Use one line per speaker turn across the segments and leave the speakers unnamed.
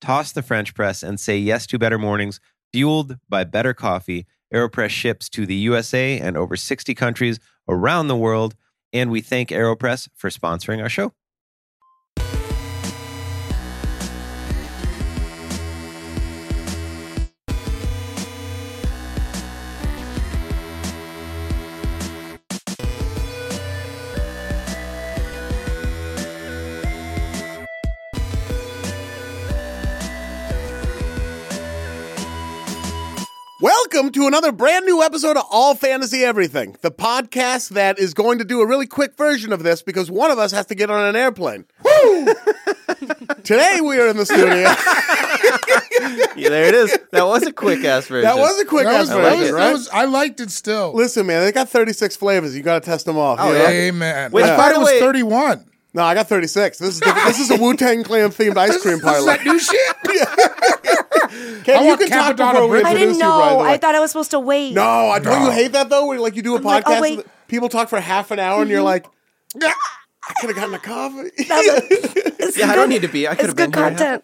toss the french press and say yes to better mornings fueled by better coffee aeropress ships to the usa and over 60 countries around the world and we thank AeroPress for sponsoring our show.
Welcome to another brand new episode of All Fantasy Everything, the podcast that is going to do a really quick version of this because one of us has to get on an airplane. Woo! Today we are in the studio.
Yeah, there it is. That was a quick ass version.
That was a quick
That
ass
was, that
version,
was,
right?
that was, I liked it still.
Listen, man, they got 36 flavors. You got to test them all.
Oh,
you know?
yeah.
Amen.
Which,
I
by
thought
the
it was
way-
31.
No, I got 36. This is different. this is a Wu Tang Clan themed ice cream
This is
parlor.
that new shit?
Ken,
I
you
want
can talk
Capadonna
before we introduce
Bridges.
I didn't
you, by the
know.
way.
I thought I was supposed to wait.
No, I don't you hate that though? Where like you do a podcast,
like, oh,
and
wait. Mm-hmm.
people talk for half an hour, and you're like, "Ah, I could have gotten a coffee.
yeah, I don't need to be. I could
It's
have been
good
here.
content.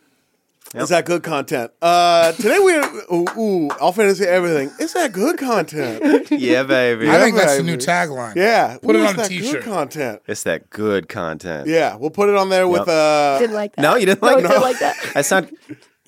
Is that good content? Uh, today we're ooh, ooh, all fantasy everything. Is that good content?
Yeah, baby.
I think that's the
baby.
new tagline.
Yeah,
Put it
Ooh,
on
is
a
that
t-shirt.
Good content.
It's that good content.
Yeah, we'll put it on there with uh.
Didn't like that.
No, you didn't
No,
like
I didn't like that.
I sound.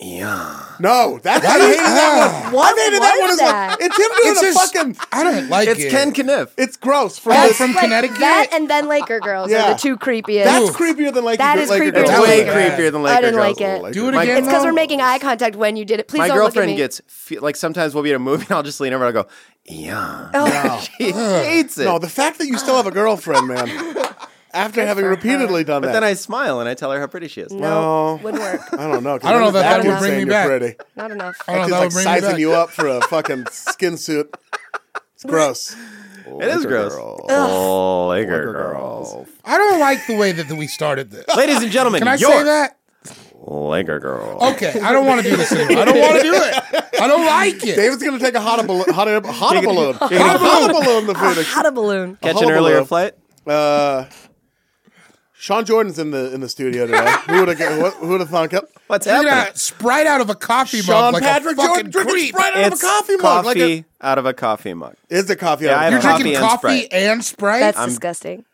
Yeah.
No, that I hated that one.
What
I hated
was
that
that?
one. It's like it's him doing
Ah.
a
It's just-
fucking.
I don't like
It's
it.
Ken Kniff.
It's gross. From
Oh,
the,
from Connecticut?
That and then Laker Girls
Yeah.
are the two creepiest.
that's creepier than like
That is
like
creepier
girls.
than
It's way
Laker
Girls.
creepier than Laker
I didn't
Girls.
like it.
Do it
My-
again.
It's because
though?
we're making eye contact when you did it. Please
My
don't
girlfriend
look at me.
gets fe- like sometimes we'll be at a movie and I'll just lean over and I'll go, yeah.
Oh,
she hates it.
No, the fact that you still have a girlfriend, man, after having repeatedly done
but
that.
then I smile and I tell her how pretty she is.
no,
No.
wouldn't work.
I don't know. 'cause
I don't know
then
that
that
it's
would
bad
bring
saying
me
you're
back.
Pretty.
Not enough.
I
It's
don't know, Oh, that
like
would bring me
sizing
back.
you up for a fucking skin suit. It's gross.
it is gross. Oh, Laker Girls.
I don't like the way that we started this.
Ladies and gentlemen,
Can I
your
say that?
Laker Girls.
Okay, I don't want to do this anymore. I don't want to do it. I don't like it.
David's gonna take a hot balloon. Hot, air- hot
Take it-
balloon.
take it-
Hot balloon. The
I
Phoenix.
had a balloon.
Catch an
Hullabaloo.
earlier flight.
Uh, Sean Jordan's in the in the studio today. Who would have who would have thunk up?
What's
Look
happening?
at that Sprite out of a coffee
Sean
mug like
Patrick
a fucking
Jordan drinking
creep.
Sprite out of
It's
a coffee mug. Like a,
coffee out of a coffee mug.
is the coffee?
Yeah,
out
I
of
You're
a
have
coffee?
drinking
Coffee and
coffee
Sprite.
and Sprite?
That's disgusting.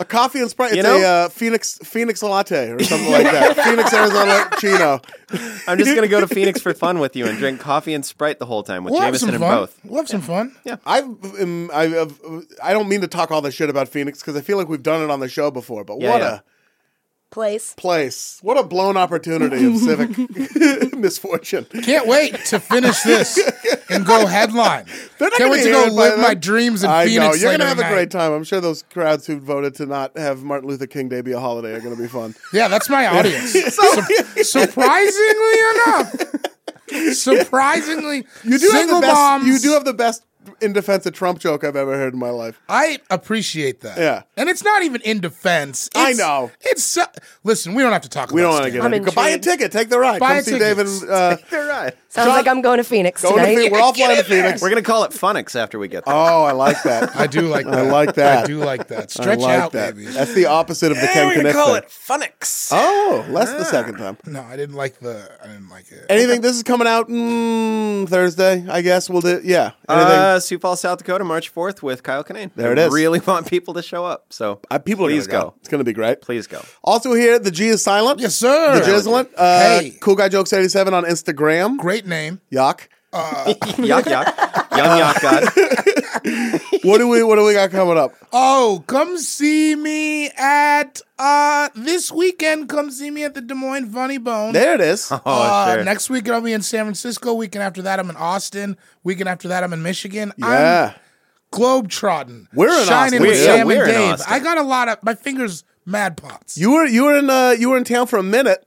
A coffee and Sprite. It's
You know?
a uh, Phoenix Phoenix latte or something like that. Phoenix Arizona Chino.
I'm just gonna go to Phoenix for fun with you and drink coffee and Sprite the whole time with
We'll have
Jameson
some
and
fun.
both.
We'll have some fun.
I've, um, I- I've I don't mean to talk all this shit about Phoenix because I feel like we've done it on the show before. But
Yeah,
what
yeah.
a
Place.
place! What a blown opportunity of civic misfortune.
Can't wait to finish this and go headline.
They're not
Can't
gonna
wait to
hear
go
it by
live
then.
my dreams in
I
Phoenix.
know you're
later
gonna have a
tonight.
great time. I'm sure those crowds who voted to not have Martin Luther King Day be a holiday are going to be fun.
Yeah, that's my audience. Sur- surprisingly enough, surprisingly,
You do have
single
the best.
moms.
You do have the best in defense of Trump joke I've ever heard in my life.
I appreciate that.
Yeah.
and it's not even in defense.
I
It's-
know.
It's so- listen. We don't have to talk.
We
about
don't want to
Stan.
get it.
I'm
Go buy a
intrigued.
ticket. Take the ride.
Buy
Come
a
see
ticket.
David. And, uh,
All right.
Sounds like I'm going to Phoenix
go to
tonight.
Phoenix. We're all flying to Phoenix.
We're gonna call it Funix after we get there.
Oh, I like that.
I do like. that.
I like that.
I do like that.
I
Stretch
like
out,
that.
baby.
That's the opposite of the Ken Connect thing.
Funix.
Oh, less the second time.
No, I didn't like the. I didn't like it.
Anything? This is coming out mm, Thursday, I guess. We'll do. Yeah. Anything?
Uh, Sioux Falls, South Dakota, March 4th with Kyle Kinane.
There it
I
is.
Really want people to show up. So
Uh, people are
please
gonna
go.
It's going to be great.
Please go.
Also here, the G is silent.
Yes, sir.
The Jizzlant. Uh,
Hey.
Cool Guy Jokes 87 on Instagram.
Great name.
Yuck. Uh,
Yuck, yuck. Young yuck god.
What do we What do we got coming up?
Oh, come see me at uh this weekend. Come see me at the Des Moines Funny Bone.
There it is.
Oh,
Uh,
sure.
Next week I'll be in San Francisco. Weekend after that I'm in Austin. Weekend after that I'm in Michigan. Um,
Yeah.
I'm globetrotting.
We're in
shining
Austin.
with
We're-
Sam
yeah, we're
and
in
Dave.
Austin.
I got a lot of my fingers mad pots.
You were you were in uh, you were in town for a minute,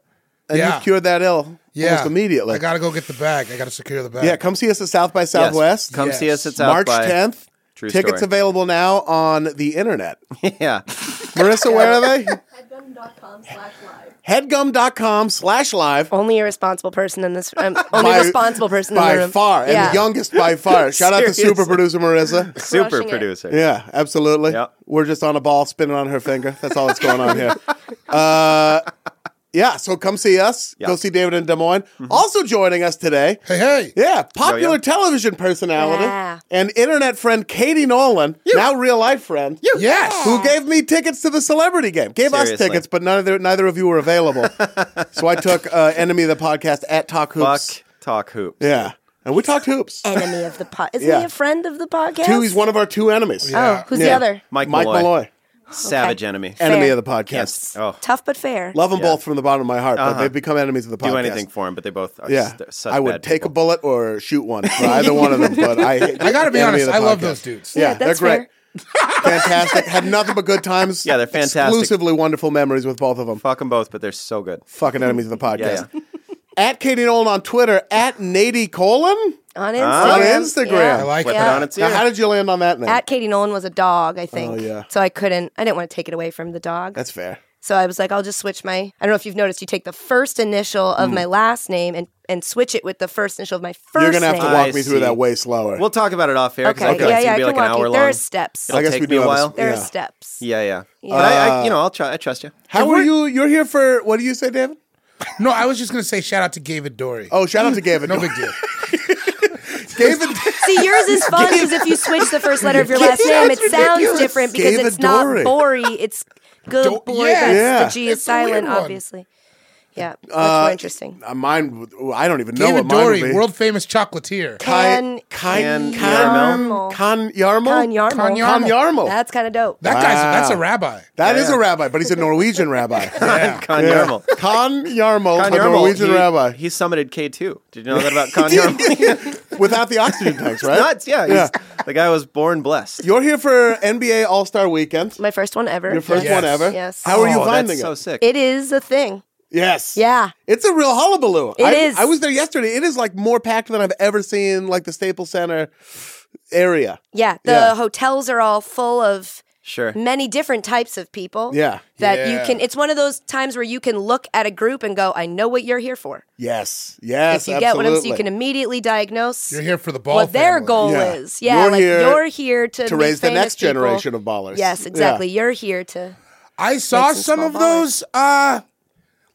and
Yeah.
you cured that ill almost immediately.
I gotta go get the bag. I gotta secure the bag.
yeah, come see us at South by
Yes.
Southwest.
Come
Yes.
see us. It's out
March
by-
10th.
True
Tickets
story.
available now on the internet.
Yeah.
Marissa, where are they?
Headgum.com slash live.
Headgum.com slash live.
Only irresponsible person in this. Um, only
By-
responsible person in
by
the room.
far, and the youngest by far. Shout out to super producer Marissa.
Super
Crushing it.
producer.
Yeah, absolutely.
Yep.
We're just on a ball spinning on her finger. That's all that's going on here. Uh, yeah, so come see us.
Yeah.
Go see David in Des Moines. Also joining us today,
Hey, hey.
yeah, popular
Yo, yo.
television personality
Yeah.
and internet friend Katie Nolan, now real life friend,
Yes.
who gave me tickets to the celebrity game. Gave us
Seriously.
tickets, but neither neither of you were available. so I took uh, enemy of the podcast at Talk
Fuck
Hoops.
talk hoops.
Yeah, and we talked hoops.
Enemy of the pod. Isn't
Yeah.
he a friend of the podcast?
Two, he's one of our two enemies.
Oh, who's the
Yeah.
other?
Mike,
Mike
Malloy.
Malloy,
Savage
Okay.
enemy.
And-
enemy
Fair.
of the podcast.
Oh.
Tough but fair.
Love them both from the bottom of my heart, but they've become enemies of the podcast.
Uh-huh. Do anything for him, but they both are
Yeah,
st- such
I would
bad
take
people.
a bullet or shoot one. for either one of them, but I
I gotta be
enemy
honest,
of the
I love
podcast.
those dudes.
Yeah,
Yeah,
they're
that's
great. fantastic. Had nothing but good times.
Yeah, they're fantastic.
Exclusively wonderful memories with both of them.
Fuck them both, but they're so good.
Fucking enemies of the podcast.
Yeah, yeah.
At Katie Nolan on Twitter, at Nady Colon.
On
Ah.
Instagram.
On Instagram.
I
Yeah.
like
Flip
it.
it
Yeah.
on its ear.
Now, how did you land on that name?
At Katie Nolan was a dog, I think.
Oh, yeah.
So I couldn't, I didn't want to take it away from the dog.
That's fair.
so I was like, I'll just switch my, I don't know if you've noticed, you take the first initial
Hmm.
of my last name and, and switch it with the first initial of my 1st
You're gonna have to
name.
walk
I
me through
see.
that way slower.
we'll talk about it off air because
Okay.
I think
Yeah, yeah,
it's gonna
I
be
can
like an
walk
hour
you.
long.
There are steps.
It'll
I guess
take
we
me
do
a
have a-
while.
There are
Yeah.
steps.
Yeah, yeah.
Yeah.
But I, I, you know, I'll try. I trust you.
how were you? You're here for what do you say, David?
No, I was just gonna say shout out to David Dory.
Oh, shout out to David.
no big deal.
David.
See, yours is fun because if you switch the first letter of your last name, it sounds different because
Gave a
it's not
dory.
bory. It's good
Do-
boy.
yeah.
That's,
Yeah.
The G is
It's a weird
silent,
one.
obviously. Yeah, much more interesting.
Uh, mine. I don't even know
David
what mine would
Dory,
be.
world famous chocolatier.
Can
Can
Can
Can
Yarmel.
Yarmel.
Can Yarmel.
Con Yarmel.
Con
Con Yarmel.
That's kind of dope.
That guy's
Wow.
that's a rabbi.
That is a rabbi, but he's a Norwegian rabbi.
Con
Yeah.
Yarmel.
Con Yarmel,
Con
a
Yarmel,
Norwegian
he,
rabbi,
He summited K2. Did you know that about Con Yarmel?
without the oxygen tanks, right?
Nuts, yeah. he's- The guy was born blessed.
You're here for NBA All Star Weekend,
My first one ever.
your first
Yes.
one ever.
Yes.
How are you
Oh,
finding
that's so
it?
sick.
It is a thing.
yes.
Yeah.
It's a real hullabaloo. It is.
It
I,
is.
I was there yesterday. It is like more packed than I've ever seen, like the Staples Center area.
Yeah. The
Yeah.
hotels are all full of
sure.
many different types of people.
Yeah.
That
Yeah.
you can, it's one of those times where you can look at a group and go, I know what you're here for.
Yes. Yes.
if you get
absolutely.
what I'm, you can immediately diagnose.
You're here for the ball.
what their
family.
goal
Yeah.
is. Yeah,
You're
like
here
you're here to,
to
meet
raise the
famous
next
people.
generation of ballers.
Yes,
Yeah.
exactly. You're here to.
I saw
Makes them
some
small
of those. uh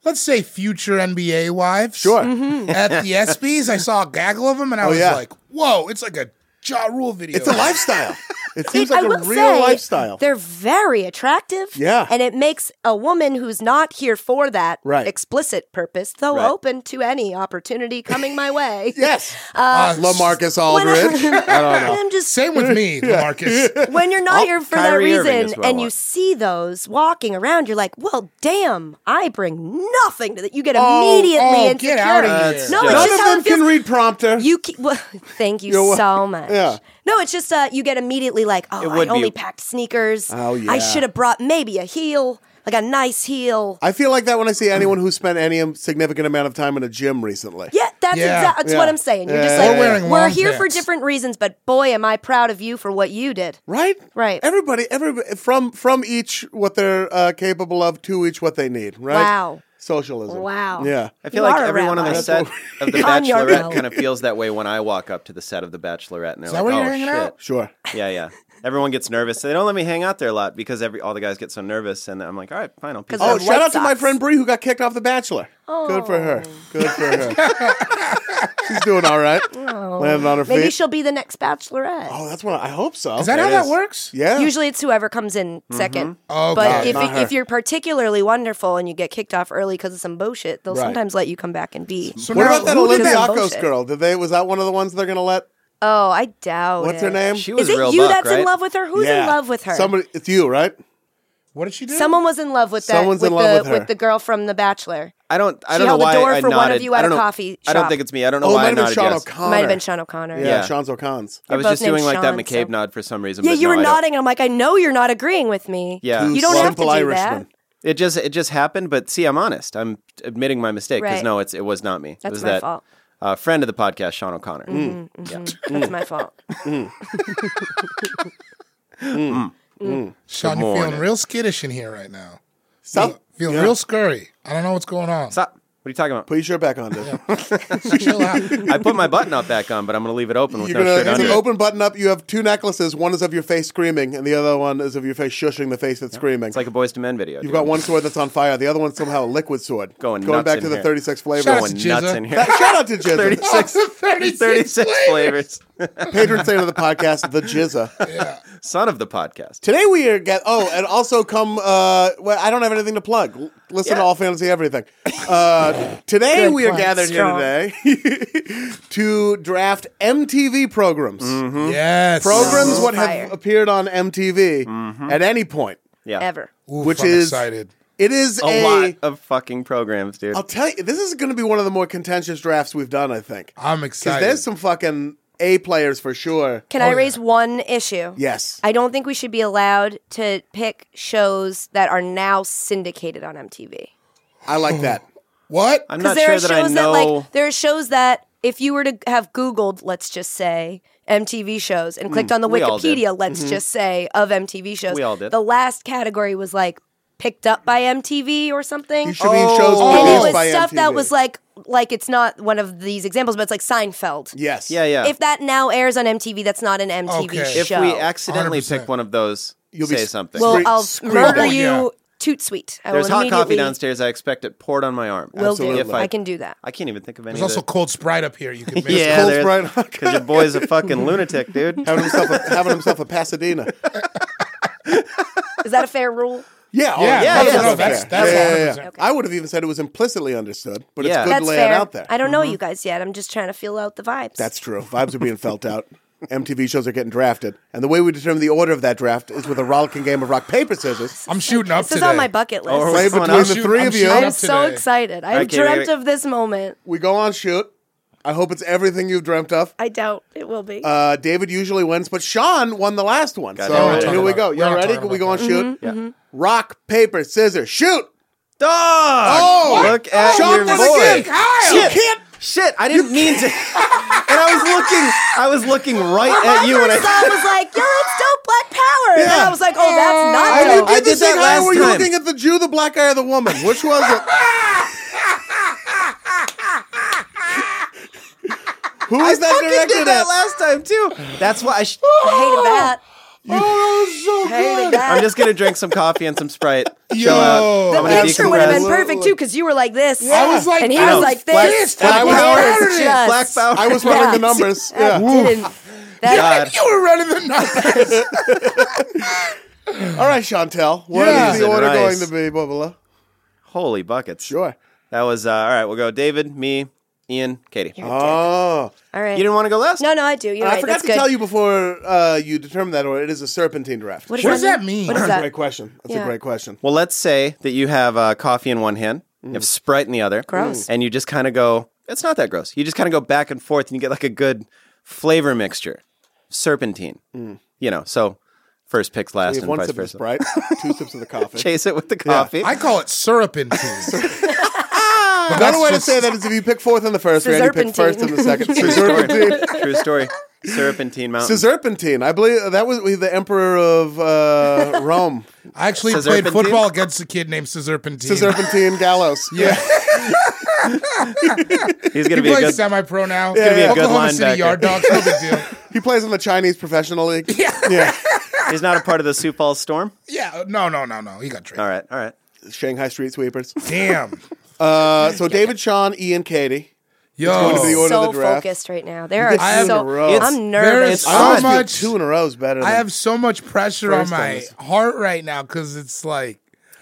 Let's say future NBA wives.
Sure.
Mm-hmm.
At the ESPYS, I saw a gaggle of them, and I was
Oh, yeah.
like, "Whoa!" It's like a Ja Rule video.
It's a lifestyle. It seems
It-
like
I
a
will
real
say,
lifestyle.
They're very attractive.
Yeah.
And it makes a woman who's not here for that
Right.
explicit purpose, though
Right.
open to any opportunity coming my way.
Yes.
Uh,
Lamarcus
when
Aldridge.
I'm just
Same with me, Marcus.
when you're
Oh,
not here for
Kyrie
that
Irving is
reason
who I
and you
want.
see those walking around, you're like, well, damn, I bring nothing to that. You get
Oh,
immediately
oh,
insecure.
get out of
That's
here.
No, it's
just-
None
just
of
how
them
it feels.
can read prompter.
You keep, well, thank you
You're wel-
so much.
Yeah.
No, it's just uh, you get immediately like, oh,
It
I
would be-
only packed sneakers.
Oh, yeah.
I should have brought maybe a heel, like a nice heel.
I feel like that when I see anyone who spent any significant amount of time in a gym recently.
Yeah, that's
Yeah.
exactly that's what
Yeah.
I'm saying. You're just
Yeah.
like,
Or
wearing
we're
long
here for
pants."
different reasons, but boy, am I proud of you for what you did.
Right?
Right.
Everybody, everybody from from each what they're uh, capable of to each what they need, right?
Wow.
Socialism.
Wow.
Yeah.
I feel
You
like
are a
everyone on the
rabbi.
set of The
On your
Bachelorette
own.
kind of feels that way when I walk up to the set of The Bachelorette and they're like,
that where
"Oh
you're hanging
shit."
out?
Sure.
Yeah, yeah. Everyone gets nervous. They don't let me hang out there a lot because every all the guys get so nervous, and I'm like, "All right, fine, I'll peace
'Cause
out."
Oh,
White Oh.
shout out to my
Sox.
friend Bree who got kicked off The Bachelor. Good for her. Good for her. She's doing all right. Landed on her
Oh. Maybe
feet.
she'll be the next bachelorette.
oh, that's what I, I hope so.
Is that how that works?
Yeah.
Usually it's whoever comes in
Mm-hmm.
2nd
Oh,
but
God,
if
not her.
if you're particularly wonderful and you get kicked off early because of some bullshit, they'll
Right.
sometimes let you come back and be.
So
what
now
about that
who did that
Olympiacos
bullshit?
girl? Did they? Was that one of the ones they're gonna let?
Oh, I doubt.
What's
it.
her name?
She
Is
was
it
real
you
buck,
that's
right?
in love with her? Who's in
Yeah.
love with her?
Somebody, it's you, right?
Oh,
What did she do?
Someone was in love with that.
Someone's
with
in
the,
love with her.
the girl from The Bachelor.
I don't. I
She
don't know
held the
why
door
I
for
nodded.
one of you at
I
a
don't know-
coffee
I don't
shop.
think it's me. I don't know
Oh, it
why
might
I
have been
nodded.
Sean
yes.
It
O'Connor.
might have been Sean O'Connor.
Yeah,
Yeah.
Sean's O'Conn's.
I was
both
just doing
named
like that
Sean,
McCabe
so-
nod for some reason.
Yeah,
but
you
no,
were
I don't-
nodding. and I'm like, I know you're not agreeing with me.
Yeah.
you don't have to do
Simple Irishman.
that.
It just it just happened, but see, I'm honest. I'm admitting my mistake because
Right.
no, it's it was not me. it
That's
was
my
that
fault. Mm-hmm.
Uh, friend of the podcast, Sean O'Connor. Mm. Hmm.
That's my fault.
Sean, you're
morning.
feeling real skittish in here right now.
Stop.
Feeling
Yeah.
real scurry. I don't know what's going on.
Stop. What are you talking about?
Put your shirt back on, dude.
Chill out.
I put my button up back on, but I'm going to leave it open with
You're
no
gonna,
shirt
it's
under.
an
it.
open button up. You have two necklaces. One is of your face screaming, and the other one is of your face shushing the face that's screaming.
It's like a Boys to Men video.
You've
dude.
got one sword that's on fire. The other one's somehow a liquid sword.
Going
going
nuts
back
in
to the
here.
36 flavors.
Going
Going nuts
Jizza.
in here.
That- shout out to Jizza,
36,
36
36 flavors.
patron saint of the podcast, the Jizza.
Yeah.
Son of the podcast.
Today we are get oh, and also come. Uh, well, I don't have anything to plug. L- Listen to
Yeah.
all fantasy everything. Uh, today
Good
we are
plug.
gathered
Strong.
here today to draft MTV programs.
Yes.
Mm-hmm. Programs what
Mm-hmm. Fire. Mm-hmm.
have appeared on MTV at any point.
Yeah.
Ever.
Ooh,
which
I'm
is-
excited.
It is
A lot of fucking programs, dude.
I'll tell you, this is going to be one of the more contentious drafts we've done. I think
I'm
because
excited.
there's some fucking A players for sure.
Can I raise one issue?
Yes.
I don't think we should be allowed to pick shows that are now syndicated on MTV.
I like that.
what?
I'm
Because
not
there
sure
are
that I
shows that,
know.
like there are shows that if you were to have Googled, let's just say MTV shows and clicked on the
Mm, we all did. Mm-hmm.
Wikipedia, let's just say of MTV shows,
We all did.
The last category was like picked up by MTV or something.
You should be
Oh.
in
Oh,
shows
and
produced
it
by
was stuff that
MTV.
was like like it's not one of these examples, but it's like Seinfeld.
yes,
yeah, yeah.
If that now airs on MTV, that's not an MTV
Okay.
show.
If we accidentally
100%.
pick one of those,
You'll be
say
s-
something.
well,
Scream-
I'll
scream
murder
back.
you.
Yeah.
Toot sweet. I
There's
will
hot coffee
immediately-
downstairs. I expect it poured on my arm.
Will do.
Absolutely.
I, can do that.
I can't even think of any.
There's also
of the-
cold Sprite up here. You can make
yeah,
Cold
there-
Sprite.
Because your boy's a fucking lunatic,
Mm-hmm.
dude.
having himself a, having himself a Pasadena.
Is that a fair rule?
Yeah, oh,
Yeah,
yeah,
that's
no,
up
that's-
there.
that's
Yeah, yeah,
100%.
yeah. I would have even said it was implicitly understood, but
Yeah.
it's good
That's
laying
fair.
out there.
I don't know you guys yet. I'm just trying to feel out the vibes.
That's true. Vibes are being felt out. MTV shows are getting drafted, and the way we determine the order of that draft is with a rollicking game of rock paper scissors.
I'm shooting up
this
today.
is on my bucket list.
Oh,
Play
What's
between
going
the
on?
three
I'm
of you.
shooting
I'm
up
so
today.
excited. I've
Okay,
dreamt
wait, wait.
of this moment.
We go on shoot. I hope it's everything you've dreamt of.
I doubt it will be.
Uh, David usually wins, but Sean won the last one.
Got it.
so
We're not
here
talking
we
about
go.
it. We're
Y'all
not
ready?
talking
Can we
about
go on
that.
shoot?
Mhm.
Mm-hmm.
Rock, paper, scissors, shoot!
Dog!
Oh!
Look at
Sean
your
does
boy.
it again! You can't.
Shit, I didn't mean to. and I was looking, I was looking right
My
at you when
first
I.
thought was like, "Yo, it's dope black power," and then
Yeah.
I was like, "Oh, that's not
I
dope."
did,
I
the
did that
thing. How
last
were you
time.
looking at the Jew, the black guy, or the woman? Which was it? Who is that
fucking
directed
did
at?
that last time too. That's why I. Sh-
I hated that.
oh, that was so
Hated that.
I'm just gonna drink some coffee and some Sprite.
Yo.
Chill out.
the
I'm gonna
picture would have been
decompress.
perfect too, because you were like this,
I was like-
and he
I
was
was
like
Black-
this.
Black
and
power.
it was just-
Black power.
I was running the numbers.
That
Yeah.
didn't That,
God.
you were running the numbers.
All right, Chantel. What
Yeah.
is the order
Rice.
going to be, Bubba?
Holy buckets.
Sure.
That was uh, all right. We'll go David, me, Ian, Katie. You Ah.
Oh.
all right.
didn't want to go last.
no, no, I do. You're
I
right.
forgot
That's
to
good.
tell you before uh, you determine that order. It is a serpentine draft.
What
does
does that mean?
What is
That's a
that?
great question. That's
Yeah.
a great question.
Well, let's say that you have uh, coffee in one hand, you
Mm.
have Sprite in the other,
Gross.
and you just kind of go. It's not that gross. You just kind of go back and forth, and you get like a good flavor mixture, serpentine. You know, so first picks last,
We Mm. have
and
one
vice
sip of
versa.
Sprite, two sips of the coffee.
Chase it with the coffee.
I call it syrupin' tease. But
Another
Ah, that's
way to
just-
say that is if you pick fourth in the first, round, you pick first in the second. Scissorpentine.
True story. Serpentine Mountain.
Scissorpentine. I believe that was the emperor of uh, Rome.
I actually
Scissorpentine?
played football against a kid named Scissorpentine.
Scissorpentine Gallows.
Yeah,
He's gonna
he
be a
plays
good.
semi pro now.
gonna be a good
Oklahoma City
linebacker.
Yard Dogs. No big deal.
He plays in the Chinese Professional League. Yeah.
He's not a part of the Sioux Falls Storm.
Yeah, no, no, no, no. He got traded.
All right, all right.
Shanghai Street Sweepers.
Damn.
Uh, so David, Sean, Ian, Katie.
Yo,
going to the order
so
of the draft.
focused right now. There
get
are
two
in
so
a row. Oh. It's-
I'm
there
nervous.
is
I almost
So
feel
much-
two in a row is better. Than
I have so much pressure on
First on
my
this.
heart right now because it's like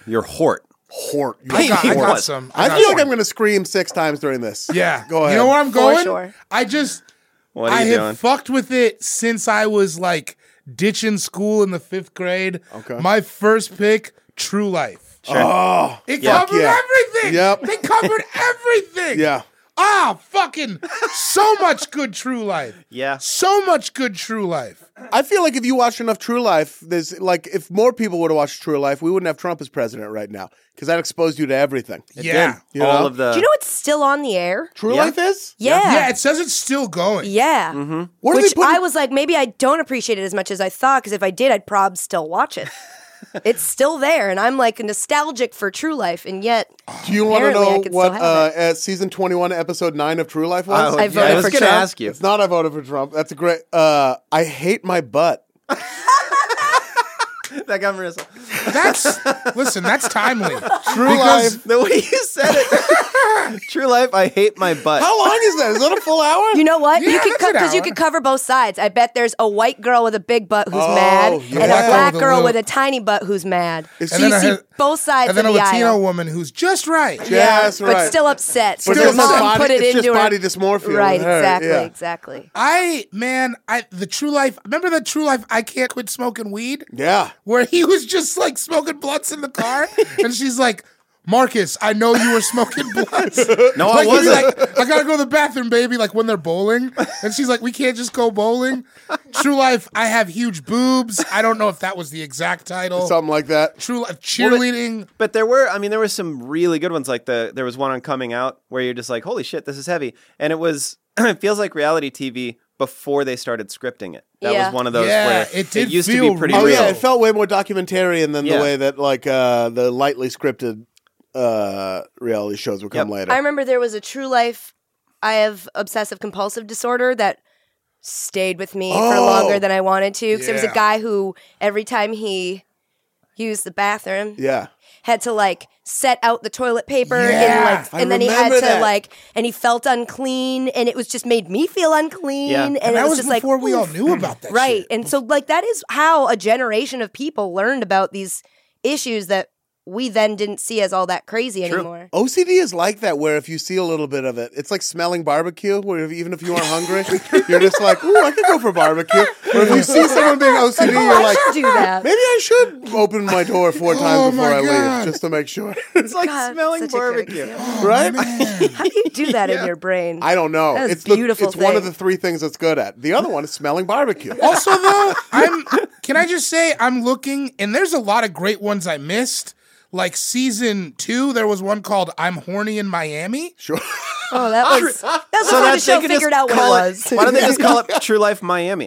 You're Hort.
Hort.
I got, I
He
got
was.
some.
I
got
feel like
some.
I'm going to scream six times during this.
Yeah,
Go ahead.
You know where I'm
For
going?
sure.
I just
What are
I
you
have
doing?
fucked with it since I was like ditching school in the fifth grade.
Okay.
My first pick, True Life.
Oh.
It
Fuck
covered
yeah.
everything.
Yep.
They covered everything.
Yeah.
Ah, fucking so much good True Life.
yeah.
So much good True Life.
I feel like if you watch enough True Life, there's like if more people would have watched True Life, we wouldn't have Trump as president right now because that exposed you to everything.
yeah.
You
All
know?
of the.
Do you know it's still on the air?
True
Yeah.
Life is?
Yeah.
yeah. it says it's still going.
Yeah.
What are they
Which
putting-
I was like, maybe I don't appreciate it as much as I thought, because if I did, I'd probably still watch it. it's still there, and I'm like nostalgic for True Life, and yet
Do you want to
Apparently, I
know
could still
what
have
uh, uh, season 21, episode 9 of True Life was?
Oh,
I
yeah,
voted
I was
for
gonna
Trump.
ask you.
It's not I voted for Trump. That's a great. Uh, I hate my butt.
that got Marissa.
That's listen, that's timely.
True
Because-
Life.
The way you said it. True life, I hate my butt.
How long is that? Is that a full hour?
You know what?
Yeah,
you could
that's an
because you
hour.
could cover both sides. I bet there's a white girl with a big butt who's
Oh,
mad,
yeah.
and a
Black
black
girl with a
girl
little-
with a tiny butt who's mad. So
then
you
a
see
hea-
both sides
and then a
of the
Latino
aisle.
woman who's just right.
Yeah,
Yes,
but
right.
still upset. So
But
her
it's just
mom
body-
put it
it's just
into her-
body dysmorphia with
Right,
her,
exactly,
yeah.
exactly.
I man, I the True Life. Remember the True Life? I can't quit smoking weed.
Yeah.
where he was just like smoking blunts in the car, and she's like, "Marcus, I know you were smoking blunts."
No, I
like, he's
wasn't.
like, I gotta go to the bathroom, baby. Like when they're bowling, and she's like, "We can't just go bowling." True life, I have huge boobs. I don't know if that was the exact title.
Something like that.
True life, cheerleading.
But there were, I mean, there were some really good ones. Like the there was one on Coming Out where you're just like, holy shit, this is heavy, and it was. it feels like reality TV before they started scripting it. That
Yeah.
was one of those
Yeah,
where
it did
used to
feel
be pretty
Oh,
real.
real.
yeah. It felt way more documentarian than the
Yeah.
way that, like, uh, the lightly scripted uh, reality shows would come
Yep.
later.
I remember there was a True Life. I have obsessive compulsive disorder that stayed with me for
Oh.
longer than I wanted to. Because there was
Yeah.
a guy who every time he used the bathroom,
yeah.
had to like set out the toilet paper
Yeah,
and
I
like and then he had
remember
to
that.
like and he felt unclean and it was just made me feel unclean
Yeah.
and,
And
it
that
was,
was
just like
before we all
oof.
knew about that.
right
shit.
and so like that is how a generation of people learned about these issues that we then didn't see as all that crazy anymore
OCD is like that, where if you see a little bit of it, it's like smelling barbecue. Where if, even if you aren't hungry, you're just like, "Ooh, I could go for barbecue." Or if you see someone being OCD,
oh,
you're
I
like,
should do that
"Maybe I should open my door four times
Oh,
before
my
I
God.
leave, just to make sure."
it's like
God, such
smelling
a good
barbecue.
example.
right?
how do you do that in your brain
I don't know.
That's
it's the,
beautiful
It's one of
thing.
the three things that's good at. The other one is smelling barbecue.
also though i'm can i just say i'm looking and there's a lot of great ones i missed like season two there was one called i'm horny in miami
Sure.
oh that was that was before the
that's- they
show
could just
figured out what it
call
was
Why don't they just call it True Life Miami?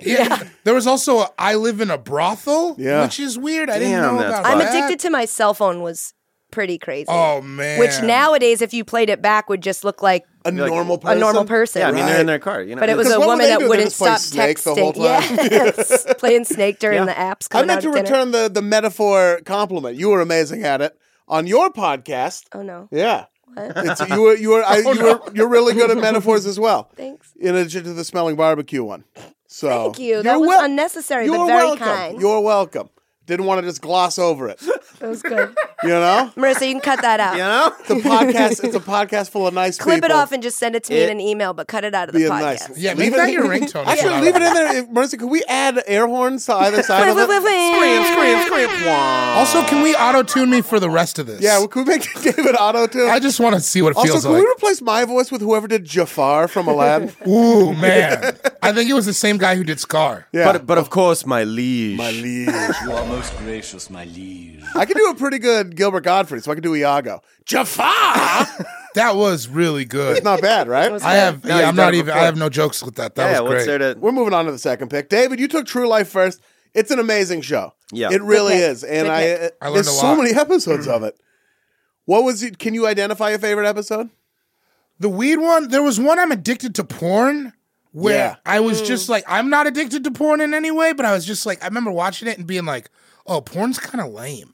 there was also a, i live in a brothel
Yeah.
which is weird i didn't
Damn,
know
that's
about
i'm
that.
addicted to my cell phone was pretty crazy
oh man
which nowadays, if you played it back, would just look like
A normal
a
person.
normal person.
Yeah, I mean they're
Right.
in their car, you know.
But it was
Because
a
what were
woman
they
that
doing? They
wouldn't
just playing
stop
Snake
texting.
the whole time?
Yes, playing Snake during
Yeah.
the apps.
I
Coming
meant to
out of dinner.
return the the metaphor compliment. You were amazing at it on your podcast.
Oh no!
Yeah. It's, you were you were I, you were you're really good at metaphors as well.
Thanks.
In addition to the smelling barbecue one, So
Thank you. That
You're
was
wel-
unnecessary,
You're
but very
welcome.
kind.
You're welcome. Didn't want to just gloss over it.
That was good.
You know,
Marissa, you can cut that out.
You know?
the podcast. It's a podcast full of nice
Clip
people.
it off and just send it to me
It-
in an email, but cut it out of the
being
podcast.
nice.
Yeah,
Leave
make
it
that
in-
your ringtone. if
Actually,
you
leave it
want.
in there, If- Marissa. Could we add air horns to either side of it?
Scream, scream, scream.
Also, can we auto tune me for the rest of this?
Yeah, well, could we make David Otto too?
I just want to see what it
also,
feels
can
like.
we replace my voice with whoever did Jafar from Aladdin?
Ooh, man. I think it was the same guy who did Scar.
Yeah, Oh.
But but of course, my liege.
my liege.
You are most gracious, my liege.
I can do a pretty good Gilbert Godfrey, so I can do Iago. Jafar.
That was really good.
It's not bad, right?
I have
No,
yeah,
he's
I'm
done
not
it
even I
before.
have no jokes with that. That
yeah,
was
what's
great.
there to?
We're moving on to the second pick. David, you took True Life first. It's an amazing show.
Yeah.
it really
Good pick.
is, and
Good
I, uh,
pick.
I learned
there's
a
so
lot.
many episodes of it. What was it? Can you identify your favorite episode?
The weed one, there was one I'm addicted to porn where
Yeah.
I
Hmm.
was just like, I'm not addicted to porn in any way, but I was just like, I remember watching it and being like, oh, porn's kind of lame.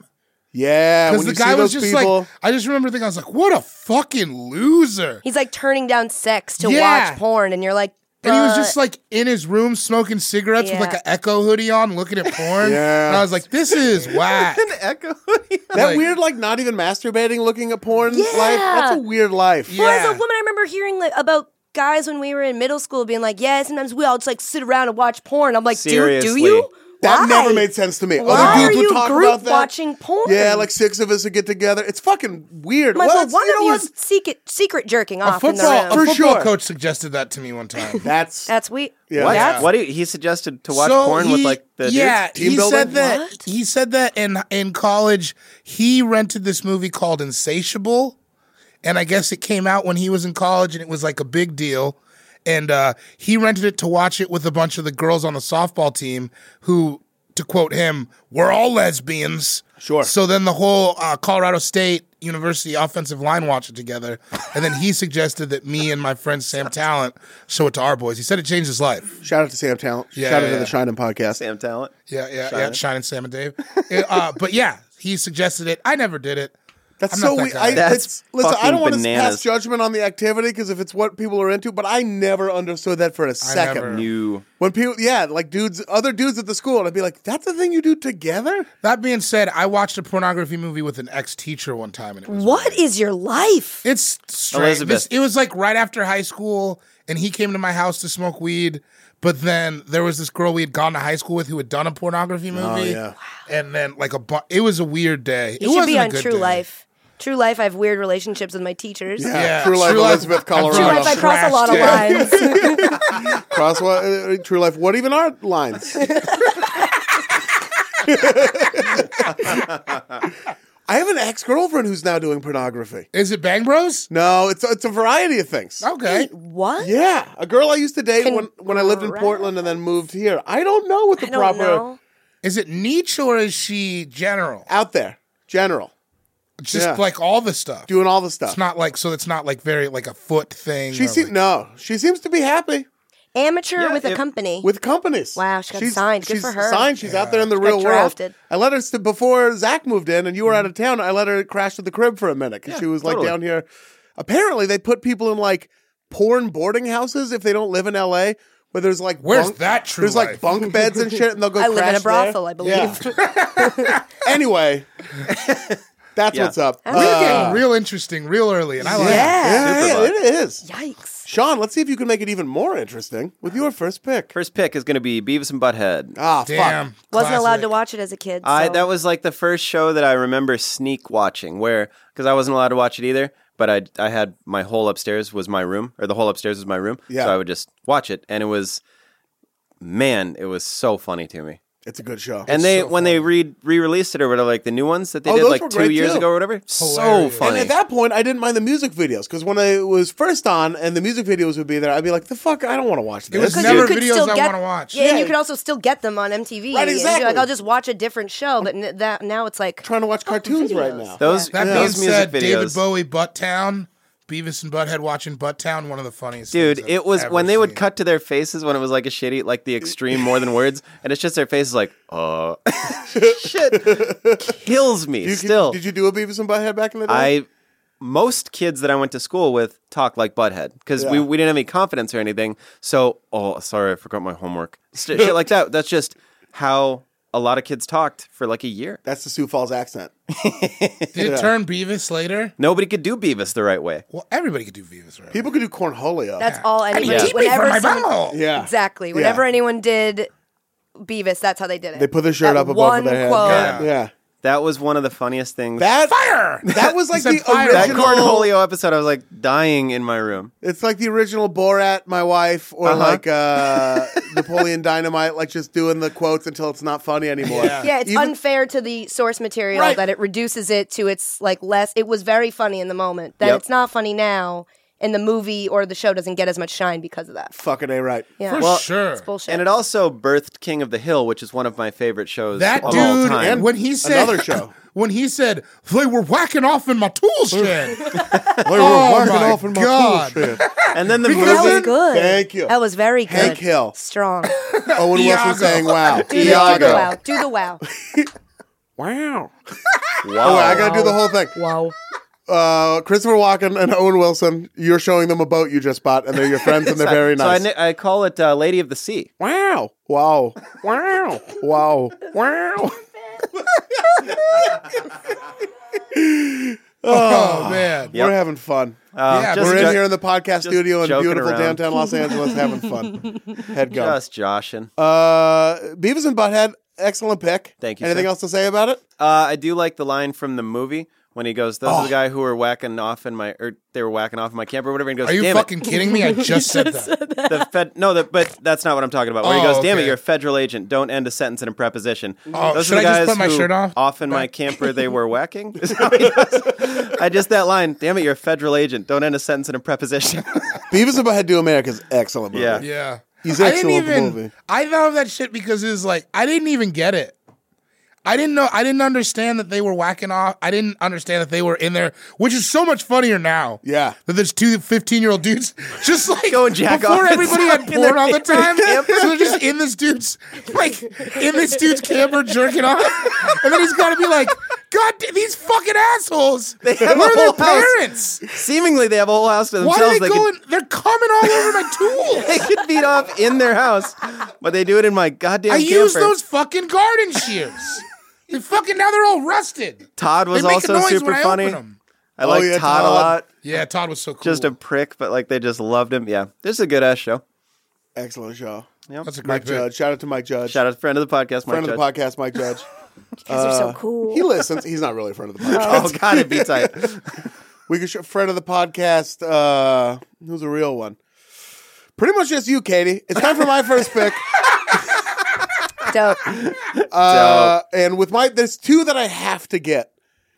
Yeah, Uh, when
Because the
you
guy
see
was
those
just
people,
like, I just remember thinking, I was like, what a fucking loser.
He's like turning down sex to
Yeah.
watch porn, and you're like,
And he was
"But
just like in his room smoking cigarettes
Yeah.
with like an Echo hoodie on, looking at porn.
Yeah.
And I was like, this is whack.
Echo.
that
like-
weird, like not even masturbating, looking at porn
Yeah.
life. That's a weird life.
Well, as
Yeah.
a woman, I remember hearing like about guys when we were in middle school being like, "Yeah, sometimes we all just like sit around and watch porn." I'm like, "Dude, do
Seriously.
you?"
That
Why?
never made sense to me.
Why
Other
are
dudes
you
would talk
group
about that.
watching porn?
Yeah, like six of us would get together. It's fucking weird.
I'm like,
Well,
well,
it's-
one
you
of
know
you
what?
is secret secret jerking
A
off in the
football,
room.
a
For
football
sure.
coach suggested that to me one time.
That's
That's we.
Yeah.
What?
That's,
What do you, he suggested to watch
So
porn with
he-
like the
yeah,
dudes?
Team
he
building?
said that
What?
he said that in in college he rented this movie called Insatiable, and I guess it came out when he was in college and it was like a big deal. And uh, he rented it to watch it with a bunch of the girls on the softball team who, to quote him, were all lesbians.
Sure.
So then the whole uh, Colorado State University offensive line watched it together. And then he suggested that me and my friend Sam Talent show it to our boys. He said it changed his life.
shout out to Sam Talent.
Yeah,
shout out
yeah,
to the
yeah.
Shine and Podcast.
Sam Talent.
Yeah, yeah, yeah. Shine and Sam and Dave. Uh, uh, but yeah, he suggested it. I never did it.
That's
I'm
so
not that
weird.
guy.
I,
That's
it's- listen, I
fucking
don't want to pass
bananas.
judgment on the activity because if it's what people are into, but I never understood that for a second.
never-
You.
When people, yeah, like dudes, other dudes at the school, and I'd be like, "That's the thing you do together."
That being said, I watched a pornography movie with an ex teacher one time, and it was
What is your life?
It's strange.
Elizabeth.
This- it was like right after high school, and he came to my house to smoke weed. But then there was this girl we had gone to high school with who had done a pornography movie.
yeah.
And then like a bu- it was a weird day.
You
it
Oh, should
wasn't
be
a
on
good
True
day.
Life. True Life, I have weird relationships with my teachers.
Yeah,
Yeah,
True Life,
True Life-
Elizabeth,
I'm True
Colorado.
True Life, I cross a lot of
Trashed,
lines.
Cross what? Uh, true life. What even are lines? I have an ex girlfriend who's now doing pornography.
Is it Bang Bros?
No, it's it's a variety of things.
Oh.
Okay.
what?
Yeah, a girl I used to date when when I lived in
Congrats.
Portland and then moved here. I don't know what the
I don't
proper
know.
Is it niche or is she general?
out there general
Just
Yeah.
like all the stuff.
doing all the stuff.
It's not like so. It's not like very like a foot thing.
she
or,
seems
like-
no, she seems to be happy
Amateur
Yeah,
with a
if-
company.
with companies.
Wow, she got signed. Good
she's
for her.
Signed. She's out there in the real world.
drafted.
I let her st- before Zach moved in, and you were out
Mm-hmm.
of town. I let her crash at the crib for a minute because she was like
totally.
down here. Apparently, they put people in like porn boarding houses if they don't live in L.A. Where there's like
Where's
bunk-
that True
There's like
Life?
bunk beds and shit, and they'll go.
I live in
crash
a brothel,
there.
I believe.
Yeah. anyway, that's
Yeah.
what's up.
We're
We're
Uh,
getting real interesting real early, and I like. it.
yeah.
yeah,
Superbug.
it is.
Yikes.
Sean, let's see if you can make it even more interesting with your first pick.
First pick is going to be Beavis and Butthead.
Ah,
Damn.
fuck.
Wasn't allowed to
classic.
watch it as a kid. So.
I that was like the first show that I remember sneak watching, where because I wasn't allowed to watch it either. But I I had my whole upstairs was my room, or the whole upstairs was my room.
Yeah.
So I would just watch it, and it was, man, it was so funny to me.
It's a good show.
and they when they re re released it or whatever, like the new ones that they
Oh,
did
those
like
were
two
great,
years
too.
ago or whatever, so
Hilarious.
funny.
And at that point, I didn't mind the music videos because when I was first on and the music videos would be there, I'd be like, the fuck, I don't want to watch this.
was
Because
never
you could
videos
still
I
get,
wanna watch.
Yeah, and you
Yeah.
could also still get them on MTV.
Right,
and you'd be
exactly.
Like, I'll just watch a different show, but n- that now it's like
trying to watch cartoons right now.
those
That being
those music
said,
videos,
David Bowie, Butttown, Beavis and Butthead watching Butttown, one of the funniest.
Dude,
things I've
it was
ever
when they would
seen.
cut to their faces when it was like a shitty, like the extreme more than words, and it's just their faces like, uh, shit, kills me
You-
still.
Did you do a Beavis and Butthead back in the day?
I most kids that I went to school with talk like butthead because we,
Yeah.
we didn't have any confidence or anything. So, oh, sorry, I forgot my homework. St- Shit like that. That's just how a lot of kids talked for like a year.
That's the Sioux Falls accent.
Did it turn Beavis later?
Nobody could do Beavis the right way.
Well, everybody could do Beavis right.
People could do cornholio.
That's all
I
anybody.
mean, keep me from
Whenever
my
someone-
butthole.
yeah.
Exactly.
Yeah.
Whenever anyone did Beavis, that's how they did it.
They put their shirt
That
up above
one
their head.
quote.
Yeah. yeah.
That was one of the funniest things.
That
Fire!
that was like
said
the
fire.
that
original
Cornholio episode, I was like dying in my room.
It's like the original Borat, my wife, or
Uh-huh.
like uh, Napoleon Dynamite, like just doing the quotes until it's not funny anymore.
Yeah.
Yeah, it's
Even-
unfair to the source material
Right.
that it reduces it to its like less. It was very funny in the moment. That
Yep.
it's not funny now, and the movie or the show doesn't get as much shine because of that.
Fucking a right.
Yeah,
For
Well,
sure.
it's bullshit.
And it also birthed King of the Hill, which is one of my favorite shows
That
of all
dude,
time.
and when he said
Another show.
when he said they were whacking off in my tool shed,
They were
Oh
working
my
off in my
God.
pool shit.
And then the
that was
movie.
good.
Thank you.
That was very good.
Hank Hill.
strong.
Owen Wilson
Iago.
saying,
Do
"Wow,
the, do the wow. Do the wow.
wow." Oh, wait,
Wow.
I gotta do the whole thing.
Wow.
Uh, Christopher Walken and Owen Wilson. You're showing them a boat you just bought, and they're your friends, and they're very
So I,
nice.
ni- I call it uh, Lady of the Sea.
Wow. Wow. Wow. Wow. Wow.
oh man,
Yep.
We're having fun.
Um,
Yeah,
just
We're in
jo-
here in the podcast studio in
joking
beautiful
around.
downtown Los Angeles having fun. Head go.
Just joshing. Uh,
Uh, Beavis and Butthead, excellent pick.
Thank you,
Anything
sir.
else to say about it?
I do like the line from the movie when he goes, "Those are
Oh.
the guy who were whacking off in my, or they were whacking off in my camp or whatever." And he goes,
are you
"Damn
fucking kidding me? I just said that.
it, the fed." No, the, but that's not what I'm talking about. Where he
Oh,
goes, "Damn it,
okay.
you're a federal agent. Don't end a sentence in a preposition."
Oh,
Those
should
are the
I just
guys
put my
who
shirt on?
Off in my camper, they were whacking. Is how he goes. I just that line. Damn it, you're a federal agent. Don't end a sentence in a preposition.
Beavis and Butthead do America's excellent movie.
Yeah.
Yeah,
He's
I
excellent at the
even.
movie.
I thought of that shit because it was like I didn't even get it. I didn't know. I didn't understand that they were whacking off. I didn't understand that they were in there, which is so much funnier now.
Yeah.
that there's two 15 year old dudes just like
Go and jack
before
off
everybody
inside
had
in their
porn all the
camper
time.
camper.
So they're just in this dude's like in this dude's camper jerking off, and then he's got to be like, God, da- these fucking assholes. They
have a
Where are their
whole house.
parents?
Seemingly, they have a whole house to
Why
themselves.
are they,
could-
going? They're coming all over my tools.
they could beat off in their house, but they do it in my goddamn
I
camper.
use those fucking garden shears. they fucking now they're all rusted.
Todd was
they make
also
noise
super
when I
funny.
Open them.
I like
Oh, yeah,
Todd, a
Todd.
lot.
Yeah, Todd was so cool.
Just a prick, but like they just loved him. Yeah, this is a good ass show.
Excellent show.
That's a great
Mike
pick.
Judge. Shout out to Mike Judge.
Shout out to friend of the podcast, Mike
friend of the
Judge.
podcast, Mike Judge.
You guys are so cool.
Uh, He listens. He's not really a friend of the podcast.
Oh god, it beats tight.
We could show friend of the podcast. Uh, who's a real one? Pretty much just you, Katie. It's time for my first pick.
Dope.
Uh, and with my, there's two that I have to get.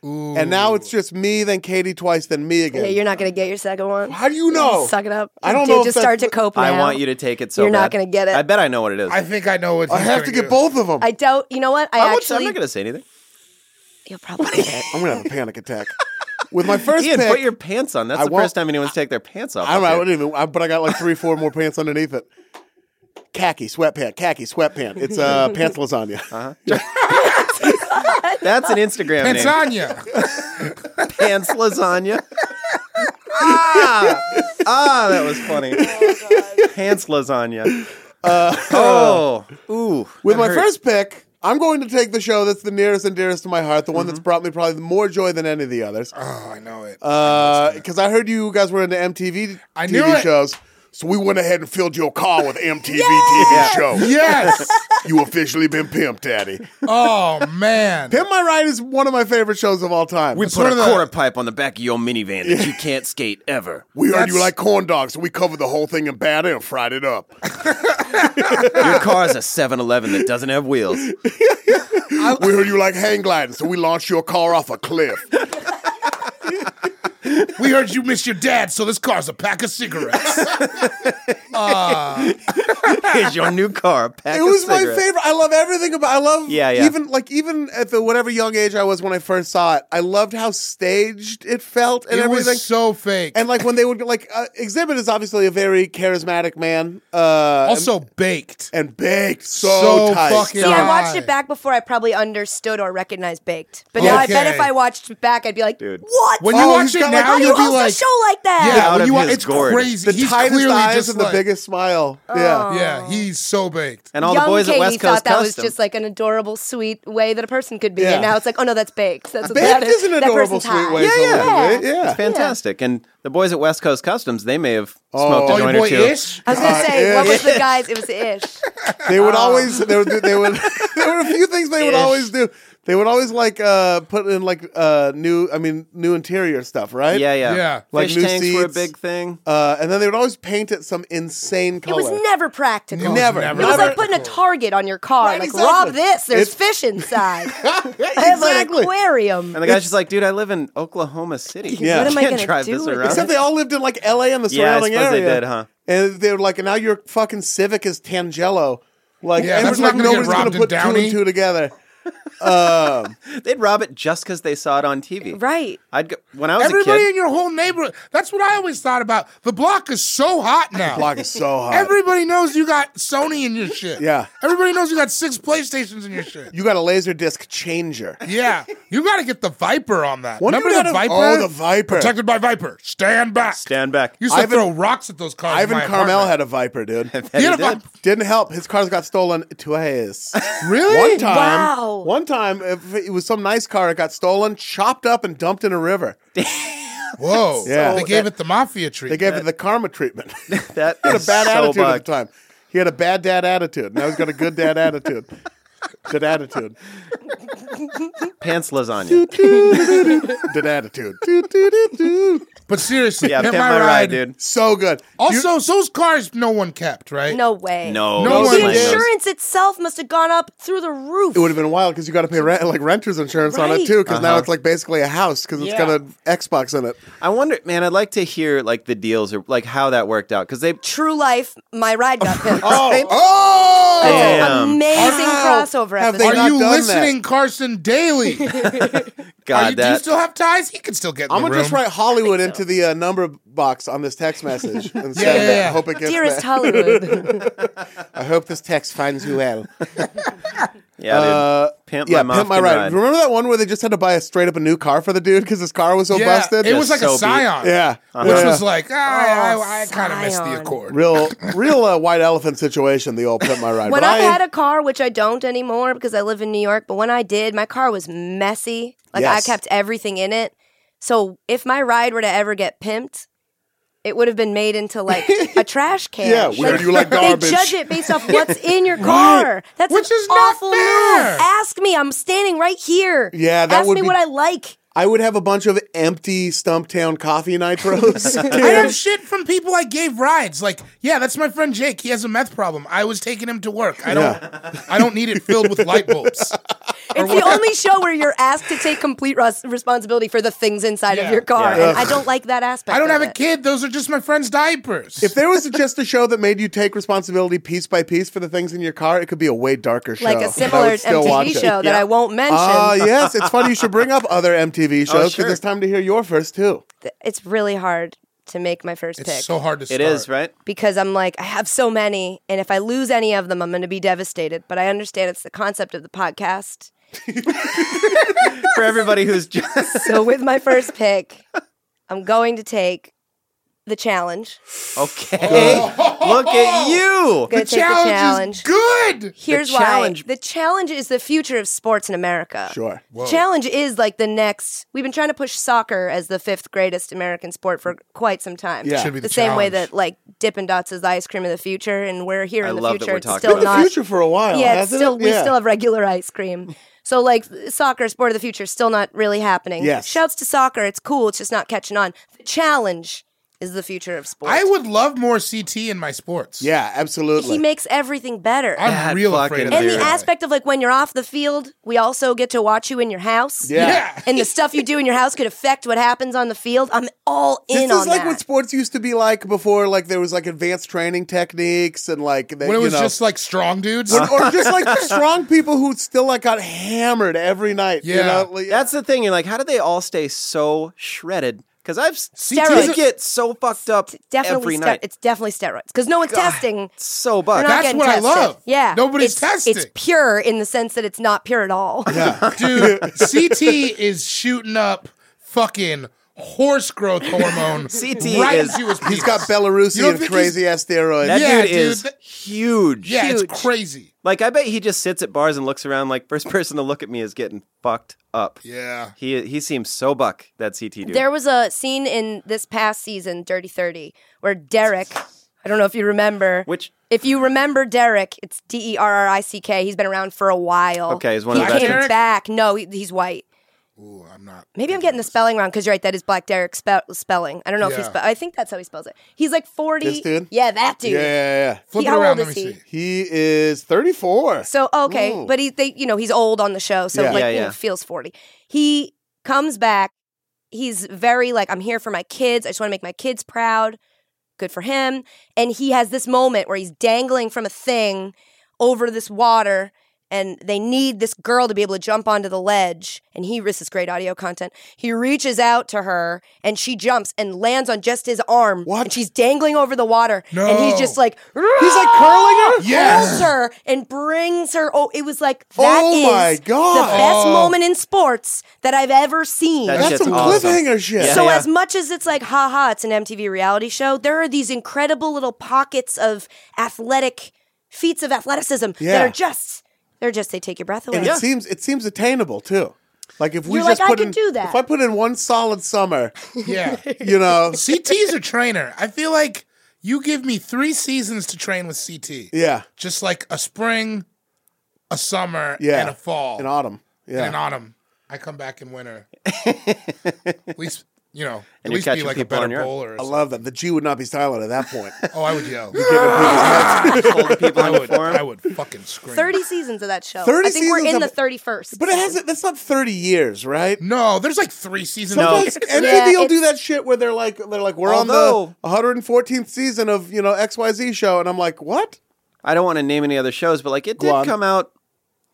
And now it's just me, then Katie twice, then me again.
Yeah, you're not gonna get your second one.
How do you know?
Suck it up.
I don't
Dude,
know if
Just
that's
start to
the-
cope. Now.
I want you to take it so
You're not
bad.
gonna get it.
I bet I know what it is.
I think I know what.
I
he's
have
gonna
to get
do.
both of them.
I doubt. You know what? I
I won't-
actually.
I'm not gonna say anything.
You'll probably get it.
I'm gonna have a panic attack. With my first
Ian,
pick,
put your pants on. That's
I
the
won't-
first time anyone's taken their pants off.
I don't know. I
up here.
wouldn't even. I, but I got like three, four more pants underneath it. Khaki sweatpant, khaki sweatpant. It's uh, pants lasagna.
That's an Instagram name.
Pantania.
Pants lasagna. ah, ah, that was funny.
Oh,
Pants lasagna. oh, ooh.
Uh, With
that
my
hurt.
first pick, I'm going to take the show that's the nearest and dearest to my heart, the one that's brought me probably more joy than any of the others.
oh, I know it.
Uh, Because I heard you guys were into MTV
I knew
TV
it.
shows. So we went ahead and filled your car with MTV TV shows.
yes.
You officially been pimped, Daddy.
Oh man.
Pimp My Ride is one of my favorite shows of all time.
We
We,
put one of the
pipe on the back of your minivan that you can't skate ever.
heard you
that's-
like corn dogs, so we covered the whole thing in batter and fried it up.
Your car's a 7-Eleven that doesn't have wheels.
we heard you like hang gliding, so we launched your car off a cliff.
we heard you miss your dad, so this car's a pack of cigarettes. Ah,
Here's your new car, a pack
it
of
was my
cigarettes.
favorite. I love everything about. I love.
Yeah, yeah.
Even like even at the whatever young age I was when I first saw it, I loved how staged it felt and
it
everything.
was so fake.
and like when they would like uh, exhibit is obviously a very charismatic man. Uh,
also baked.
and, and baked so,
So
tight.
fucking-
See, I watched
God.
it back before I probably understood or recognized baked. But now I bet
Okay.
if I watched it back, I'd be like,
Dude.
"What?
When you
Oh,
watch
he's
it
got,
now,
like,
How do you
you'll be
host
like-
a show like that?
yeah,
out
when
of
you are,
his
it's
gourd.
crazy.
The
he's
tightest
clearly
eyes
just
and the
like-
biggest Oh. smile.
Oh,
Yeah.
Yeah, he's so baked.
And all
Young
the boys
Katie
at West
thought
Coast
that
cussed
was
him.
just like an adorable, sweet way that a person could be.
Yeah.
And now it's like, oh no, that's baked. That's what that
Baked
is.
is an
That
adorable
person's
sweet
high.
way to
Yeah.
live it. Yeah.
It's fantastic. And the boys at West Coast Customs, they may have smoked
Oh,
a
your
joint
boy
or two.
Ish?
I was gonna
Uh,
say, what
ish.
was the guys? It was ish.
They
Oh.
would always there would they would there were a few things they would always do. They would always like uh put in like uh new I mean new interior stuff, right?
Yeah, yeah.
Yeah.
Like
Fish
new
tanks were a
seeds.
big thing.
Uh and then they would always paint it some insane
It
color.
was never practical.
No,
Never.
It
It was
never.
like putting a target on your car.
Right,
like,
exactly.
rob this. There's
It's-
fish inside. I have an
exactly.
aquarium.
And the guy's just like, dude, I live in Oklahoma City.
Yeah. What am
I
Can't
gonna
drive
do
this
with
around.
this?
Except they all lived in like LA and the
Yeah, I
surrounding
suppose they
area.
did, huh?
And they were like, now your fucking Civic is Tangelo. Like,
Yeah,
and
that's
we're
not
like
gonna get
nobody's
robbed
gonna
in
put two
Downey.
and two together.
They'd rob it just because they saw it on TV.
Right.
I'd go, when I was
Everybody
a
in
kid.
your whole neighborhood. That's what I always thought about. The block is so hot now.
Block is so hot.
Everybody knows you got Sony in your shit.
Yeah.
Everybody knows you got six PlayStations in your shit.
you got a laser disc changer.
Yeah. You got to get the Viper on that.
One
Remember
dude
the
had
Viper?
a- oh, the Viper.
Protected by Viper. Stand back.
Stand back.
You used to
Ivan-
throw rocks at those cars. in
Ivan
my
Carmel
apartment.
had a Viper, dude.
He had
He
a
did.
Viper.
Didn't help. His cars got stolen twice.
Really?
One time,
Wow.
one time, if it was some nice car, it got stolen, chopped up, and dumped in a river.
Whoa.
Yeah.
They gave it the mafia treat.
They gave it the karma treatment. he had
That
a
is
bad
so
attitude at
bugged.
the time. He had a bad dad attitude. Now he's got a good dad attitude. Good attitude.
Pants lasagna.
Good attitude. Do, do, do, do.
but seriously,
yeah,
hit
pimp
my, ride.
dude.
So good.
Also, those cars no one kept, right?
No way.
No,
No
those
one
The
planes-
did.
insurance itself must have gone up through the roof.
it would have been wild because you got to pay rent, like renter's insurance on it
Right.
too. Because
Uh-huh.
now it's like basically a house because it's got an Xbox in it.
I wonder, man. I'd like to hear like the deals or like how that worked out because they.
True life, my ride got pimped.
Oh,
Damn.
Amazing
Wow.
crossover
Have
episode.
they
Are
not
you
done that.
listening, Carson Daly? Are
God,
you, do you
that
still have ties? He can still get. in
I'm
the
gonna
room.
just write Hollywood into the uh, number box on this text message and send
yeah,
that.
yeah.
Hope it gets
Dearest
back.
Hollywood.
I hope this text finds you well.
yeah, dude.
Uh,
pimp
yeah,
my
pimp my
Mofkin
ride.
ride.
Remember that one where they just had to buy a straight up a new car for the dude because his car was so
Yeah,
busted.
It was
Just
like
so
a
beat.
Scion,
yeah,
which
Yeah.
was like I,
Oh,
I, I kind of missed the
Scion.
Accord.
real, real uh, white elephant situation. The old pimp my ride.
When
But
I had a car, which I don't anymore because I live in New York, but when I did, my car was messy. Like
Yes.
I kept everything in it. So if my ride were to ever get pimped, it would have been made into like a trash can.
Yeah, where do you like
They
garbage?
judge it based off what's in your car. That's
Which
an
is not
awful
fair.
move. Ask me. I'm standing right here.
Yeah, that
Ask
would
me
be-
what I like.
I would have a bunch of empty Stumptown coffee nitros.
I have shit from people I gave rides. Like, yeah, that's my friend Jake. He has a meth problem. I was taking him to work. I don't, I don't need it filled with light bulbs.
It's the only show where you're asked to take complete res- responsibility for the things inside
Yeah.
of your car,
Yeah.
and I don't like that aspect.
I don't
of
have a
it.
kid. Those are just my friend's diapers.
if there was just a show that made you take responsibility piece by piece for the things in your car, it could be a way darker show.
like
I
a
would
similar
still watch
MTV
it.
show that I won't mention.
Ah, yes. It's funny you should bring up other MTV shows because
sure.
it's time to hear your first too.
Th- It's really hard to make my first
it's
pick
so hard to.
It
Start.
is right.
because I'm like, I have so many, and if I lose any of them, I'm going to be devastated. But I understand it's the concept of the podcast.
for everybody who's just
So with my first pick, I'm going to take the challenge.
okay. Look at you.
Gonna
The
take
challenge,
the challenge.
is good.
Here's
challenge-
why the challenge is the future of sports in America.
Sure.
Challenge is like the next. We've been trying to push soccer as the fifth greatest American sport for quite some time.
Yeah.
Should be the
the, same way
challenge.
that like Dippin' Dots is the ice cream of the future, and we're here
I
in the
love that
future.
we're
it's
talking
still
about
not
the
Future for a while.
yeah, it's
hasn't
still
it?
we
Yeah.
still have regular ice cream. So like soccer, sport of the future, still not really happening.
Yes.
Shouts to soccer, it's cool, it's just not catching on. The challenge is the future of sport.
I would love more CT in my sports.
Yeah, absolutely.
he makes everything better.
I'm
That
real
fucking
afraid of
and the
that.
aspect of like when you're off the field, we also get to watch you in your house.
yeah.
Yeah.
And the stuff you do in your house could affect what happens on the field. I'm all
This
in
is
on
like
that.
what sports used to be like before. Like there was like advanced training techniques and like they,
When it
you
was
know,
just like strong dudes.
when- or just like strong people who still like got hammered every night. you
Yeah.
know? Like,
That's the thing. You're like, how do they all stay so shredded? Because I've seen
Steroids.
they get so fucked up
definitely
every
ste-
night.
it's definitely steroids because no one's testing.
so
They're
bugged.
not
That's
getting
what I
tested.
love.
Yeah,
Nobody's
it's, It's
testing.
pure in the sense that it's not pure at all.
Dude, CT is shooting up fucking horse growth hormone
CT
right
is-
into his penis.
He's got
You don't
Belarusian
think
crazy ass steroids.
That
Yeah,
dude
dude,
is
that-
huge.
Yeah,
huge.
it's crazy.
Like I bet he just sits at bars and looks around. Like first person to look at me is getting fucked up.
Yeah.
He he seems so buck that CT dude.
There was a scene in this past season, Dirty 30, where Derek, I don't know if you remember.
Which
If you remember Derek, it's D E R R I C K. He's been around for a while.
Okay, he's one of
he
the
came
veterans.
back. No, he, he's white.
Ooh, I'm not.
Maybe I'm getting the spelling wrong because you're right. That is Black Derek spe- spelling. I don't know if he's.
Yeah.
Spe- I think that's how he spells it. He's like 40.
This dude?
Yeah, that dude.
Yeah, yeah, yeah.
Flip
He-
it
how
around.
old
Let me
is
see.
he?
He is 34.
So okay,
Ooh.
but he they you know he's old on the show, so
Yeah.
like
Yeah,
you
yeah.
know feels forty. He comes back. He's very like I'm here for my kids. I just want to make my kids proud. Good for him. And he has this moment where he's dangling from a thing over this water. And they need this girl to be able to jump onto the ledge. And he, this is great audio content. He reaches out to her and she jumps and lands on just his arm.
What?
And she's dangling over the water. And
No.
he's just like,
He's like curling her?
Yes.
holds her and brings her. Oh, it was like that
Oh
is
my
the
God.
best
Oh.
moment in sports that I've ever seen.
That
That's
shit's
some
awesome.
cliffhanger shit.
Yeah.
so as much as it's like, haha, it's an MTV reality show, there are these incredible little pockets of athletic feats of athleticism
Yeah.
that are just they're just they take your breath away.
And it seems it seems attainable too. Like if we
You're
just
like, I
put
can
in,
do that.
if I put in one solid summer,
Yeah.
you know,
CT's a trainer. I feel like you give me three seasons to train with CT.
yeah,
Just like a spring, a summer,
yeah,
and a fall,
in autumn, yeah,
and an autumn. I come back in winter. at least, you know,
And you're
at least be
catching
like a
people
better
on your-
bowler. Or
I
something.
love that. The G would not be silent at that point.
Oh, I would yell.
Holding people
I
in the
would.
form.
I would fucking scream.
Thirty seasons of that show.
30
I think we're
seasons
in
of-
the thirty first.
but it hasn't. That's not thirty years, right?
No, there's like three seasons.
No.
of
Sometimes
it.
MTV
Yeah,
will do
it's-
that shit where they're like, they're like, we're
Although-
on the 114th season of you know X Y Z show, and I'm like, what?
I don't want to name any other shows, but like it did
Go on.
come out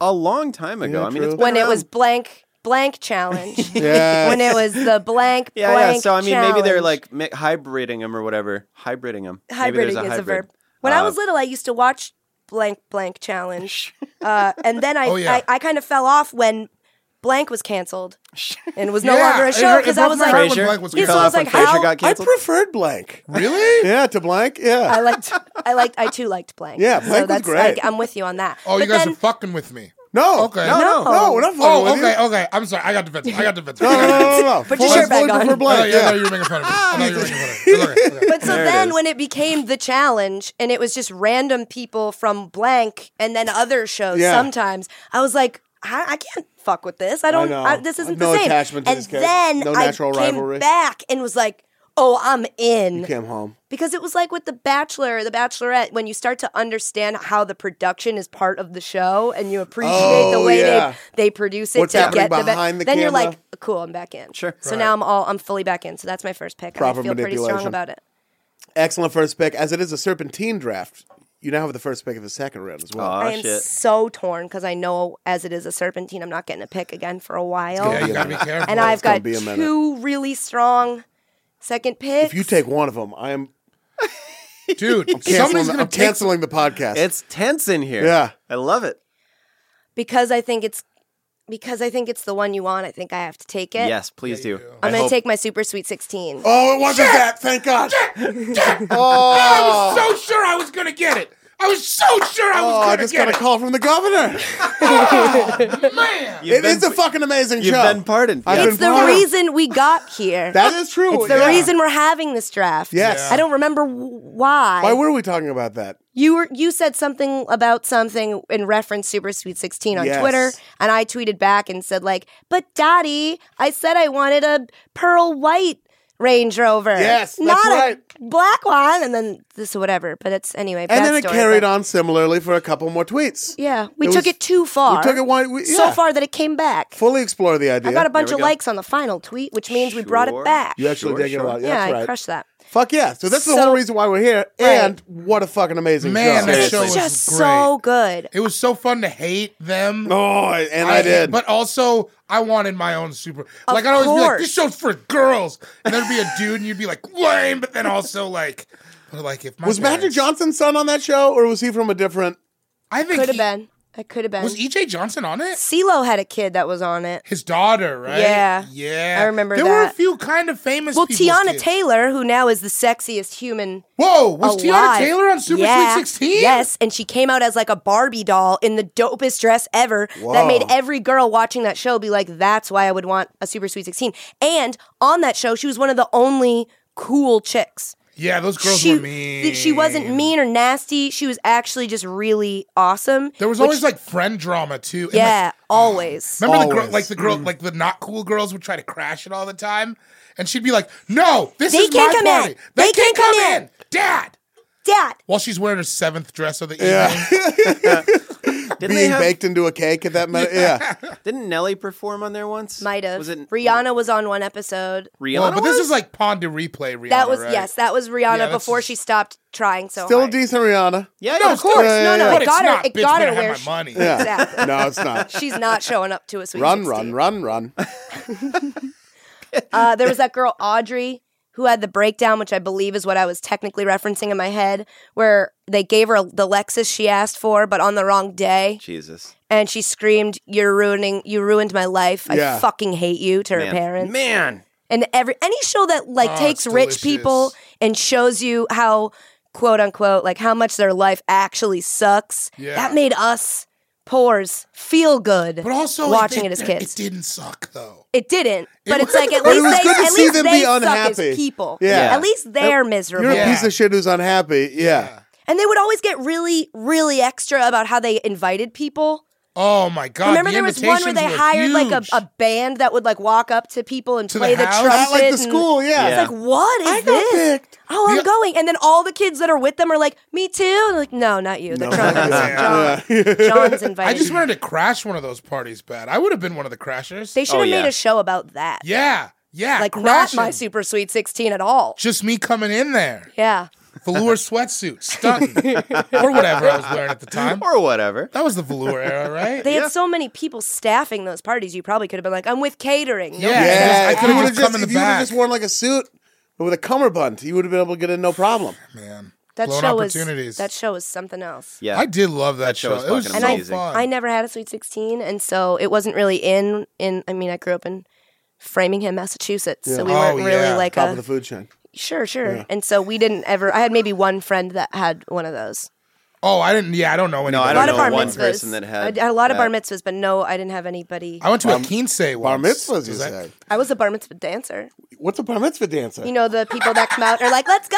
a long time ago.
Yeah,
I mean, it's
true.
been
when it
around.
was blank blank challenge.
Yeah.
When it was the blank
yeah, yeah.
blank
So I mean, maybe they're
challenge.
like mi- hybriding them or whatever. Hybriding them.
Hybriding is a verb. When I was little, I used to watch blank blank challenge, uh, and then I,
Oh, yeah.
I I kind of fell off when blank was canceled and was no
Yeah,
longer a
it
show
hurt- it
because I
broke
was
my
like,
heart when Frasier? Blank was
Yeah, so I
fell off
was
when
like,
Frasier
how?
got
I
canceled.
preferred blank.
Really?
Yeah, to blank.
I
Yeah.
liked I liked I too liked blank.
Yeah,
so
Blank was
that's
great.
I, am with you on that.
Oh,
but
you guys
then,
are fucking with me.
No.
Okay.
No. No.
No.
No. We're not fucking
Oh,
with you.
okay, okay. I'm sorry. I got defensive. I got defensive.
No, no, no, Ah, no, no.
Put your
Fully-
shirt back
fully
on.
prefer
Oh,
blank,
yeah, I thought you were making fun of me. I thought you were making fun of me. It's okay, it's okay.
But so
There it
then,
is.
when it became the challenge, and it was just random people from blank, and then other shows.
Yeah.
Sometimes I was like, I, I can't fuck with this. I don't.
know.
I- this isn't
No
the same.
attachment to
and
these kids.
then
No
I
natural
came
rivalry.
back and was like, oh, I'm in
Came home.
because it was like with the Bachelor, or the Bachelorette. When you start to understand how the production is part of the show, and you appreciate the
Oh,
way
yeah.
they they produce it
What's
to
happening
get the,
behind the
then you're
camera.
like, cool, I'm back in.
Sure.
So now I'm all I'm fully back in. So that's my first pick.
Proper
I feel pretty strong
manipulation.
about it.
Excellent first pick, as it is a serpentine draft. You now have the first pick of the second round as well.
Aw,
I am
shit.
so torn because I know as it is a serpentine, I'm not getting a pick again for a while.
Yeah, you gotta be careful.
and I've
gonna
got
be a minute.
two really strong second picks.
if you take one of them, I am
dude,
canceling,
somebody's
the,
gonna
I'm
take.
canceling the podcast.
It's tense in here.
Yeah.
I love it.
because I think it's because I think it's the one you want, I think I have to take it.
Yes, please do.
I'm
I
gonna
hope-
take my super sweet sixteen.
oh, it wasn't that. Thank God.
I
oh,
was so sure I was gonna get it. I was so sure I was
oh,
gonna
I just
get
got a call from the governor.
it, man.
You've
It is
been-
a fucking amazing
You've
show.
been pardoned.
I've
Yeah.
It's
been
the
proud.
reason we got here.
That is true.
it's the
yeah.
reason we're having this draft.
Yes. Yeah.
I don't remember w- why.
Why were we talking about that?
You were you said something about something in reference Super Sweet 16 on
Yes.
Twitter and I tweeted back and said like, "But daddy, I said I wanted a pearl white Range Rover.
Yes, that's
not
right.
a black one." And then this whatever, but it's anyway,
And
bad
then it
story,
carried
but-
on similarly for a couple more tweets.
Yeah, we
It
took
was-
it too far.
We took it one. We,
so
yeah.
far that it came back.
Fully explore the idea.
I got a bunch
we
of
go.
likes on the final tweet, which means we brought it
Sure.
back.
you actually
Sure,
did get
sure.
a lot.
yeah,
That's
I
right.
crushed that.
Fuck yeah! So that's the
So-
whole reason why we're here. And what a fucking amazing
Man,
show!
that
It's
show was
just
great.
so good.
It was so fun to hate them.
Oh, I- and I, did.
But also, I wanted my own super. like, I'd always be like,
course.
this show's for girls. And there'd be a dude, and you'd be like, lame. But then also, like, but like if my
was Magic
parents-
Johnson's son on that show, or was he e- from a different?
I
Could
think
have
he-
been. That could have been.
Was EJ Johnson on it?
CeeLo had a kid that was on it.
His daughter, right?
Yeah.
Yeah.
I remember
There were a
that.
few kind of famous
Well,
people's
Tiana
kids.
Taylor, who now is the sexiest human
Whoa, was Tiana
alive.
Taylor on Super
Yeah.
Sweet 16?
Yes, and she came out as like a Barbie doll in the dopest dress ever that made every girl watching that show be like, that's why I would want a Super Sweet 16. And on that show, she was one of the only cool chicks.
Yeah, those girls
she,
were mean.
th- she wasn't mean or nasty. She was actually just really awesome.
There was
which-
always like friend drama too. and, like,
yeah, always.
Remember the girl,
Always. Mm.
like the girl, like the not cool girls would try to crash it all the time, and she'd be like, "No, this
They
is
can't
my
come
party.
in. They can't come in."
Dad."
Dad,
While she's wearing her seventh dress of the evening,
Didn't they
Being
have,
baked into a cake at that minute. Yeah.
Didn't Nelly perform on there once?
might have.
Was it
Rihanna was on one episode.
Rihanna?
well, but this
was?
is like pawn to replay. Rihanna,
That was
right?
yes, that was Rihanna
that's-
before she stopped trying so
Still a
hard.
decent Rihanna.
yeah,
No,
yeah.
of course,
Yeah,
no,
yeah,
no,
yeah.
but
it
it's
got her.
not.
It
bitch,
got her
better have
where
my
she-
money.
Yeah.
Exactly.
No, it's not.
She's not showing up to a sweet
Run,
16.
run, run, run.
Uh, there was that girl Audrey who had the breakdown, which I believe is what I was technically referencing in my head, where they gave her the Lexus she asked for, but on the wrong day,
Jesus.
and she screamed, "You're ruining! You ruined my life! I
Yeah.
fucking hate you!" To her
Man.
parents.
Man.
And every any show that like
Oh,
takes
it's
rich people
delicious.
and shows you how quote unquote like how much their life actually sucks.
Yeah.
That made us poors feel good.
But also,
watching it,
it
as
It
kids, it,
didn't suck though.
didn't. But
It
it's like at
was-
least
But it was
they
good to
at
see
least
them
they
be
suck
unhappy.
as people.
Yeah.
At least they're miserable.
You're a
Yeah.
piece of shit who's unhappy. Yeah.
And they would always get really, really extra about how they invited people.
Oh my god!
Remember,
the
there was one where
invitations
they
were
hired like
huge.
a, a band that would like walk up to people and
To the
play the,
house?
trumpet.
Not
Not like the
and-
school. Yeah.
Yeah.
It's like, what is
I got
this?
picked.
Oh, I'm
The-
going. And then all the kids that are with them are like, me too. And they're like, no, not you. The trumpets.
Yeah.
John's invited.
I just wanted to crash one of those parties bad. I would have been one of the crashers.
they should have
Oh,
made
yeah.
a show about that.
yeah, yeah,
Like, not
crashing.
my super sweet 16 at all.
Just me coming in there.
Yeah.
velour sweatsuit, stunting, or whatever I was wearing at the time.
Or whatever.
That was the velour era, right?
They had so many people staffing those parties. You probably could have been like, I'm with catering. No,
Yeah.
Yeah,
I
if
could
you
have
would've
just come in the
if you would've
back.
just worn like a suit with a cummerbund, you would have been able to get in no problem.
Man,
that
blown
show was
opportunities.
that show was something else.
Yeah.
I did love that,
show
show.
was
It was so
fucking
And I-
amazing.
fun.
I never had a sweet 16 and so it wasn't really in in I mean, I grew up in Framingham, Massachusetts. So we
Oh,
weren't really
yeah.
like
Top
a
of the food chain.
Sure, sure. And so we didn't ever. I had maybe one friend that had one of those.
oh, I didn't. Yeah, I don't know.
I
A lot
anybody.
don't
of bar
know one
mitzvahs.
person that had
I d- I had a lot of bar
that.
mitzvahs, but no, I didn't have anybody.
I went to a quince once.
Bar mitzvahs, you
Was that-
say?
I was a bar mitzvah dancer.
What's a bar mitzvah dancer?
You know the people that come out and are like, "Let's go,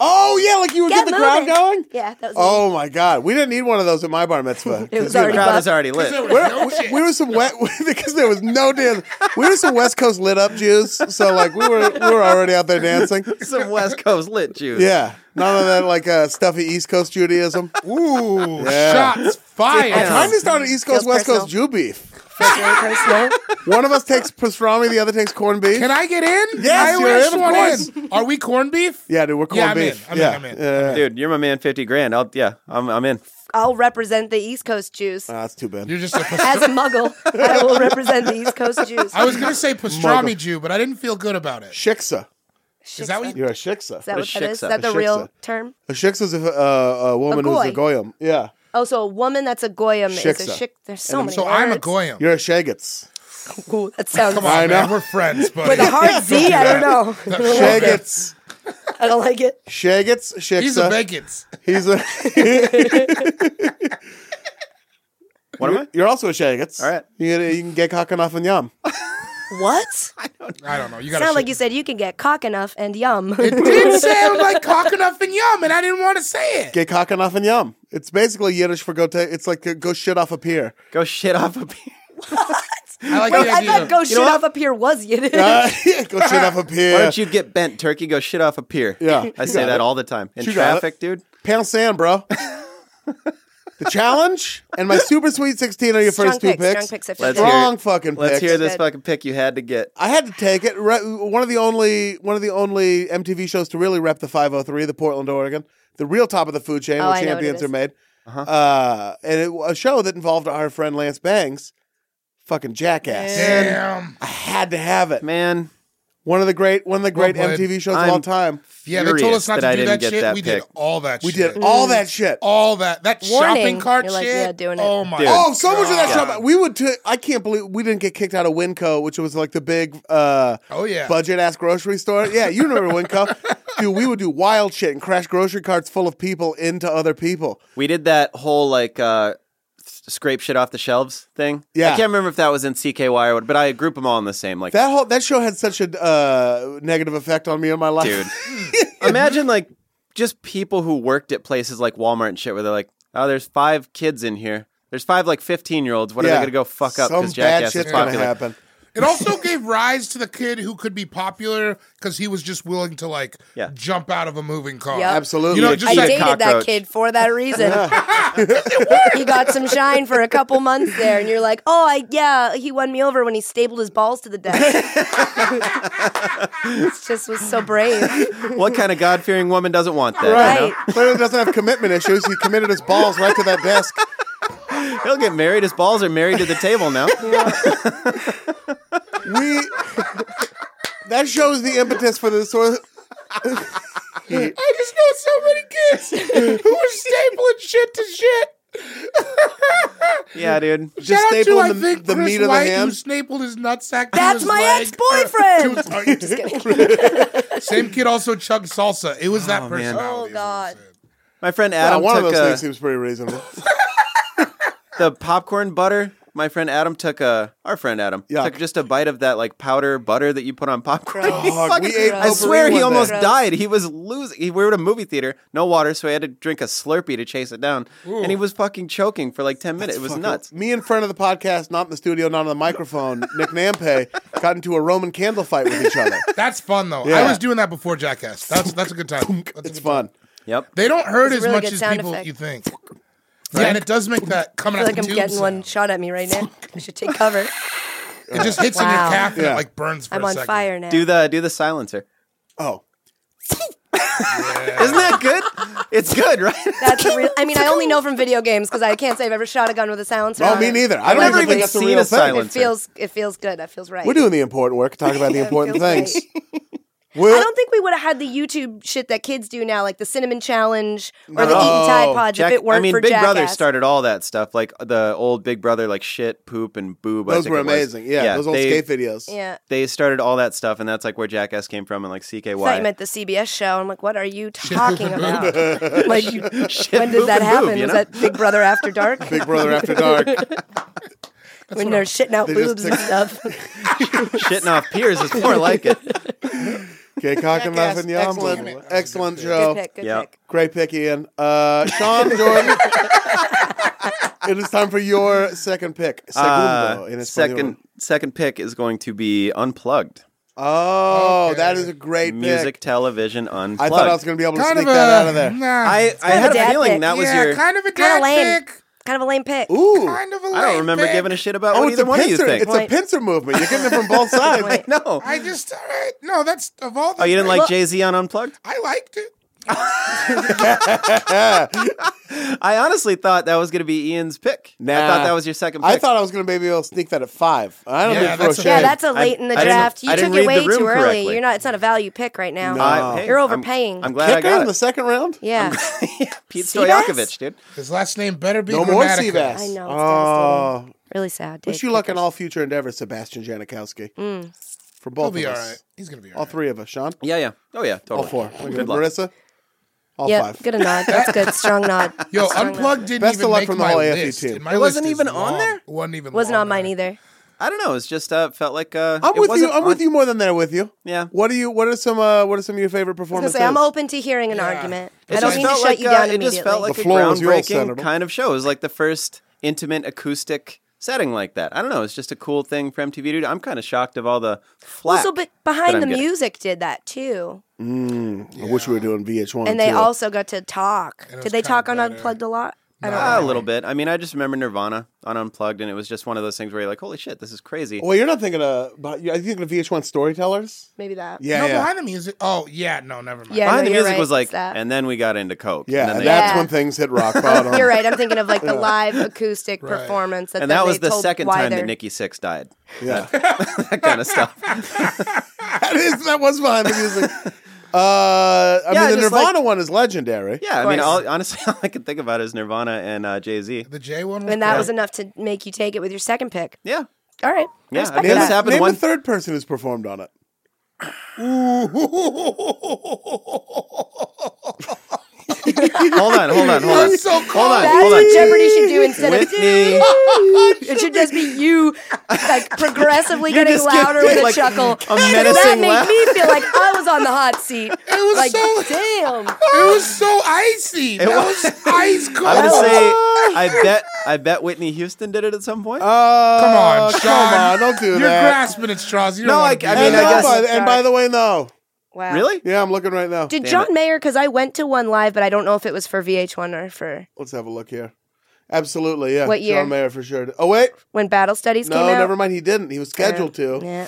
oh yeah, like you would
get
get the crowd
moving."
going.
Yeah, that was.
Oh my god, we didn't need one of those at my bar mitzvah.
It was
'Cause, you
already
know,
crowd is already lit.
There was
we're-
no Oh, shit.
we were some wet because there was no dance. We were some West Coast lit up Jews, so like we were we were already out there dancing.
Some West Coast lit juice.
Yeah, none of that like uh, stuffy East Coast Judaism.
Ooh,
Yeah.
shots fired.
I'm trying to start an East Coast
Feels
West Coast Jew
personal.
beef.
Feels really personal.
One of us takes pastrami, the other takes corned beef.
Can I get in?
Yes,
I
you're
wish
in, of
one
course.
in. Are we corned beef?
yeah, dude, we're corned
Yeah, I'm
beef.
in. I'm in,
yeah,
I'm in.
Yeah.
Dude, you're my man 50 grand. I'll yeah, I'm I'm in.
I'll represent the East Coast Jews
Ah, that's too bad.
You're just a pas-
as a Muggle. I will represent the East Coast Jews.
I was gonna say pastrami Jew, but I didn't feel good about it.
shiksa.
Is that what you?
You're a shiksa.
Is that what that is? Is
shiksa.
that the
A
real
shiksa.
term?
a shiksa is a, uh, a woman
A
who's a goyim. Yeah,
Oh, so a woman that's a goyim is a
Shiksa.
shik. There's so many.
So I'm a
words.
goyim.
you're a shaggots.
Ooh, that sounds.
Come on,
I know.
man, we're friends, buddy.
With a hard Z, I don't know.
Shaggots.
I don't like it.
Shaggots. Shiksa.
He's a Vegas.
He's a.
What am I?
you're also a shaggots.
All right.
You, can- you can get cocking off and yum.
What?
I don't know. You gotta
Sound like
shake-
you said you can get cock enough and yum.
did sound like cock enough and yum, and I didn't want to say it.
Get cocking off and yum. It's basically Yiddish for go. Ta- it's like uh, go shit off a pier.
Go shit off a beer.
I like
Wait,
the
I
idea.
thought go
You
shit
know what?
off up here was Yiddish.
Uh, yeah, go shit off a pier.
Why don't you get bent, turkey? Go shit off a pier.
Yeah.
I say that all the time. In
You got it.
traffic, dude.
Pound sand, bro. the challenge and my super sweet sixteen are your
Strong
first two
picks,
picks.
strong picks. I feel
Let's
good.
hear it.
Strong fucking
Let's
picks.
hear this
Good.
fucking pick you had to get.
I had to take it. Re- one of the only one of the only MTV shows to really rep the 503, the Portland, Oregon, the real top of the food chain
Oh,
where
I know what it
champions
is.
are made. Uh-huh. and it, a show that involved our friend Lance Bangs, fucking jackass.
Damn.
I had to have it.
Man,
One of the great, one of the great
played.
MTV shows of
I'm
all time.
Yeah, they told
Furious
us not
that I
to do
didn't
that
get
shit.
that
we did
pick.
all that
We
shit.
did all that shit.
all that. That
Warning.
shopping cart
You're like,
shit.
yeah, doing it.
Oh my
Dude.
god.
Oh, so much of that
Yeah.
shop. We would. T- I can't believe we didn't get kicked out of Winco, which was like the big uh,
Oh, yeah.
budget ass grocery store. Yeah, you remember Winco, dude? We would do wild shit and crash grocery carts full of people into other people.
We did that whole like uh, s- scrape shit off the shelves thing.
Yeah.
I can't remember if that was in CKY or what, but I group them all in the same. Like,
That whole that show had such a uh, negative effect on me in my life.
dude, imagine like just people who worked at places like Walmart and shit, where they're like, oh, there's five kids in here. There's five like 15 year olds. What are
Yeah.
they gonna go fuck up
Some
because
bad
Jackass
shit's
is
gonna
popular?
happen.
It also gave rise to the kid who could be popular because he was just willing to like
Yeah.
jump out of a moving car.
Yep.
Absolutely.
You know, just
I
Eat a
like
dated that
cockroach.
kid for that reason. he got some shine for a couple months there, and you're like, oh, I yeah, he won me over when he stapled his balls to the desk. it just was so brave,
What kind of god fearing woman doesn't want that?
right?
You know?
Clearly doesn't have commitment issues. He committed his balls right to that desk.
He'll get married. His balls are married to the table now.
We that shows the impetus for this sort of
I just know so many kids who were stapling shit to shit.
yeah, dude.
Just
Shout out to,
staple
I
the-
think,
the
Chris
meat of the
White,
ham.
Who stapled his nutsack. to
That's
his
my
leg.
ex-boyfriend.
To his- Same kid also chugged salsa. It was that
Oh, man.
personality.
Oh,
is what I'm
God.
saying.
My friend
Yeah,
Adam
one of
took
those
a,
things seems pretty reasonable.
the popcorn butter. My friend Adam took a our friend Adam
Yuck.
took just a bite of that like powder butter that you put on popcorn.
Gross.
He
Dog,
fucking-
we ate
I swear
potpourri
he
one
almost
day.
died. He was losing. He, we were at a movie theater, no water, so he had to drink a Slurpee to chase it down, and he was fucking choking for like ten minutes. it was nuts.
Me in front of the podcast, not in the studio, not on the microphone, Nick Nampe got into a Roman candle fight with each other.
That's fun though. I
Yeah.
was doing that before Jackass. That's that's a good time. That's a
It's
good
fun.
Yep.
They don't hurt
It's
as
a really
much
good
as
sound
people
effect.
you think. Yeah, and it does make that coming
I feel
out
like
the
I'm
tube
getting one
sound.
shot at me right now. I should take cover.
It just hits in
Wow.
your calf and
Yeah.
it like burns for
I'm
a
on
second.
fire now.
Do the do the silencer.
Oh,
Isn't that good? It's good, right?
That's a real. I mean, I only know from video games because I can't say I've ever shot a gun with a silencer.
no,
on
me
it.
neither. I don't
Never
even think
even
that's a
seen
real
a
thing.
It
silencer.
feels it feels good. That feels right.
We're doing the important work. Talking about the important
feels
things.
I
We're,
don't think we would have had the YouTube shit that kids do now, like the cinnamon challenge or the
No.
eating Tide Pods.
Oh, Jack-
if it weren't
I mean,
for
Big
Jackass,
Brother started all that stuff, like the old Big Brother, like shit, poop, and boob. I
those
think
were
it was.
amazing. Yeah, those old
they,
skate videos.
yeah.
They started all that stuff, and that's like where Jackass came from, and like CKY.
I thought you meant the CBS show. I'm like, what are you talking about? like, when
poop,
did that
and
happen?
boob, you
Was
know?
that Big Brother After Dark?
Big Brother After Dark.
when they're shitting out
just
boobs and
took-
stuff.
shitting off peers is more like it.
Gay cock and laughing
excellent.
Yamlin. Excellent
good
show.
pick. Good
Oh. Yeah.
pick.
Great pick, Ian. Uh, Sean Jordan. it is time for your second pick. Segundo.
Uh,
in
second
español.
second pick is going to be unplugged.
Oh, that is a great pick.
Music, television, unplugged.
I thought I was going to be able to
Kind
sneak
of a,
that out of there.
Nah.
I, I
of
had
a
a
dad
feeling
pick.
that was
yeah,
your.
kind of a
Kinda
dad
lame.
pick.
Kind of a lame pick.
Ooh.
Kind of a lame
I don't remember
pick.
giving a shit about
Oh,
what
it's a
either one of you
pincer.
think.
It's a
Point.
pincer movement. You're getting it from both
Point.
sides.
a-
no.
I just all right. No, that's of all. The
Oh, you didn't
picks,
like Jay Z on Unplugged?
I liked it.
I honestly thought that was going to be Ian's pick. I
Nah.
thought that was your second pick.
I thought I was going to maybe be able to sneak that at five. I don't
Yeah,
think for a
that's a-
shame.
Yeah, that's a late in the
I didn't-
draft. You
I didn't
took it
read
way
the room
too early.
correctly.
You're not. It's not a value pick right now.
I- hey,
You're
I'm-
overpaying.
I'm, glad I
Kicker
got
in the
it.
second round?
yeah,
Pete
Seabass?
Stoyakovich, dude.
His last name better be
No more
Grammatica.
Seabass.
I know, it's
Oh,
really sad. Dave
wish you luck in
Pickers.
all future endeavors, Sebastian Janikowski. For
Mm. He'll
both
be
of
all
us.
right. He's gonna be all
All
right.
three of us, Sean.
Yeah, yeah. Oh, yeah. Totally.
All four.
Good luck.
Marissa. All
Yeah,
five.
good a nod. That's good. Strong nod.
Yo,
Strong nod.
unplugged didn't
Best of
even
luck
make
from the
my
whole AFC
list.
team.
And my
It
list
wasn't
is
even on
long.
there?
It wasn't even.
Wasn't
long
on mine
there.
either.
I don't know. It's just uh, felt like uh,
I'm
it
with you.
wasn't
I'm
on-
with you more than there with you.
Yeah.
What are you? What are some? Uh, what are some of your favorite
I was
performances?
gonna say I'm open to hearing an
Yeah.
argument.
It
I don't
just
mean to
felt
shut
like,
you
uh,
down
it
immediately.
just felt like
The
a
floor is yours,
groundbreaking
Senator.
kind of show. It was like the first intimate acoustic setting like that. I don't know. It's just a cool thing for MTV to do. I'm kind of shocked of all the flack.
also, but
that
behind
I'm
the
getting.
music did that too,
I wish we were doing VH1.
and they
too.
also got to talk.
it was
Did they
kinda
talk on
better.
Unplugged a lot? I don't.
Ah, a little bit. I mean, I just remember Nirvana on Unplugged, and it was just one of those things where you're like, "Holy shit, this is crazy."
Oh,
Well, you're not thinking of. Are you thinking of VH1 storytellers?
Maybe that.
Yeah,
No,
yeah.
behind the music. Oh yeah, no, never mind.
Yeah,
Behind
no,
the
you're
music
right,
was like,
it's that.
and then we got into coke.
Yeah,
and, then
and
they-
that's
Yeah.
when things hit rock bottom.
You're right. I'm thinking of like the live acoustic
Right.
performance. That
and
then
that was
they
the
told
second
why
time
they're-
that Nikki Six died.
Yeah,
That kind of stuff.
that is that was behind the music. Uh,
Yeah,
I mean, the
just
Nirvana
like-
one is legendary.
Yeah, I mean,
course.
all, honestly, all I can think about is Nirvana and uh, Jay Z.
The J one.
And that was enough to make you take it with your second pick.
Yeah,
All right. I
Yeah,
respect
I mean,
that.
it's happened
Name
one-
the third person who's performed on it.
hold on, hold on, hold on,
I'm so
hold on,
That's
hold on.
what Jeopardy should do instead of
Whitney.
It should just be you like progressively
You're
getting
just giving
louder
me,
with a
like,
chuckle.
a
'Cause that
menacing
made
laugh.
me feel like I was on the hot seat. It
was
like,
so-
damn.
It was so icy. It
was-
was, ice cold.
I'm gonna say, I bet, I bet Whitney Houston did it at some point.
Uh,
Come on, Sean.
come on, don't do
You're
that.
grasping at straws. You
No,
don't wanna
I-
do
I
that.
and,
mean, I
no,
guess-
by, the- and by the way, no.
Wow.
really?
Yeah, I'm looking right now.
Did
Damn
John
it.
Mayer, because I went to one live, but I don't know if it was for VH1 or for
Let's have a look here. Absolutely, yeah.
What year?
John Mayer for sure. Oh wait,
when Battle Studies
no,
came out. Uh,
never mind. He didn't. He was scheduled
Yeah.
to,
Yeah.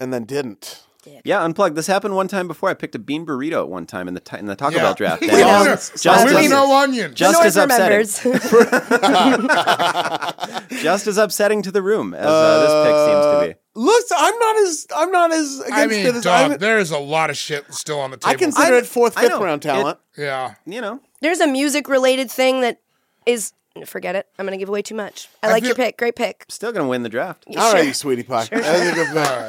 and then didn't.
Yeah, unplugged. This happened one time before. I picked a bean burrito at one time in the ti- in the Taco
Yeah.
Bell draft.
We
And
know.
Just,
Just,
just
we
as,
know onion.
The
just
North
as upsetting,
remembers.
just as upsetting to the room as uh, this pick seems to be.
Look, I'm not as I'm not as against
I mean,
it as
dog,
I'm-
there is a lot of shit still on the
I
table.
consider
I-
it fourth,
I
fifth
know.
round talent.
yeah.
You know,
There's a music related thing that is. Forget it. I'm going to give away too much. I, like
feel-
your pick. Great pick.
still gonna win the draft.
You
All right,
sure?
you sweetie pie. That was a good pick.
All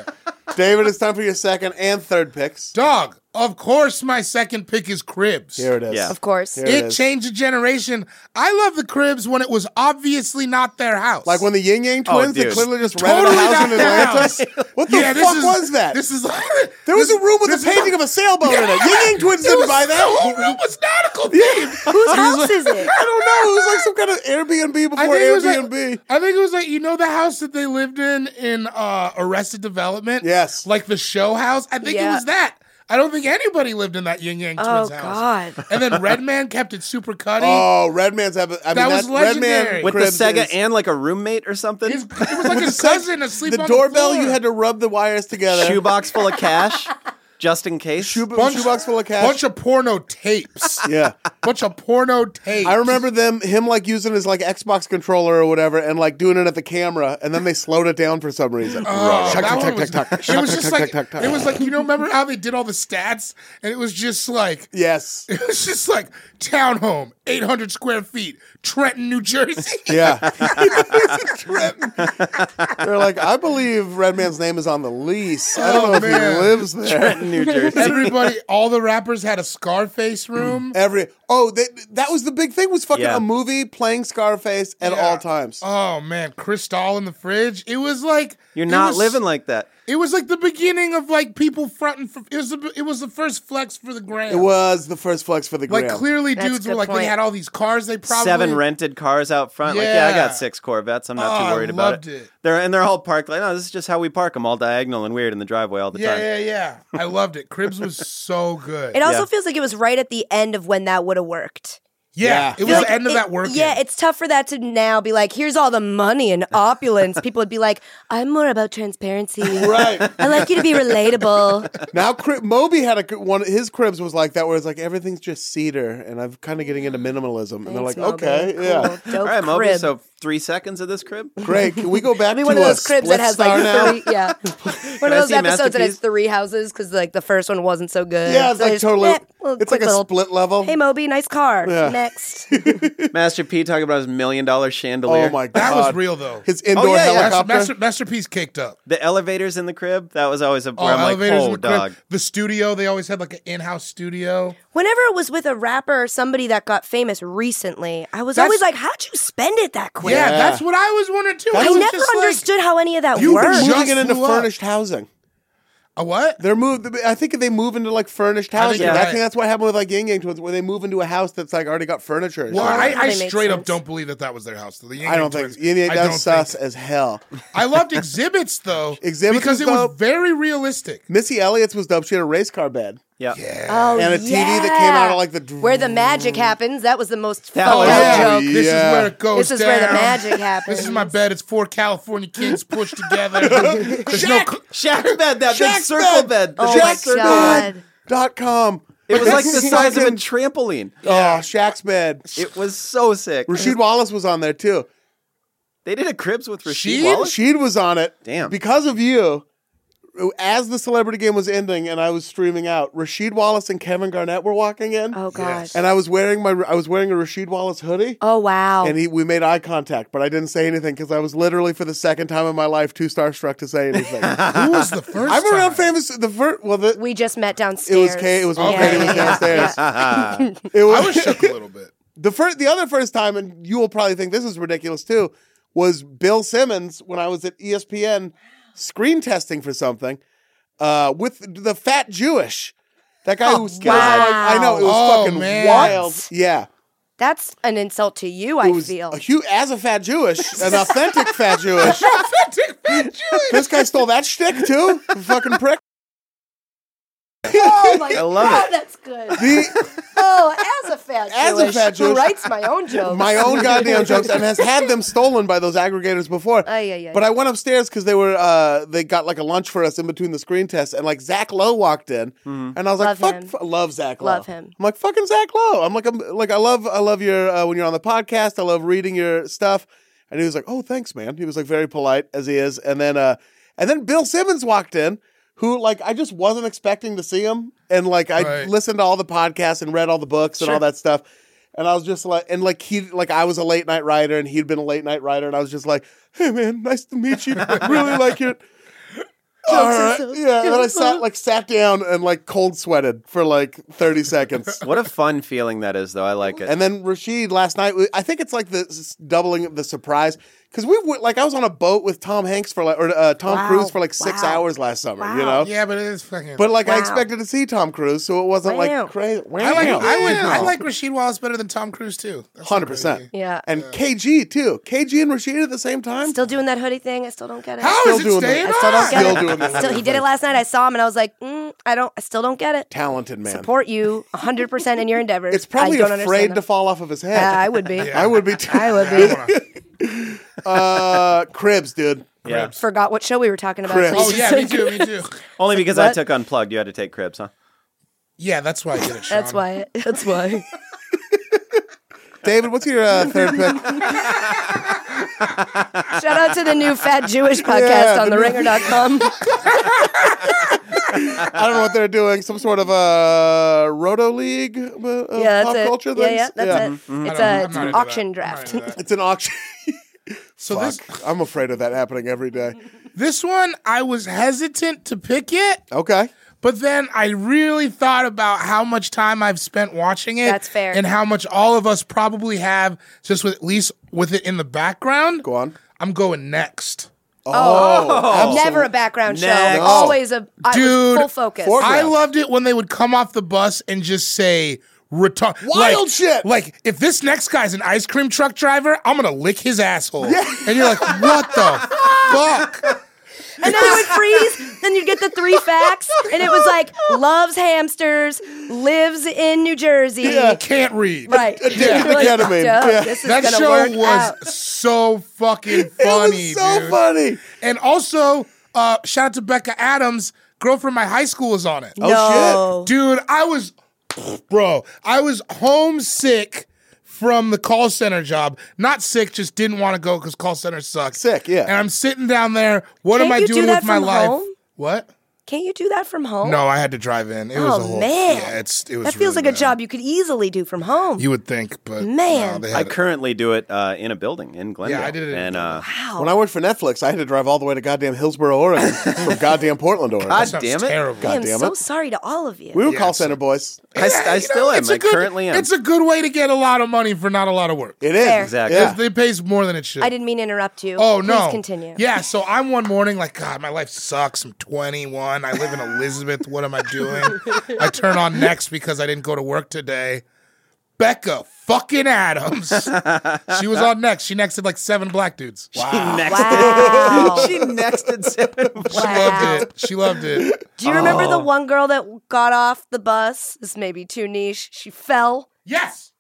right.
David, it's time for your second and third picks.
Dog, of course my second pick is Cribs.
Here it is.
Yeah.
Of course.
Here
It
is.
changed a generation. I love the Cribs when it was obviously not their house.
Like when the Yin Yang
Oh,
twins, they
dude.
clearly just rented
totally
a house
not
in
their house.
Atlanta. What the
Yeah, this
fuck
is-
was that?
This is
there was a room with a
this is-
painting of a sailboat in it. Yin Yang twins
It
didn't
was-
buy
The whole
that.
room was nautical themed.
Whose house is it?
I don't know. It was like some kind of Airbnb before
I think, it was like,
Airbnb.
I think it was like you know the house that they lived in in uh, Arrested Development.
Yes.
like the show house. I think it
Yeah.
was that. I don't think anybody lived in that Yin Yang
Oh,
Twins house.
God.
And then Redman kept it super cutty.
oh, Redman's epi- I mean,
That was legendary.
Redman
With
Cribs
the Sega
is-
and like a roommate or something.
His- it was like his
the Sega-
cousin asleep
the
on
doorbell.
the floor.
you had to rub the wires together.
shoebox full of cash, just in case.
Shoe- shoebox full of cash.
bunch of porno tapes.
yeah.
bunch of porno tapes.
I remember them him like using his like Xbox controller or whatever and like doing it at the camera and then they slowed it down for some reason.
Oh,
Tuck,
that
tuck,
one
tuck,
was-
tuck, tuck,
It
tuck,
was
tuck,
just
tuck,
like
tuck, tuck.
it was like you know remember how they did all the stats and it was just like
Yes.
it was just like townhome, eight hundred square feet, Trenton, New Jersey.
Yeah.
Trenton.
They're like, I believe Redman's name is on the lease. I don't
Oh,
know if
man.
he lives there.
New Jersey.
Everybody, all the rappers had a Scarface room.
Every oh, they, that was the big thing was fucking
Yeah.
a movie playing Scarface at
Yeah.
all times.
Oh man, Cristal in the fridge. It was like
You're
it
not
was-
living like that.
It was like the beginning of like people fronting for. It was the, it was the first flex for the grand.
It was the first flex for the
like
gram.
clearly
That's a
dudes
good
were like they
point.
had all these cars they probably
Seven rented cars out front. Like, yeah, I
Yeah.
got six Corvettes. I'm
Oh,
not
I
too worried about
loved it.
They're and they're all parked like, no, this is just how we park them, all diagonal and weird in the driveway all the
Yeah,
time.
yeah, yeah. I loved it. Cribs was so good.
It also
Yeah.
feels like it was right at the end of when that would have worked.
yeah,
Yeah.
it was
feel
the
like
end of
it-
that work.
Yeah, it's tough for that to now be like, here's all the money and opulence. People would be like, I'm more about transparency.
right.
I like you to be relatable.
Now, Crib, Moby had a cri- one. His cribs was like that, where it's like everything's just cedar, and I'm kind of getting into minimalism. and they're like,
Thanks, Moby.
okay,
Cool.
yeah,
Dope
All right, Moby,
crib.
so three seconds of this crib?
great. Can we go back
Be
to
one of
a
those cribs that
split
has
star
like
now?
three, yeah. One
I
of those episodes
see
that has
Masterpiece?
three houses because like the first one wasn't so good.
Yeah, it's
So
like
there's-
totally.
eh, little
it's like
quick
a
little,
split level.
Hey Moby, nice car.
Yeah.
Next,
Master P talking about his million dollar chandelier.
oh my god,
that was real though.
His indoor
yeah, yeah.
Master,
helicopter.
master, masterpiece kicked up.
The elevators in the crib, that was always a
Oh,
where I'm like,
elevators in
oh
the crib.
dog.
The studio, they always had like an in-house studio.
whenever it was with a rapper or somebody that got famous recently, I was
That's-
always like, "How'd you spend it that quick?"
Yeah, that's what I was wondering too.
I
was
never
just like,
understood how any of that
You've been
worked.
just
Moving it into
blew up.
furnished housing.
a what?
They're moved. I think they move into like furnished
think
housing. I
you're
think,
right.
that's what happened with like Yin Yang Twins, where they move into a house that's like already got furniture.
Well, I,
That
I
makes
straight up
sense.
don't believe that that was their house. The Yang
I don't
Yang
think
twins,
Yin Yang.
I
That's
don't think-
sus as hell.
I loved exhibits though.
Exhibits
because
was
it was
dope.
very realistic.
Missy Elliott's was dope. She had a race car bed.
Yeah.
Oh,
And a TV that came out of, like, Mm. the-
where the magic happens. That was the most
That
fucked
was-
up
Yeah.
joke.
This
Yeah.
is where it goes.
Oh, This is where the
down.
magic happens.
This is my bed. It's four California kings pushed together. There's no co-
Shack bed, that big
Jack's
circle bed. the
Oh
big
my
circle
God.
bed.
Dot com.
It was like the size of a
Fucking-
trampoline.
Oh, Shaq's bed.
It was so sick.
Rasheed Wallace was on there too.
They did a cribs with Rasheed
Sheed?
Wallace.
Sheed was on it.
Damn.
Because of you, as the celebrity game was ending and I was streaming out, Rashid Wallace and Kevin Garnett were walking in.
Oh god.
And I was wearing my I was wearing a Rashid Wallace hoodie.
Oh wow.
And he, we made eye contact, but I didn't say anything because I was literally for the second time in my life too starstruck to say anything. I'm
Who was the first?
around
time?
famous. The first, well, the,
we just met
it
downstairs.
was Kate. It was when
Okay.
Katie was
Yeah.
downstairs. It
I was shook a little bit.
the first, the other first time, and you will probably think this is ridiculous too, was Bill Simmons when I was at E ESPN screen testing for something uh, with the fat Jewish. That guy who was
wow.
I know it was
Oh,
fucking
man.
wild. Yeah,
That's an insult to you.
it
I
was
feel.
a hu- as a fat Jewish, an authentic fat Jewish. This guy stole that shtick too. The fucking prick.
oh my
love
god,
it.
that's good.
The,
oh, as a fat
As a
Jewish,
fat
who
Jewish-
writes my own jokes.
my own goddamn jokes and has had them stolen by those aggregators before.
Ay, ay, ay.
But I went upstairs because they were uh, they got like a lunch for us in between the screen tests, and like Zach Lowe walked in, and I was
Mm-hmm. Love
like,
him.
"Fuck, f- love Zach Lowe,
Love him.
I'm like, "Fucking Zach Lowe." I'm like, I'm like, I love, I love your uh, when you're on the podcast. I love reading your stuff, and he was like, "Oh, thanks, man." He was like very polite as he is, and then uh, and then Bill Simmons walked in. Who like I just wasn't expecting to see him, and like I
Right.
listened to all the podcasts and read all the books and all that stuff, and I was just like, and like he, like I was a late night writer, and he'd been a late night writer, and I was just like, "Hey man, nice to meet you. really like your." All right, yeah. And then I sat like sat down and like cold sweated for like thirty seconds,
What a fun feeling that is, though. I like it.
and then Rashid last night. we- I think it's like the s- doubling of the surprise because we went- like I was on a boat with Tom Hanks for like or uh, Tom
Wow,
Cruise for like six
wow,
hours last summer. You
wow.
know,
Yeah, but it is fucking.
but like I
Wow.
expected to see Tom Cruise, so it wasn't
Wow.
like crazy.
I like. I, would, I like Rasheed Wallace better than Tom Cruise too. That's
hundred
crazy.
percent.
Yeah.
and KG too. KG and Rashid at the same time.
still doing that hoodie thing. I still don't get it.
How
Still
is
doing
it staying
I
that.
still don't
on?
get
Still
it.
doing this
Still, he did it last night. I saw him and I was like, mm, I don't. I still don't get it.
talented man.
Support you 100 percent in your endeavors.
It's probably
I don't
afraid
understand
to
that.
fall off of his head.
Yeah, I would be.
I would be. Too.
I would
Yeah, I
be.
don't wanna-
uh, Cribs, dude.
yeah.
Forgot what show we were talking about.
Chris.
so you
Oh
just
yeah,
said-
me too. Me too.
Only because I
What?
took unplugged. You had to take cribs, huh?
Yeah, that's why I did it. Sean.
That's why. That's why.
David, what's your uh, third pick?
Shout out to the new Fat Jewish podcast
Yeah,
on
the
the
new-
ringer.com.
I don't know what they're doing. Some sort of uh, roto league. Uh, uh,
yeah,
pop
that's it.
culture
yeah,
things?
yeah, that's it.
I
Mm-hmm.
It's,
don't-
a,
I'm
it's
not
an
into that.
auction
I'm not
draft.
into that.
It's an auction.
So this
Fuck. I'm afraid of that happening every day.
this one, I was hesitant to pick it.
Okay.
But then I really thought about how much time I've spent watching it.
That's fair.
And how much all of us probably have just with at least with it in the background.
Go on. Oh,
I'm going next.
Oh. Never a background
Next.
show. Always a I was
Dude,
full focus.
for-
I
Foreground.
loved it when they would come off the bus and just say retard
Wild
like,
shit.
Like if this next guy's an ice cream truck driver, I'm gonna lick his asshole. And you're like, what the fuck?
and then it would freeze. Then you'd get the three facts, and it was like loves hamsters, lives in New Jersey.
Can't read.
Right.
Addicted
You're like,
to ketamine.
"Duh,
Yeah.
This is
That
gonna
show
work
was
out."
so fucking
It was
funny.
so
dude.
funny.
And also, uh, shout out to Becca Adams, girl from my high school was on it.
Oh,
no.
Dude, I was, bro, I was homesick from the call center job. Not sick, just didn't want to go because call center sucks.
Sick, yeah.
And I'm sitting down there. What am
Can't
I
you do
doing
that
with my
from
life?
home?
What?
Can't you do that from home?
No, I had to drive in. It was
Oh
a whole,
man,
Yeah, it's it was.
that feels
really
like a
bad.
job you could easily do from home.
You would think, but
Man.
no, they
I
had it.
currently do it uh, in a building in Glendale.
I did it in a
And uh,
When I worked for Netflix, I had to drive all the way to goddamn Hillsboro, Oregon, from goddamn Portland, Oregon.
God
Sounds
damn it.
terrible.
I am
damn
so
it.
sorry to all of you.
we were
Yeah,
call
it's-
center boys.
I, s- I
You know,
still am.
it's a
I
good-
currently am.
It's a good way to get a lot of money for not a lot of work.
It is.
Fair.
Exactly.
Yeah.
It pays more than it should.
I didn't mean to interrupt you.
Oh
Please
no!
continue.
Yeah, so I'm one morning like, God, my life sucks. I'm 21. I live in Elizabeth. what am I doing? I turn on next because I didn't go to work today. Becca fucking Adams. she was on next. She nexted like seven black dudes. Wow.
Next.
Wow.
she nexted
She loved it. She loved it.
Do you remember
Oh.
the one girl that got off the bus? This may be too niche. She fell
Yes.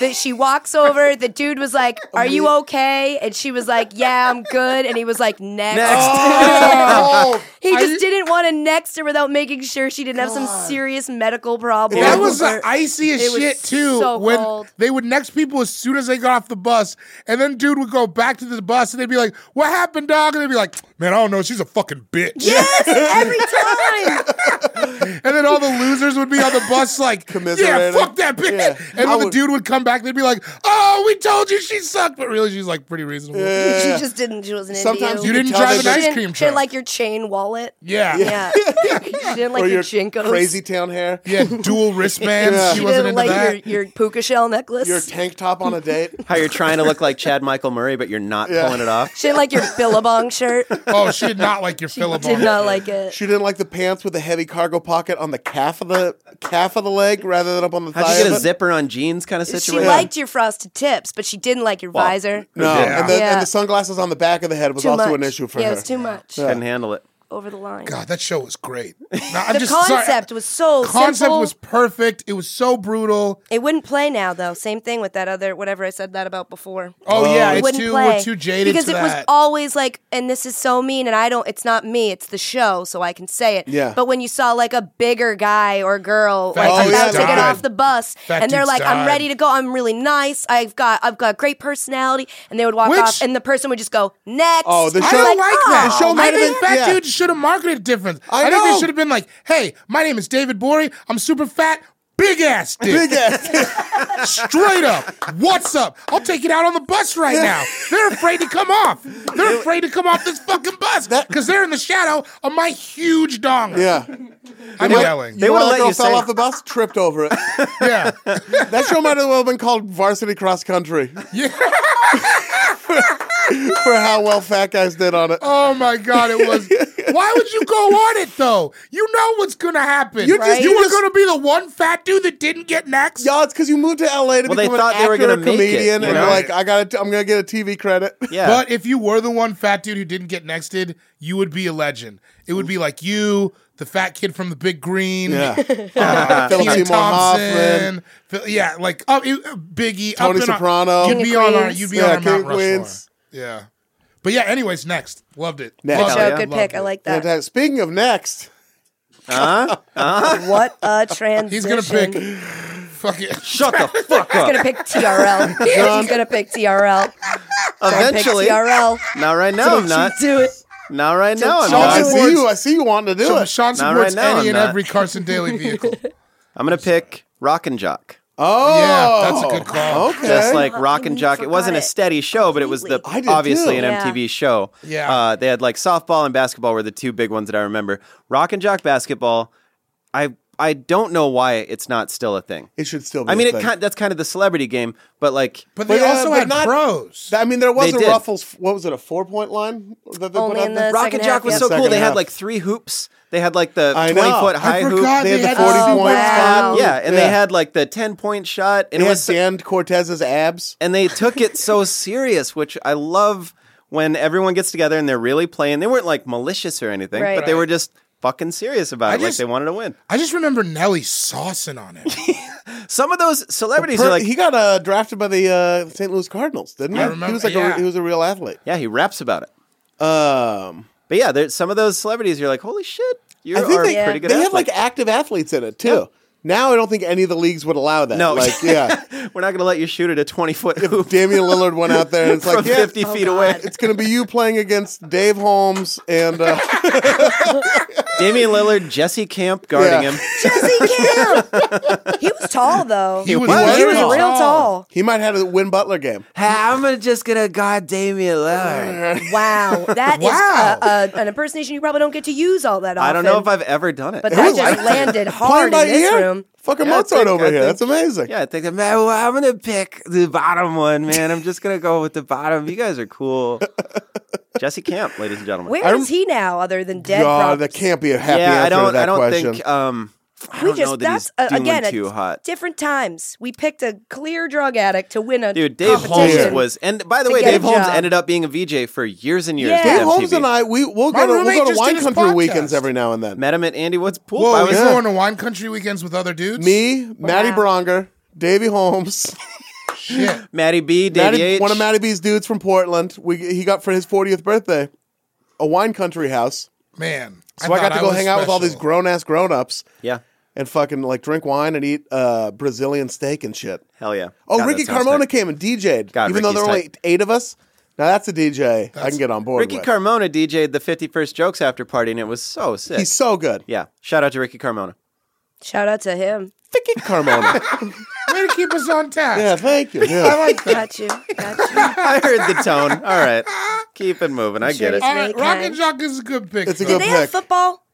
that she walks over. The dude was like, "Are you okay?" And she was like, "Yeah, I'm good." And he was like, "Next."
Oh,
He
I-
just didn't want to next her without making sure she didn't have some serious medical problem.
That was the
I
iciest
It was
shit too.
so
when
cold.
they would next people as soon as they got off the bus, and then dude would go back to the bus and they'd be like, "What happened, dog?" And they'd be like, "Man, I don't know. She's a fucking bitch."
Yes, every time.
And then all the losers would be on the bus like, "Yeah,
Commiserating.
fuck that bitch."
Yeah.
And
I
when the
would-
dude would come back, they'd be like, "Oh, we told you she sucked," but really she's like pretty reasonable. Yeah,
she just didn't. She wasn't
Sometimes
into
you
you.
didn't
tell
drive
they
an
she
just-
ice
didn't,
cream
she didn't
truck.
like your chain wallet.
yeah, yeah,
Yeah. she didn't like
or
your
your
chinkos.
crazy town hair,
dual wristbands.
Yeah.
She
She
wasn't
didn't
into
like
that.
your your puka shell necklace.
your tank top on a date.
How you're trying to look like Chad Michael Murray, but you're not
Yeah.
pulling it off.
she didn't like your billabong shirt.
oh, she did not like your
She
Philip.
did not like it.
She didn't like the pants with the heavy cargo pocket on the calf of the calf of the leg rather than up on the
How'd
thigh.
you get
of
a
it.
zipper on jeans kind of
She
situation?
liked your frosted tips, but she didn't like your visor.
No,
Yeah.
and, the,
Yeah.
and the sunglasses on the back of the head was
Too
also
much.
an issue for
yeah,
her.
it was too much.
Couldn't handle it.
Over the line.
God, that show was great. No, I'm
The
just sorry.
concept was so
concept
simple.
was perfect. It was so brutal.
It wouldn't play now, though. Same thing with that other whatever I said that about before.
Oh, yeah,
it
it's
wouldn't
too
play
we're too jaded
because
to
it
that.
was always like, and this is so mean, and I don't. It's not me. It's the show, so I can say it.
Yeah.
But when you saw like a bigger guy or girl
Fat
like
dudes
about to get
died.
off the bus,
Fat
and they're
dudes
like,
died.
"I'm ready to go. I'm really nice. I've got I've got great personality," and they would walk
Which-
off, and the person would just go next.
Oh, the
I
show-
don't like that.
The
"Oh."
show might
I
have
think
been-
fat
yeah.
dudes should have marketed different. I,
I
think they
know.
should have been like, "Hey, my name is David Bory. I'm super fat, big ass dick,
Big ass.
straight up. What's up? I'll take it out on the bus right now." They're afraid to come off. They're afraid to come off this fucking bus because they're in the shadow of my huge dong.
yeah.
I'm yelling.
They
You know
would've let
how that girl
you
fell
say-
off the bus, tripped over it.
Yeah,
that show might as well have been called Varsity Cross Country.
yeah.
for how well fat guys did on it.
Oh my God, it was. Why would you go on it though? You know what's gonna happen. You,
You just-
you
you
were
just-
gonna be the one fat dude that didn't get next.
Y'all, it's because you moved to LA to
Well, they
become
thought
an
they were
actor,
gonna make it,
comedian,
you
and
know?
you're like, I got, I'm gonna get a TV credit.
Yeah.
But if you were the one fat dude who didn't get nexted, you would be a legend. It would be like you, the fat kid from the Big Green,
Yeah,
uh,
Philip Seymour
Peter Thompson, Phil- yeah, like oh, it- uh, Biggie, up
Tony
and up.
Soprano.
You'd be
King of
on our,
Queens.
you'd be
Yeah,
on our
King
Mount
of
Rushmore.
Queens.
Yeah, but yeah. Anyways, next, loved it.
Next.
Good
Loved
show,
it.
good
Loved
pick.
it.
I like that.
Fantastic. Speaking of next,
What a transition.
He's gonna pick. Fuck it.
Shut the fuck
He's
up.
gonna pick TRL. He's gonna pick TRL. Don't pick
Eventually.
TRL.
Not right now, I'm not.
Do it.
Not right now, I'm
oh, I
not.
Sean
see
Woods.
you. I see you wanting to do
So
it.
Sean
Not
supports
right now,
any
I'm
and
not.
every Carson Daly vehicle.
I'm going to pick Rock and Jock.
Oh,
Yeah, that's a good call.
Okay,
Just like
Fucking
Rock and Jock. It
forgot
wasn't a
it
steady show, but it was the
completely.
I did
obviously
too.
an
Yeah.
MTV show.
Yeah.
Uh, they had like softball and basketball were the two big ones that I remember. Rock and Jock basketball, I I don't know why it's not still a thing.
it should still. be
I mean,
a
it
thing.
kind, that's kind of the celebrity game, but like
But they
But, uh,
also
but
had
not-
pros.
I mean, there was
They
a
did.
Ruffles. What was it? A four point line? That they
Only
put out
in
there?
the
Rock
second
and Jock
half,
was
yeah.
so cool.
Second
They
half.
had like three hoops. They had like the
I know.
twenty foot
I
high hoop.
forgot
They had
They
the
had
forty
some-
point
Wow.
spot.
yeah, and they
Yeah.
had like the ten point shot, and
They
it
had
was so-
Dan Cortez's abs.
and they took it so serious, which I love when everyone gets together and they're really playing. They weren't like malicious or anything,
Right.
but they were just fucking serious about
I
it, like
just-
they wanted to win.
I just remember Nelly saucing on it.
Some of those celebrities are
Per-
like,
he got uh, drafted by the uh, St. Louis Cardinals, didn't he?
I remember-
he was like
yeah.
a, he was a real athlete.
yeah, he raps about it.
Um,
But yeah, there's some of those celebrities. You're like, holy shit, you
I
are
think
a
they,
pretty good.
they have
athlete.
like active athletes in it too. Now I don't think any of the leagues would allow that.
No.
like yeah,
we're not gonna let you shoot at a twenty foot hoop
Damian Lillard went out there and it's
from
like yeah,
fifty feet away.
it's gonna be you playing against Dave Holmes and uh,
Damian Lillard, Jesse Camp guarding
Yeah.
him.
Jesse Camp. he was tall though. He
was
he
very
was
tall.
real tall.
he might have had a Win Butler game.
I'm just gonna guard Damian Lillard.
Wow, that is
Wow.
a, a, an impersonation you probably don't get to use all that often.
I don't know if I've ever done it.
But that just landed hard in
Playing by
this
ear,
room.
fucking
Yeah, I
Mozart
think-
over
I
here.
think-
That's amazing.
Yeah, I think that, man, well, I'm gonna pick the bottom one, man. I'm just gonna go with the bottom. You guys are cool. Jesse Camp, ladies and gentlemen.
Where is he now, other than dead?
God,
props?
that can't be a happy
yeah,
answer
I
to
don't.
that
I don't
question.
think. Um, I
We
don't know
just
that
that's
he's
uh,
doing
again a
too hot.
different times. We picked a clear drug addict to win a
Dude, Dave Holmes
competition.
was, and by the
to
way,
get a
Dave Holmes
job.
ended up being a VJ for years and years.
Yeah.
with
Dave Holmes
MTV.
and I we we'll go
My
to we'll
roommate
go to
just did
wine
his
country
podcast.
weekends every now and then.
met him at Andy Wood's pool.
Whoa,
I
you're
was
going to wine country weekends with other dudes?
Me, Matty Bronger, Davey Holmes,
shit.
Maddie B, Davey
Matty-
H.
one of Matty B's dudes from Portland. We he got for his 40th birthday a wine country house.
Man.
So I, got
thought
to go
was
hang out with all these
special.
grown ass grown ups
yeah,
and fucking like drink wine and eat uh, Brazilian steak and shit.
hell yeah.
Oh,
God, that
Ricky
sounds
Carmona
tight.
came and DJ'd.
God,
even though there were
Ricky's
only
tight.
eight of us. Now that's a DJ I can get on board
Ricky
with.
Carmona DJ'd the 51st Jokes After Party, and it was so sick.
He's so good.
yeah, shout out to Ricky Carmona.
Shout out to him.
Ricky Carmona.
Way to keep us on task.
yeah, thank you.
I
Yeah.
like that.
Got you. Got you.
I heard the tone. All right, keep it moving. I get it.
All right,
Snake
Rocket
Hand.
Jock is a good pick.
It's a
though.
Did
good
they
pick.
have football?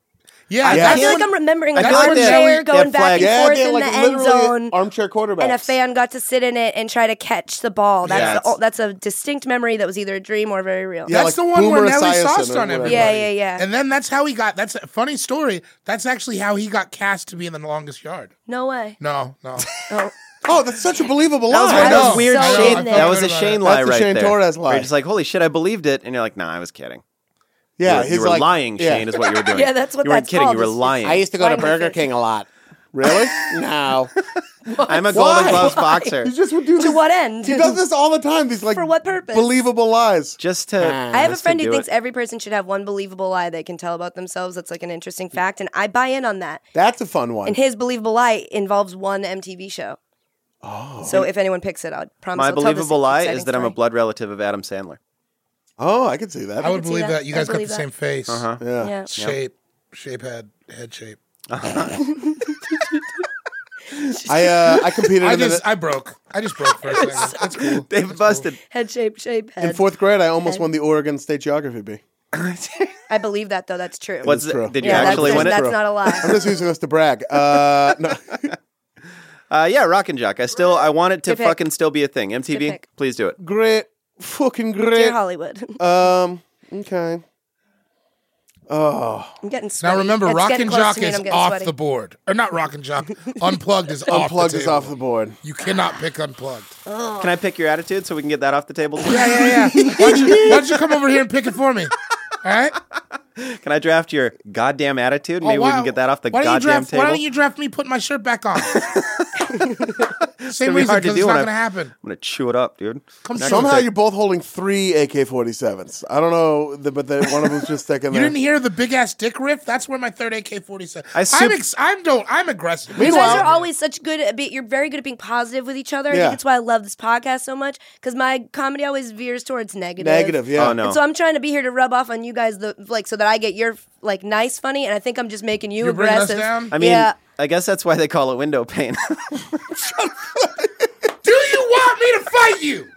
I
Yeah.
Yeah,
feel like
that's-
I'm remembering
I
an
feel like they had-
armchair
they had
going back
flags.
and
Yeah,
forth
they had,
in
like
the end
literally
zone.
armchair quarterback.
and a fan got to sit in it and try to catch the ball. That's
Yeah,
the,
it's-
oh, that's a distinct memory that was either a dream or very real.
that's
like
the one where
Boomer
Nelly
Esiason
sauced
or
on
whatever.
everybody.
Yeah, yeah, yeah.
And then that's how he got. That's a funny story. That's actually how he got cast to be in the longest yard.
No way.
No, no.
Oh.
Oh, that's such a believable
That was
lie.
one of
I
those
was
weird
so
Shane.
in there.
That was a
That's
Shane
the
lie right
Shane
there.
Torres
Where
lie.
you're just like, holy shit, I believed it, and you're like, nah, I was kidding.
yeah,
you were,
he's
you were
like,
lying,
yeah.
Shane, is what you were doing.
Yeah, that's what
you weren't
that's
kidding.
called.
You were
It's-
lying.
I used to go to
Lying
Burger
face.
King a lot. Really? no.
I'm a Golden
Why?
Gloves
Why?
boxer.
He just would do
To
this-
what end?
He does this all the time. These like
For what purpose?
Believable lies.
Just to.
I have a
just to
friend who
do
thinks
it.
every person should have one believable lie they can tell about themselves. That's like an interesting fact, and I buy in on that.
That's a fun one.
And his believable lie involves one MTV show. Oh. So if anyone picks it, I promise.
My
I'll tell this
believable lie
exciting
is that I'm a
story.
blood relative of Adam Sandler.
oh, I could see that.
I would
see
believe
that.
that. You
I
guys got the
believe that.
same face,
Uh-huh.
yeah.
Yeah.
shape, shape, head, head shape.
I uh, I competed
I
in, the-
just, I broke. I just broke for a second. That's cool.
They've busted.
Head shape, shape,
in
head.
fourth grade. I almost won the Oregon State Geography Bee.
I believe that though. That's true.
What's
is
the,
true.
did you
yeah,
actually
that's,
win it?
that's not a
I'm
lie.
just using this to brag. Uh, no.
Uh, yeah, Rock and Jock. I still, I want it to
Good pick.
fucking still be a thing. MTV,
pick.
please do it.
great, fucking
Dear
great.
Hollywood.
Um, okay. Oh,
I'm getting sweaty.
Now remember,
It's
Rock
getting
and
close
Jock
to me and
is
I'm getting
off
sweaty.
the board, or not Rock and Jock. Unplugged is off.
unplugged
the
is off the
table.
board.
You cannot pick unplugged.
Oh,
Can I pick your attitude so we can get that off the table? too?
Yeah, yeah, yeah. Why don't, you, why don't you come over here and pick it for me? All right.
Can I draft your goddamn attitude? Maybe
Oh, why-
we can get that off the
why don't
goddamn
you draft,
table.
Why don't you draft me? Put my shirt back on. Same
gonna be
reason,
hard to
'cause
do
it's
when I-
not going to happen.
I'm gonna chew it up, dude.
Come
Next
Somehow
Tuesday.
you're both holding three AK-47s. I don't know, the, but the, one of them's just sticking
You
there.
didn't hear the big ass dick riff? That's where my third AK forty seven.
I
I'm
sup-
ex- I'm don't I'm aggressive.
You guys
Meanwhile-
are always such good at be, you're very good at being positive with each other. I
Yeah.
think that's why I love this podcast so much because my comedy always veers towards negative.
Negative, yeah.
Oh, no.
And so I'm trying to be here to rub off on you guys, the, like so that I get your like nice funny, and I think I'm just making you
You're bringing us
aggressive.
down?
I mean,
yeah.
I guess that's why they call it window pane.
Do you want me to fight you?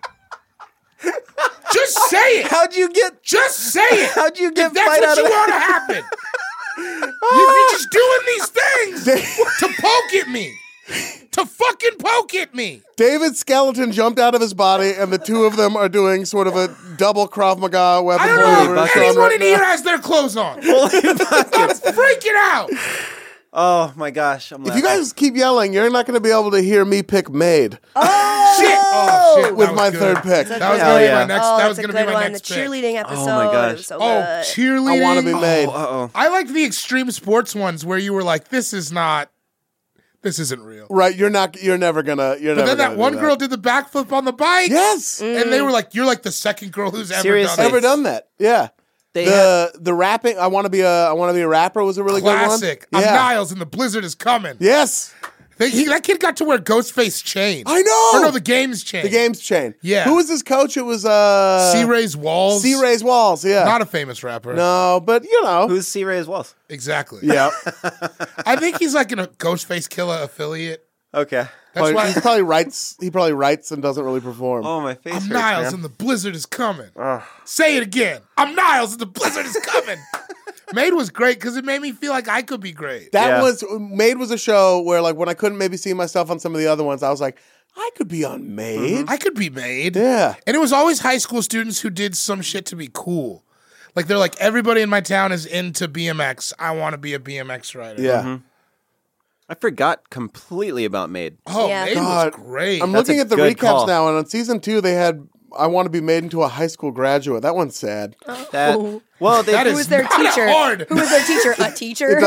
Just say it.
How'd you get?
Just say it.
How'd you get
If that's
fight
what
out
you
of that?
want to happen. you, you're just doing these things to poke at me, to fucking poke at me.
David's skeleton jumped out of his body, and the two of them are doing sort of a double Krav Maga weapon.
I don't
warrior
know if
versus
anyone
right
in
now.
here has their clothes on. I'm freaking out.
Oh my gosh! I'm
If you guys keep yelling, you're not going to be able to hear me pick "Made"
Shit. Oh, shit. that
with
was
my
good.
third pick.
That was
Hell
gonna be
yeah.
my next.
oh,
that
that's
was
a
gonna
good
be my
one.
next
the
pick.
cheerleading episode.
gosh.
It was so
Oh,
good.
cheerleading!
I want to be made.
oh,
I liked the extreme sports ones where you were like, "This is not, this isn't real."
Right? You're not. You're never gonna. You're
But
never.
then
gonna
that
do
one girl did the backflip on the bike.
Yes.
Mm.
and they were like, "You're like the second girl who's ever
Seriously.
done
Ever
it."
done that? Yeah.
They
the the rapping. I want to be a. I want to be a rapper was a really
Classic.
good one.
I'm
Yeah.
Niles, and the blizzard is coming.
Yes.
They- he- that kid got to wear Ghostface chain.
I know!
Or no, the game's chain.
The game's chain.
Yeah.
Who was his coach? It was uh.
C Ray's walls.
C. Ray's Walls. Yeah.
Not a famous rapper.
no, but you know.
who's C. Ray's Walls?
Exactly.
yeah.
I think he's like in a Ghostface Killer affiliate.
Okay.
That's
But
why
he probably writes. He probably writes and doesn't really perform.
Oh my face
I'm
hurts,
Niles
man.
and the blizzard is coming. Say it again. I'm Niles and the blizzard is coming. Made was great because it made me feel like I could be great.
That
Yeah.
was Made was a show where like when I couldn't maybe see myself on some of the other ones, I was like, I could be on Made.
Mm-hmm.
I could be made.
Yeah.
And it was always high school students who did some shit to be cool. Like they're like, everybody in my town is into BMX. I want to be a BMX rider.
Yeah.
Mm-hmm. I forgot completely about Maid.
Oh,
Yeah.
Made
God.
was great.
I'm
That's
looking
a
at the
good
recaps
call.
now, and on season two they had I want to be made into a high school graduate. That one's sad.
That well, they
Oh. That
do
is
Who was their
not
teacher?
hard.
Who was their teacher? A teacher.
It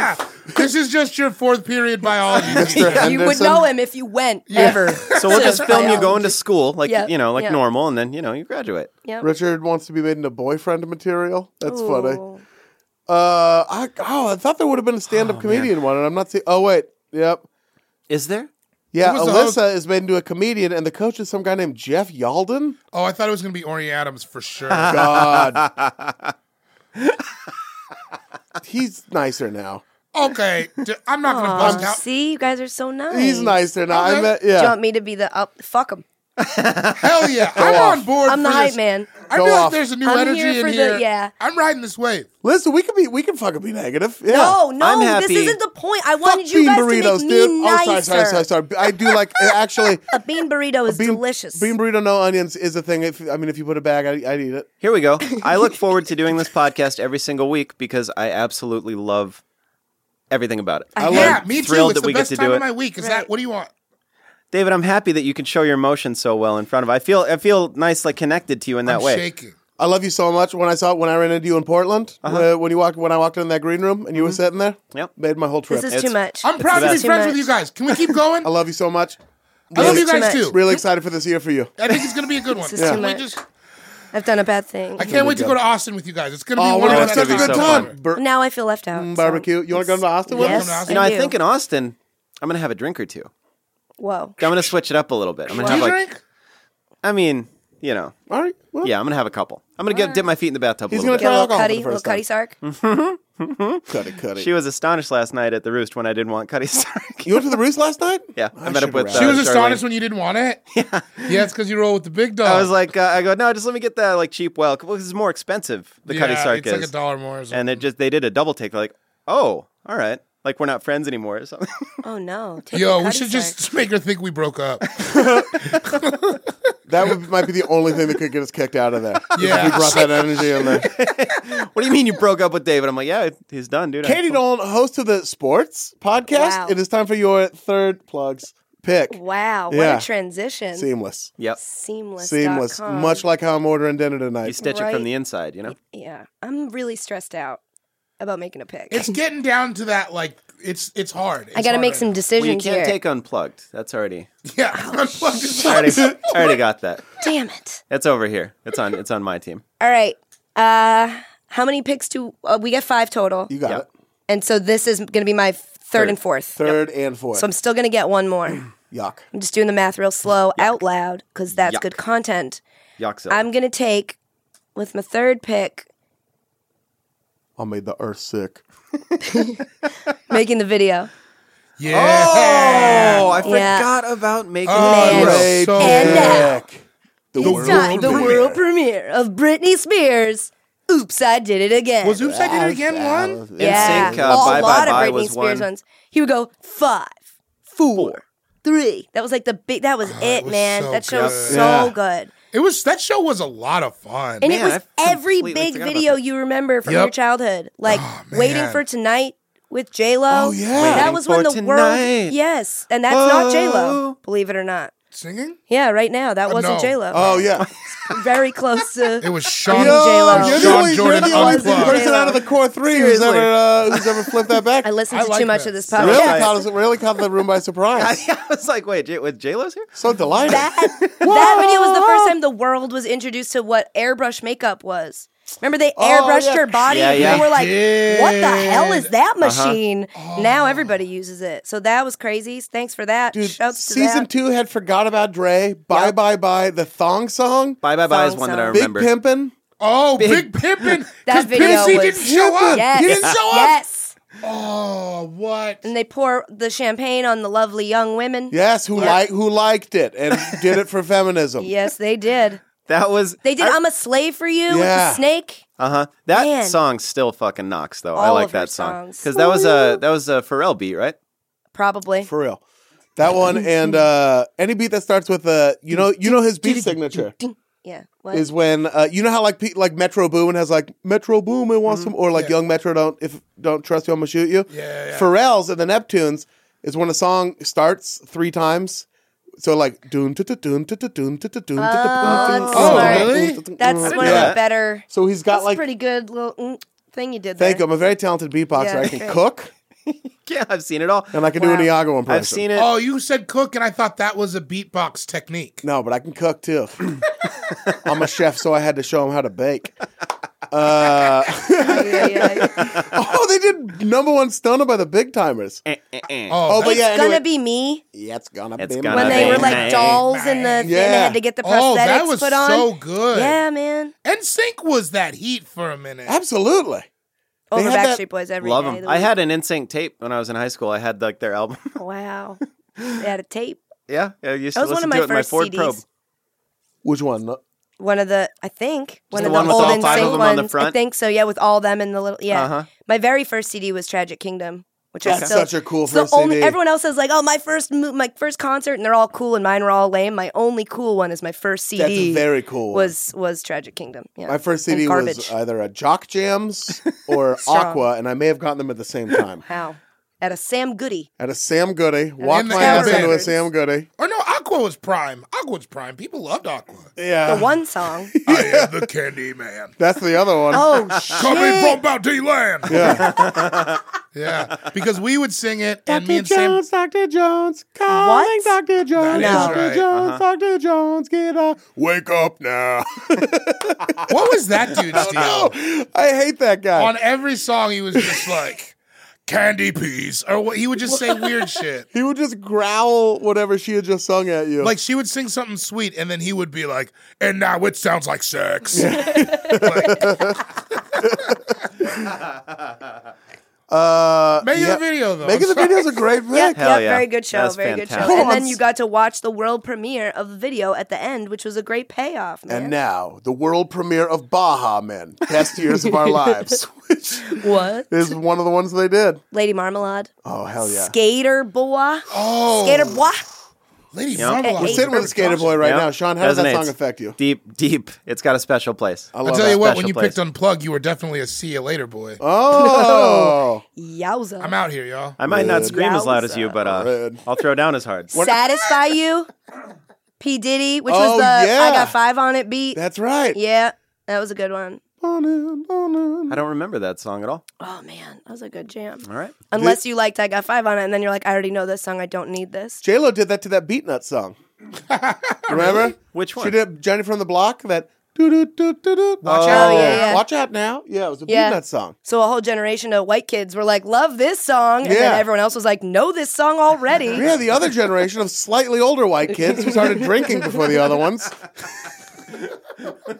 doesn't-
This is just your fourth period biology. teacher.
you would
Henderson?
know him if you went ever.
So we'll
to
just film you
biology.
going to school, like
Yeah,
you know, like
yeah.
normal, and then you know you graduate.
Yep.
Richard wants to be made into boyfriend material. That's funny.
Ooh.
Uh, I, oh, I thought there would have been a stand-up
Oh,
comedian one, and I'm not seeing. Oh wait, yep,
Is there?
yeah.
What was the
Alyssa is made into a comedian, and the coach is some guy named Jeff Yalden.
oh, I thought it was going to be Ori Adams for sure.
God, he's nicer now.
okay, d- I'm not going to
Aw,
bust out.
Um, See, you guys are so nice.
He's nicer now. I
Okay.
met.
Do
Yeah,
you want me to be the up? Fuck him.
Hell yeah, I'm on board.
I'm
for
the hype
this.
man.
I
Go
feel
off.
like there's a new
I'm
energy
here
in
for the-
here.
yeah.
I'm riding this wave.
listen, we could be. We can fucking be negative. Yeah.
No, no,
I'm
this
happy.
isn't the point. I
Fuck
wanted you
bean
guys
burritos,
to make
dude.
me
Oh,
nicer.
sorry, sorry, sorry, sorry. I do like actually.
A bean burrito is
bean,
delicious.
Bean burrito, no onions is a thing. If I mean, if you put a bag, I, I'd eat it.
Here we go. I look forward to doing this podcast every single week because I absolutely love everything about it.
I
yeah,
love-
me too.
thrilled
It's
that
the
we get
best
to do
time
it.
of my week. Is
Right.
that what do you want?
David, I'm happy that you can show your emotion so well in front of. I feel I feel nice, like connected to you in that
I'm
way.
shaking.
I love you so much. When I saw when I ran into you in Portland, uh, when you walked when I walked in that green room and you were sitting there,
Uh-huh. Mm-hmm. Yep.
made my whole trip.
this is too much.
I'm proud to be
best.
friends
Too
with you
much.
guys. Can we keep going?
I love you so much.
I love
This
you
is too
guys
much.
too.
Really excited for this year for you.
I think it's going to be a good one.
This is Yeah. too
Can we
much.
just-
I've done a bad thing.
I can't wait to go to Austin with you guys. It's going to be
Oh,
one
we're
of
gonna have
the best
such a
times
good
I've
time.
ever had.
Bar-
Now I feel left out. so
Mm, barbecue. You want to come to Austin with
Yes,
us?
Austin?
You know, I
do.
think in Austin, I'm gonna have a drink or two.
Whoa.
I'm gonna switch it up a little bit. I'm gonna
Do
have
you
like,
drink?
I mean, you know,
All right. Well,
yeah, I'm gonna have a couple. I'm gonna get, dip my feet in the bathtub.
He's
a little
gonna
bit.
Get a
Try
little
alcohol for
cutty,
the
little
first
cutty sark.
Mm.
cut it, cut it.
She was astonished last night at the roost when I didn't want Cuddy Sark.
you went to the Roost last night?
yeah, I, met up
should've
with.
read.
She
uh,
was astonished
Charlene.
when you didn't want it. Yeah, yeah, it's because you roll with the big dog.
I was like, uh, I go, no, just let me get the like cheap well. Well, this is more expensive. The
yeah,
Cuddy Sark
it's
is,
like a dollar more. Or something.
and they just they did a double take. They're like, oh, all right, like we're not friends anymore or something.
Oh no. Take
Yo,
the
we
cutty
should
sark.
just make her think we broke up.
That would, might be the only thing that could get us kicked out of there.
Yeah.
If we brought that energy in there.
what do you mean you broke up with David? I'm like, yeah, he's done, dude. I-
Katie Dolan, host of the sports podcast.
Wow.
It is time for your third plugs pick.
Wow, what
Yeah.
a transition.
Seamless.
Yep.
Seamless.
Seamless. Much like how I'm ordering dinner tonight.
You stitch it
Right.
from the inside, you know.
Yeah. I'm really stressed out about making a pick.
it's getting down to that. Like it's it's hard.
I got to make some
Well, you
decisions
can't
here.
take unplugged. That's already.
Yeah, unplugged his
I already, I already got that.
Damn it.
It's over here. It's on. It's on my team.
All right. Uh how many picks do uh, we get 5 total?
you got
Yep.
it.
And so this is going to be my third, and fourth.
Third and fourth.
So I'm still going to get one more.
Yuck.
I'm just doing the math real slow out loud cuz that's
Yuck.
good content.
Yoxo.
I'm going to take with my third pick
I made the earth sick.
making the video.
Yeah,
oh, I
Yeah.
forgot about making.
Oh,
Man.
you're
Way
so
And
bad.
now.
back. The
It's time, the
premiere.
world premiere of Britney Spears. Oops, I did it again.
was Oops, I did it again. One.
yeah.
NSYNC, uh,
a
Bye Bye
lot
Bye
of Britney
was
Spears
one.
ones. He would go five, four, three. That was like the big. That was it,
was
man.
so
that show was
good.
so
Yeah.
good,
It was that show was a lot of fun.
and
Man,
it was
I
every
completely
big
forgot about
video
that.
you remember from
Yep.
your childhood, like waiting
Oh, man.
for tonight. With J Lo,
Oh, yeah.
that
Waiting
was when
for
the
tonight. Oh.
world. Yes, and that's not J Lo,
Whoa.
believe it or not.
Singing?
Yeah, right now that wasn't
Uh, no.
J Lo.
Oh, yeah.
very close to.
It was
Yo,
Sean.
J-Lo.
You're the
Sean
only, you're
Jordan
the only
unplugged.
person out of the core three who's
Seriously.
ever, uh, who's ever flipped that back.
I listened
I
to
like
too much
that.
of this
really,
podcast.
caught us, really caught the room by surprise.
I was like, wait, J- with J Lo's here?
So delighted.
that that video was the first time the world was introduced to what airbrush makeup was. Remember they airbrushed
yeah.
your body
Yeah, yeah. Uh-huh.
and we were like,
They
what the hell is
did.
that machine? Now everybody uses it. So that was crazy. Thanks for that.
Dude,
Shouts to
season
that.
two had forgot about Dre. Bye
Yep.
bye bye. The thong song.
Bye bye bye is
Song
one that I
song.
Big
remember.
pimpin'.
Oh, Big, Pimpin.
That
Because
video
Pissy
was-
didn't show up.
Yes.
He didn't show up.
Yes.
Oh, what?
And they pour the champagne on the lovely young women.
Yes, who like who liked it and did it for feminism.
Yes, they did.
That was
They did I, am a slave for you with
Yeah.
the snake.
uh huh. That
Man.
song still fucking knocks though. I
All
like
of her
that song
songs.
because that was a that was a Pharrell beat, right?
Probably.
For real. That one and uh, any beat that starts with a you know you know his beat signature
yeah. What?
is when uh, you know how like pe- like Metro Boomin has like Metro Boomin wants some or like Young Metro don't if don't trust you I'm gonna shoot you.
Mm-hmm. Yeah, yeah.
Pharrell's and the Neptunes is when a song starts three times. So like doon to doon to doon to doon
Oh, that's
smart.
That's one
didn't know
of the
that.
better.
So he's Mm-hmm. got
That's
like
pretty good little mm, thing you did there.
Thank you. I'm a very talented beatboxer.
Yeah,
I can
great.
cook.
yeah, I've seen it all.
and I can do an Iago impression.
I've seen it.
Oh, you said cook, and I thought that was a beatbox technique.
No, but I can cook too. I'm a chef, so I had to show him how to bake. Uh, oh, they did number one stunner by the big timers.
Eh, eh, eh.
Oh,
Oh, but
that-
it's
yeah, anyway-
gonna be me
Yeah, it's gonna
It's
be.
gonna
when
Not
they
bad.
were like
Nice.
dolls in the thing. They
Yeah.
had to get the prosthetics
oh, that was
put on.
so good.
Yeah, man.
And Sync was that heat for a minute.
Absolutely. They
Over
had that-
Backstreet Boys every
Love
day of
them.
the
I
week.
had an NSYNC tape when I was in high school. I had like their album.
Wow. They had a tape.
yeah, I used
That
to
was one
listen
of
to
my
it in my
first
Ford
CDs.
Probe.
Which one?
One of the, I think, one
the
of
one
the
with
old
all five of
NSYNC
them on the
ones. I
front?
think so. Yeah, with all them and the little. Yeah.
Uh-huh.
My very first CD was Tragic Kingdom, which
That's
is still
such a cool
it's the
first
only-
CD.
Everyone else is like, oh, my first mo- my first concert, and they're all cool, and mine were all lame. My only cool one is my first CD.
That's very cool. one.
Was was Tragic Kingdom? Yeah.
my first
And
CD was uh,
garbage.
either a Jock Jams or
Strong.
Aqua, and I may have gotten them at the same time.
How? At a Sam Goody.
At a Sam Goody, walked
the
my ass
Tower
into a
Records.
Sam Goody.
Or no, Aqua was prime. Aqua was prime. People loved Aqua.
Yeah,
The one song.
I am the candy man.
that's the other one.
Oh
Coming
shit!
from Bounty Land.
Yeah,
Yeah, because we would sing it, and
Dr.
me and Sam.
Jones, Dr. Jones, calling
What?
Dr. Jones,
is
Dr.
right. Uh-huh.
Jones, Dr. Jones, get up, wake up now.
What was that dude's deal?
Oh, I hate that guy.
On every song, he was just like candy peas, or what, he would just say weird shit.
he would just growl whatever she had just sung at you.
Like she would sing something sweet, and then he would be like, "And now it sounds like sex." Like,
Uh-huh.
uh,
making
yeah.
the video though.
Making
I'm
the
sorry.
video's a great pick.
Yep,
Hell
yep,
yeah.
very good show,
That's
very good
fantastic.
show. And then
Oh,
you got to watch the world premiere of the video at the end, which was a great payoff, man.
And now, the world premiere of Baja Men, Best Years of Our Lives, which
what?
is one of the ones they did.
Lady Marmalade,
Oh, hell yeah.
Skater Boy,
Oh,
Skater Boy.
Lady
Yeah.
Marmalade.
We're
Sitting with a skater boy right
Yeah.
now. Sean, how does that
Resonates.
song affect you?
Deep, deep. It's got a special place.
I
I'll
love
tell
that.
you what, when
Special
you
place.
picked Unplug, you were definitely a see you later boy.
Oh.
Yowza.
I'm out here, y'all.
I might not scream as loud as you, but uh,
Red.
I'll throw down as hard.
Satisfy You, P Diddy, which
Oh,
was the
yeah.
I Got Five on It beat.
That's right.
yeah, that was a good one.
On and on and-
I don't remember that song at all.
Oh man, that was a good jam.
All right.
Unless you liked I Got Five on It, and then you're like, I already know this song, I don't need this.
J-Lo did that to that Beatnut song. Remember?
Which one?
She did Johnny from the Block, that do do do do do. Watch
Oh.
out.
Oh, yeah, yeah.
Watch out now. Yeah, it was a
Yeah.
Beatnut song.
So a whole generation of white kids were like, love this song. And
Yeah.
then everyone else was like, know this song already.
Yeah, the other generation of slightly older white kids who started drinking before the other ones.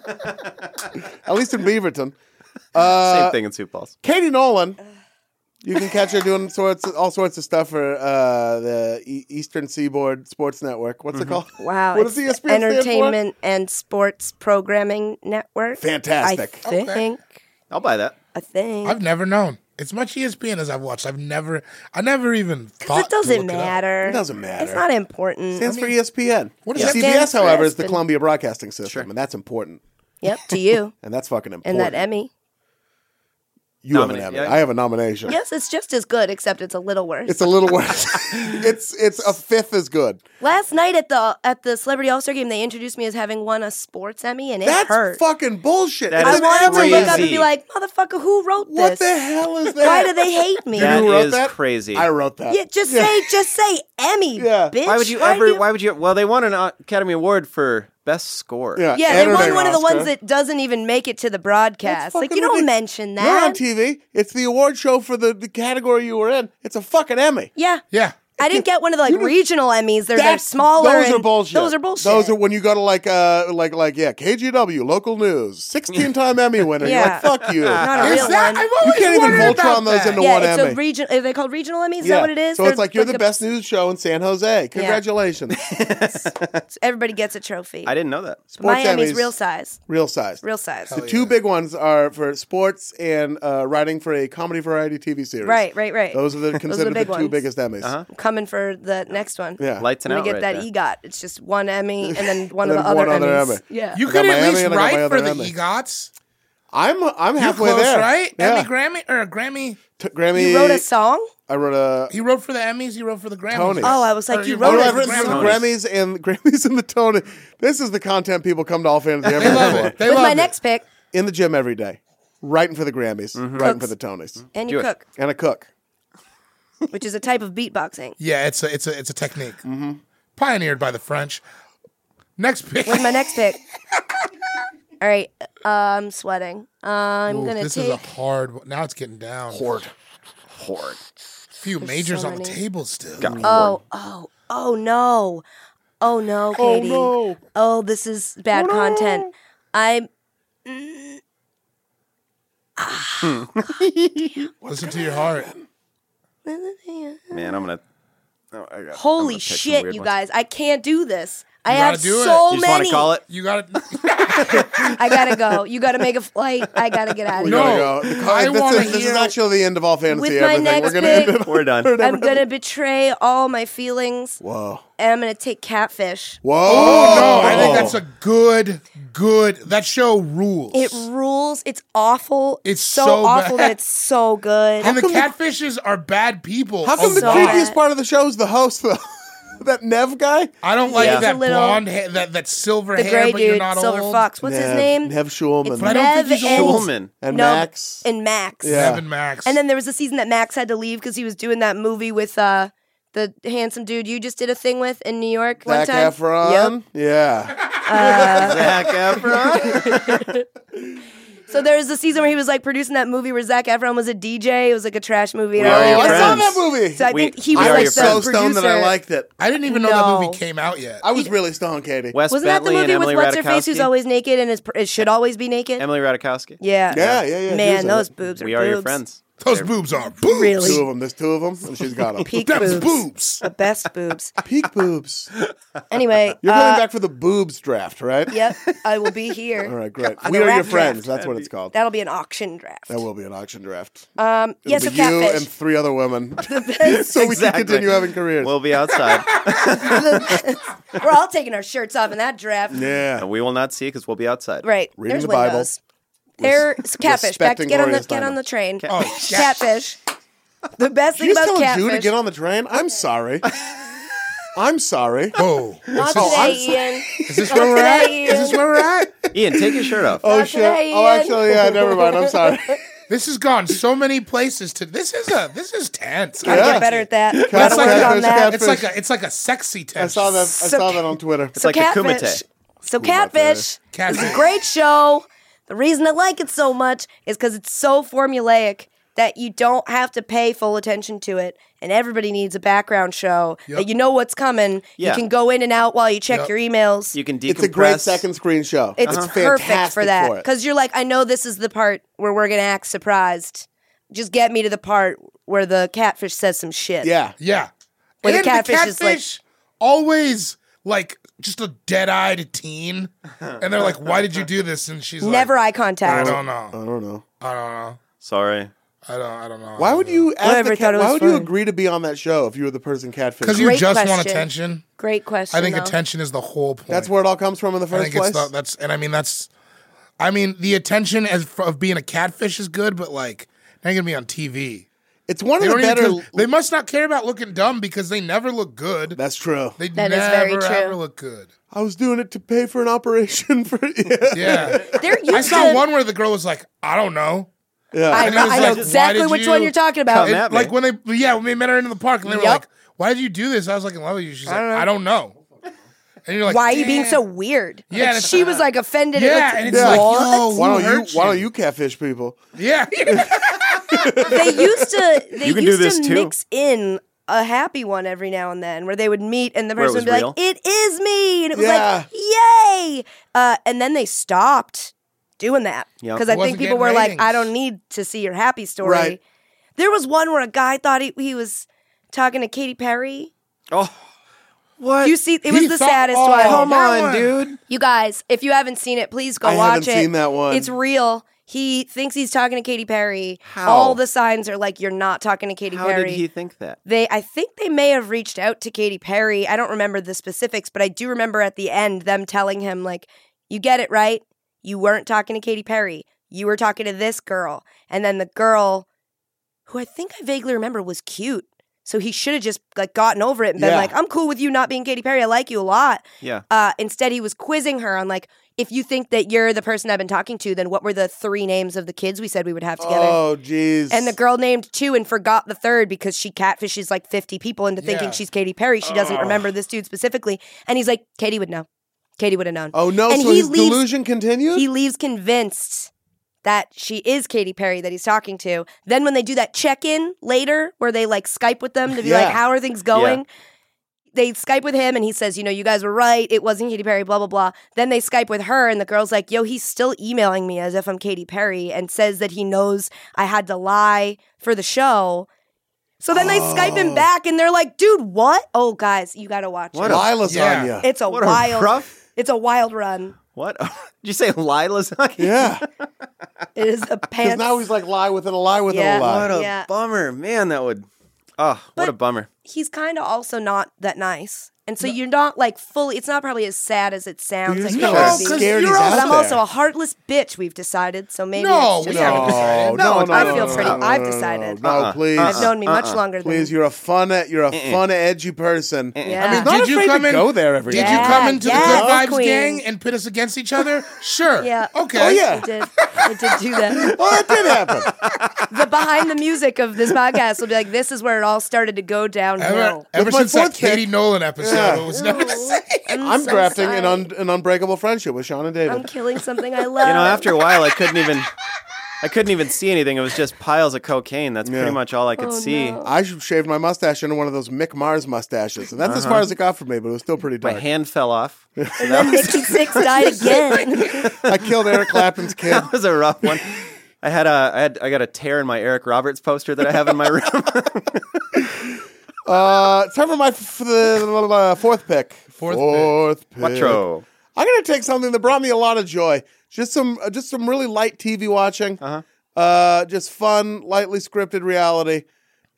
At least in Beaverton. uh,
Same thing in Sioux Falls.
Katie Nolan. You can catch her doing sorts, all sorts of stuff for uh, the E- Eastern Seaboard Sports Network. What's
Mm-hmm.
it called?
Wow.
What
it's
does E ESPN
the
stand for?
Entertainment and Sports Programming Network.
Fantastic.
I think.
I'll buy that.
I think.
I've never known. It's much E ESPN as I've watched. I've never, I never even thought.
Because it
to
doesn't
look up.
matter.
It doesn't matter.
It's not important.
stands for E ESPN.
What does that
stand
CBS,
for,
however, is the
Espen?
Columbia Broadcasting System, and that's important.
yep, to you.
And that's fucking
And
important.
that Emmy.
you
Nominate-
have an Emmy.
yeah.
I have a nomination.
Yes, it's just as good, except it's a little worse.
It's a little worse. it's it's a fifth as good.
Last night at the at the Celebrity All Star Game, they introduced me as having won a sports Emmy, and it
That's
hurt.
fucking bullshit.
That
It's
I
is
an
wanted
Emmy.
to look up and
crazy.
be like, motherfucker, who wrote
What
this?
the hell is that?
Why do they hate me?
That
wrote
is
that?
crazy.
I wrote that.
Yeah, just say, just say Emmy,
Yeah.
bitch.
why would you
are
ever? Why would you? Well, they won an uh, Academy Award for best score.
Yeah,
Yeah, they
editing
won one of the
Oscar.
ones that doesn't even make it to the
That's
broadcast. Like
fucking
you don't
ridic-
mention
You're on
that.
TV. It's the award show for the, the category you were in. It's a fucking Emmy.
yeah.
Yeah.
I didn't get one of the like regional Emmys. They're they're
That's-
smaller.
Those are
and-
bullshit.
Those are bullshit.
Those are when you go to like uh like like yeah KGW local news, sixteen time Emmy winner.
Yeah.
You're like fuck you.
not a
Is
real
that?
one.
I've always
can't even
wondered
Voltron
about
those
that.
into
yeah,
one
it's
Emmy.
a region. Are they called regional Emmys? Is
Yeah.
that what it is?
So
They're
it's like you're the
a-
best news show in San Jose. Congratulations.
Everybody gets a trophy.
I didn't know that.
My
Sports
Emmy's
Emmys,
real size.
real size.
Real size.
Oh,
the two big ones are for sports and uh, writing for a comedy variety TV series.
Right, right, right.
Those are the considered
big
the two
ones.
biggest Emmys. Uh-huh.
I'm coming for the next one.
Yeah.
Lights
I'm
and
gonna
out
get
right
that E
there.
EGOT. It's just one Emmy and then one
And
of the
then
other
one other
Emmys.
Emmy.
Yeah.
You
got
could
my
at
Emmy
least
and I got my
write
other
for the E
Emmy.
EGOTs.
I'm I'm
You're
halfway
close,
there.
right?
Yeah.
Emmy Grammy or Grammy?
T- Grammy.
you wrote a song?
I wrote a.
He wrote for the Emmys. He wrote for the Grammys.
Tony.
Oh, I was like,
Or
you
Oh,
wrote
no,
it
I've
for the
written some
Grammys.
Grammys and Grammys and the Tony. This is the content people come to All Fantasy every
They love
day
it.
for.
They
With
love
my
it.
next pick,
In the
Mm-hmm.
gym every day, writing for the Grammys, writing for
Cooks.
the Tonys,
and
Do
you
it.
cook.
and a cook.
which is a type of beatboxing.
Yeah, it's a it's a it's a technique
Mm-hmm.
pioneered by the French. Next pick.
Where's my next pick? All right, uh, I'm sweating. Uh, I'm
Ooh,
gonna
this
take.
is a hard. one. Now it's getting down.
Horde.
E
Horde.
Few majors
so
on the
many.
table still.
Got
oh, oh, oh no, oh no, Katie.
no.
Oh, this is bad content. I'm
Hmm. Listen to your heart.
Horde. Man, I'm gonna. Oh, I got, I'm gonna
holy
pick some
shit,
weird
you
ones.
guys! I can't do this. I
gotta
have
do it.
so
You just want
many.
to call it?
You got to
I gotta go. You gotta make a flight. I gotta get out of
We
here.
No,
gotta go.
I
This is-
wanna
This
hear-
is actually the end of all fantasy.
With my
everything.
next
We're gonna
pick-
end it.
We're done.
I'm gonna betray all my feelings,
Whoa.
and I'm gonna take catfish.
Whoa.
Oh, No, I
Oh.
think that's a good, good. That show rules.
It rules. It's awful.
It's
so,
so
awful
bad.
that it's so good.
and the catfishes are bad people.
How come the
so
creepiest
bad.
part of the show is the host, though? that Nev guy?
I don't like
Yeah.
that
It's a little-
blonde, hair, that that silver
the
hair,
gray
but you're
dude,
not
Silver
old.
Fox. What's his
Nev-
name?
Nev Schulman.
It's
I don't think
Nev
he's
and
old.
Schulman.
and
no,
Max.
and Max.
Yeah.
Evan Max.
And then there was a season that Max had to leave because he was doing that movie with uh, the handsome dude you just did a thing with in New York one
Zac
time.
Efron. Yeah.
Zac Efron.
So there was a season where he was like producing that movie where Zach Efron was a DJ. It was like a trash movie. I
We Are
don't
Your
know.
I saw
Friends.
that movie.
So I
We-
think he
We
was
Are
like
Your
was
the
Friends.
so stoned that I
producer.
liked it.
I didn't even know that
No.
movie came out yet.
I was really stoned, Katie.
Wes
Wasn't
Bentley
that the
and
movie
Emily
with what's her face who's
Ratajkowski.
always naked and is, is should always be naked?
Emily Ratajkowski.
yeah.
Yeah, yeah, yeah, she was
Man,
in
those
it.
boobs are
We are your
boobs.
friends.
Those boobs are boobs.
Really?
Two of them. There's two of them, and she's got them.
Peak
That's
boobs.
boobs.
The best boobs.
Peak boobs.
Anyway,
You're
uh,
coming back for the boobs draft, right?
Yep, I will be here.
All right, great.
For
We
the
are
rap
your friends.
draft.
That's what it's called. That
That'll be an auction draft.
will be an auction draft.
Um, yes,
It'll
yeah, so
be you
catfish.
and three other women, so we can
Exactly.
continue having careers.
We'll be outside.
We're all taking our shirts off in that draft.
yeah.
and we will not see because we'll be outside.
Right.
Reading
There's
the Bible.
windows. There, catfish. Back,
respecting
get on the
Gloria
get on
Steinem.
the train.
Oh, yeah.
Catfish. The best
Did
thing
you just
about
tell
catfish.
Jew to get on the train? I'm sorry. I'm sorry.
Whoa.
Not
Oh, I'm
today, Ian.
Is this where we're at? Is this where we're at?
Ian, take your shirt off.
Oh
Not
shit.
today,
Oh,
Ian.
actually, yeah. Never mind. I'm sorry.
This has gone so many places. To this is a this is tense.
Gotta
Yeah.
get better at that.
That's
Gotta
like
work
a-
on that.
It's like a it's like a sexy
I
tense.
saw that. I saw
So-
that on Twitter.
so
like a
catfish.
kumite.
so catfish. It's a
Catfish.
great show. The reason I like it so much is because it's so formulaic that you don't have to pay full attention to it, and everybody needs a background show that you know what's coming.
Yeah.
You can go in and out while you check
Yep.
your emails.
You Uh-huh. can decompress.
It's a great second screen show.
It's perfect for
fantastic
that
it.
because you're like, I know this is the part where we're gonna act surprised. Just get me to the part where the catfish says some shit.
Yeah.
Yeah.
Where the
and
catfish
the
is like-
catfish always like just a dead-eyed teen, and they're like, "Why did you do this?" And she's
Never
Like,
eye
I
contact.
don't know.
I don't know.
I don't know.
Sorry.
I don't. I don't know.
Why would you? Ask
Whatever,
the
I thought
cat,
it
why
was
would you
funny.
agree to be on that show if you were the person catfish?
Because you
Great
just want
question.
attention.
Great question.
I think
though.
attention is the whole point.
That's where it all comes from in the
I
first
think it's
place.
the, that's and I mean that's, I mean the attention as f- of being a catfish is good, but like they're gonna be on TV.
It's one
They
of the
don't even
better.
care- They must not care about looking dumb because they never look good.
That's true.
they
That is
never
very true.
ever look good.
I was doing it to pay for an operation for. Yeah.
Yeah,
There used
I saw
to-
one where the girl was like, "I don't know."
I know,
And it was
I know
like, why
exactly
did
which
you
one you're talking about.
come
It-
at me?
like when they, yeah, when they met her in the park, and they were
Yep.
like, "Why did you do this?" I was like, "In love with you." She's like, "I don't know." And you're like,
Why are you being
"Damn."
so weird?
Yeah,
Like,
and it's-
she was like offended.
Yeah,
like,
and it's like,
what?
yo,
Why
who
don't you?
hurt
Why don't you catfish people?
Yeah,
they used to they
You can do
used
this,
to
too.
mix in a happy one every now and then where they would meet and the
Where it
person would be
was
like it is me and it was
Yeah.
like yay uh, and then they stopped doing that
Yeah.
because i think
Wasn't
people
getting
were like
ratings.
i don't need to see your happy story
Right.
there was one where a guy thought he, he was talking to Katy perry
Oh, what?
you see it was
He
the
thought-
saddest
oh,
one
Come
That
on,
one.
dude.
you guys, if you haven't seen it, please go
I
watch
haven't
it.
seen that one.
It's real. He thinks he's talking to Katy Perry.
How?
All the signs are like you're not talking to Katy
How
Perry.
did he think that?
they I think they may have reached out to Katy Perry. I don't remember the specifics, but I do remember at the end them telling him like, "You get it right. You weren't talking to Katy Perry. You were talking to this girl." And then the girl, who I think I vaguely remember was cute, So he should have just like gotten over it and been
Yeah.
like, "I'm cool with you not being Katy Perry. I like you a lot."
Yeah.
Uh, instead, he was quizzing her on like, "If you think that you're the person I've been talking to, then what were the three names of the kids we said we would have together?"
Oh, jeez.
And the girl named two and forgot the third because she catfishes like 50 people into thinking
Yeah.
she's Katy Perry. She doesn't remember this dude specifically. And he's like, Katy would know. Katy would have known.
Oh no!
And
so
he
his
leaves-
delusion continues.
He leaves convinced that she is Katy Perry that he's talking to. Then when they do that check in later where they like Skype with them to be
Yeah.
like, how are things going? They Skype with him and he says, you know, you guys were right. It wasn't Katy Perry, blah, blah, blah. Then they Skype with her and the girl's like, yo, he's still emailing me as if I'm Katy Perry and says that he knows I had to lie for the show. So then they Skype him back and they're like, dude, what? Oh, guys, you got to watch
What
it.
a-
Lie lasagna.
Yeah.
It's a
What a
wild,
rough-
it's a wild run.
What? Did you say Lila's?
Yeah,
It is a pants.
because now he's like lie within a lie within
Yeah.
a lie.
What a
Yeah.
bummer, man. That would. Oh, what a
But-
bummer.
he's kind of also not that nice. And so you're not like fully, it's not probably as sad as it sounds. Like
He's
it could
not
No,
be.
'cause
scared
you're
he's
also-
But
out
I'm
there.
also a heartless bitch, we've decided. So maybe
No,
it's just
we haven't
everything.
no,
decided.
No,
no, no,
I
no,
feel
no,
pretty-
no, no,
I've
no, no,
decided.
No,
Uh-uh.
please,
I've known me much
Uh-uh.
longer than
please. You're a fun, you're a fun, edgy person.
Yeah.
I mean, not
Did you
afraid
come
to
in-
go there every
Did
day.
you
Yeah,
come into
yeah,
the Good Vibes
queen.
gang and pit us against each other? Sure.
Yeah.
Okay.
Oh, yeah.
It did. It did do that.
Well, that did happen.
The behind the music of this podcast will be like, this is where it all started to go
Ever,
downhill.
ever
That's my
since that
fourth pick.
Katie Nolan episode,
Yeah.
it was never the same.
I'm
so
drafting an,
sorry.
un- an unbreakable friendship with Sean and
I'm
David.
killing something I love.
You know, after a while, I couldn't even. I couldn't even see anything. It was just piles of cocaine. That's
Yeah.
pretty much all I could
Oh,
see.
no.
I should shaved my mustache into one of those Mick Mars mustaches, and that's as far as it got for me. Uh-huh. But it was still pretty
My
dark.
hand fell off. That
and then Nikki Six died again.
I killed Eric Clapton's kid.
was a rough one. I had a, I had, I got a tear in my Eric Roberts poster that I have in my room.
Uh, it's time for my f- the, uh, fourth pick.
Fourth pick.
fourth pick.
Quattro.
I'm gonna take something that brought me a lot of joy. Just some, uh, just some really light TV watching. Uh-huh. just fun, lightly scripted reality.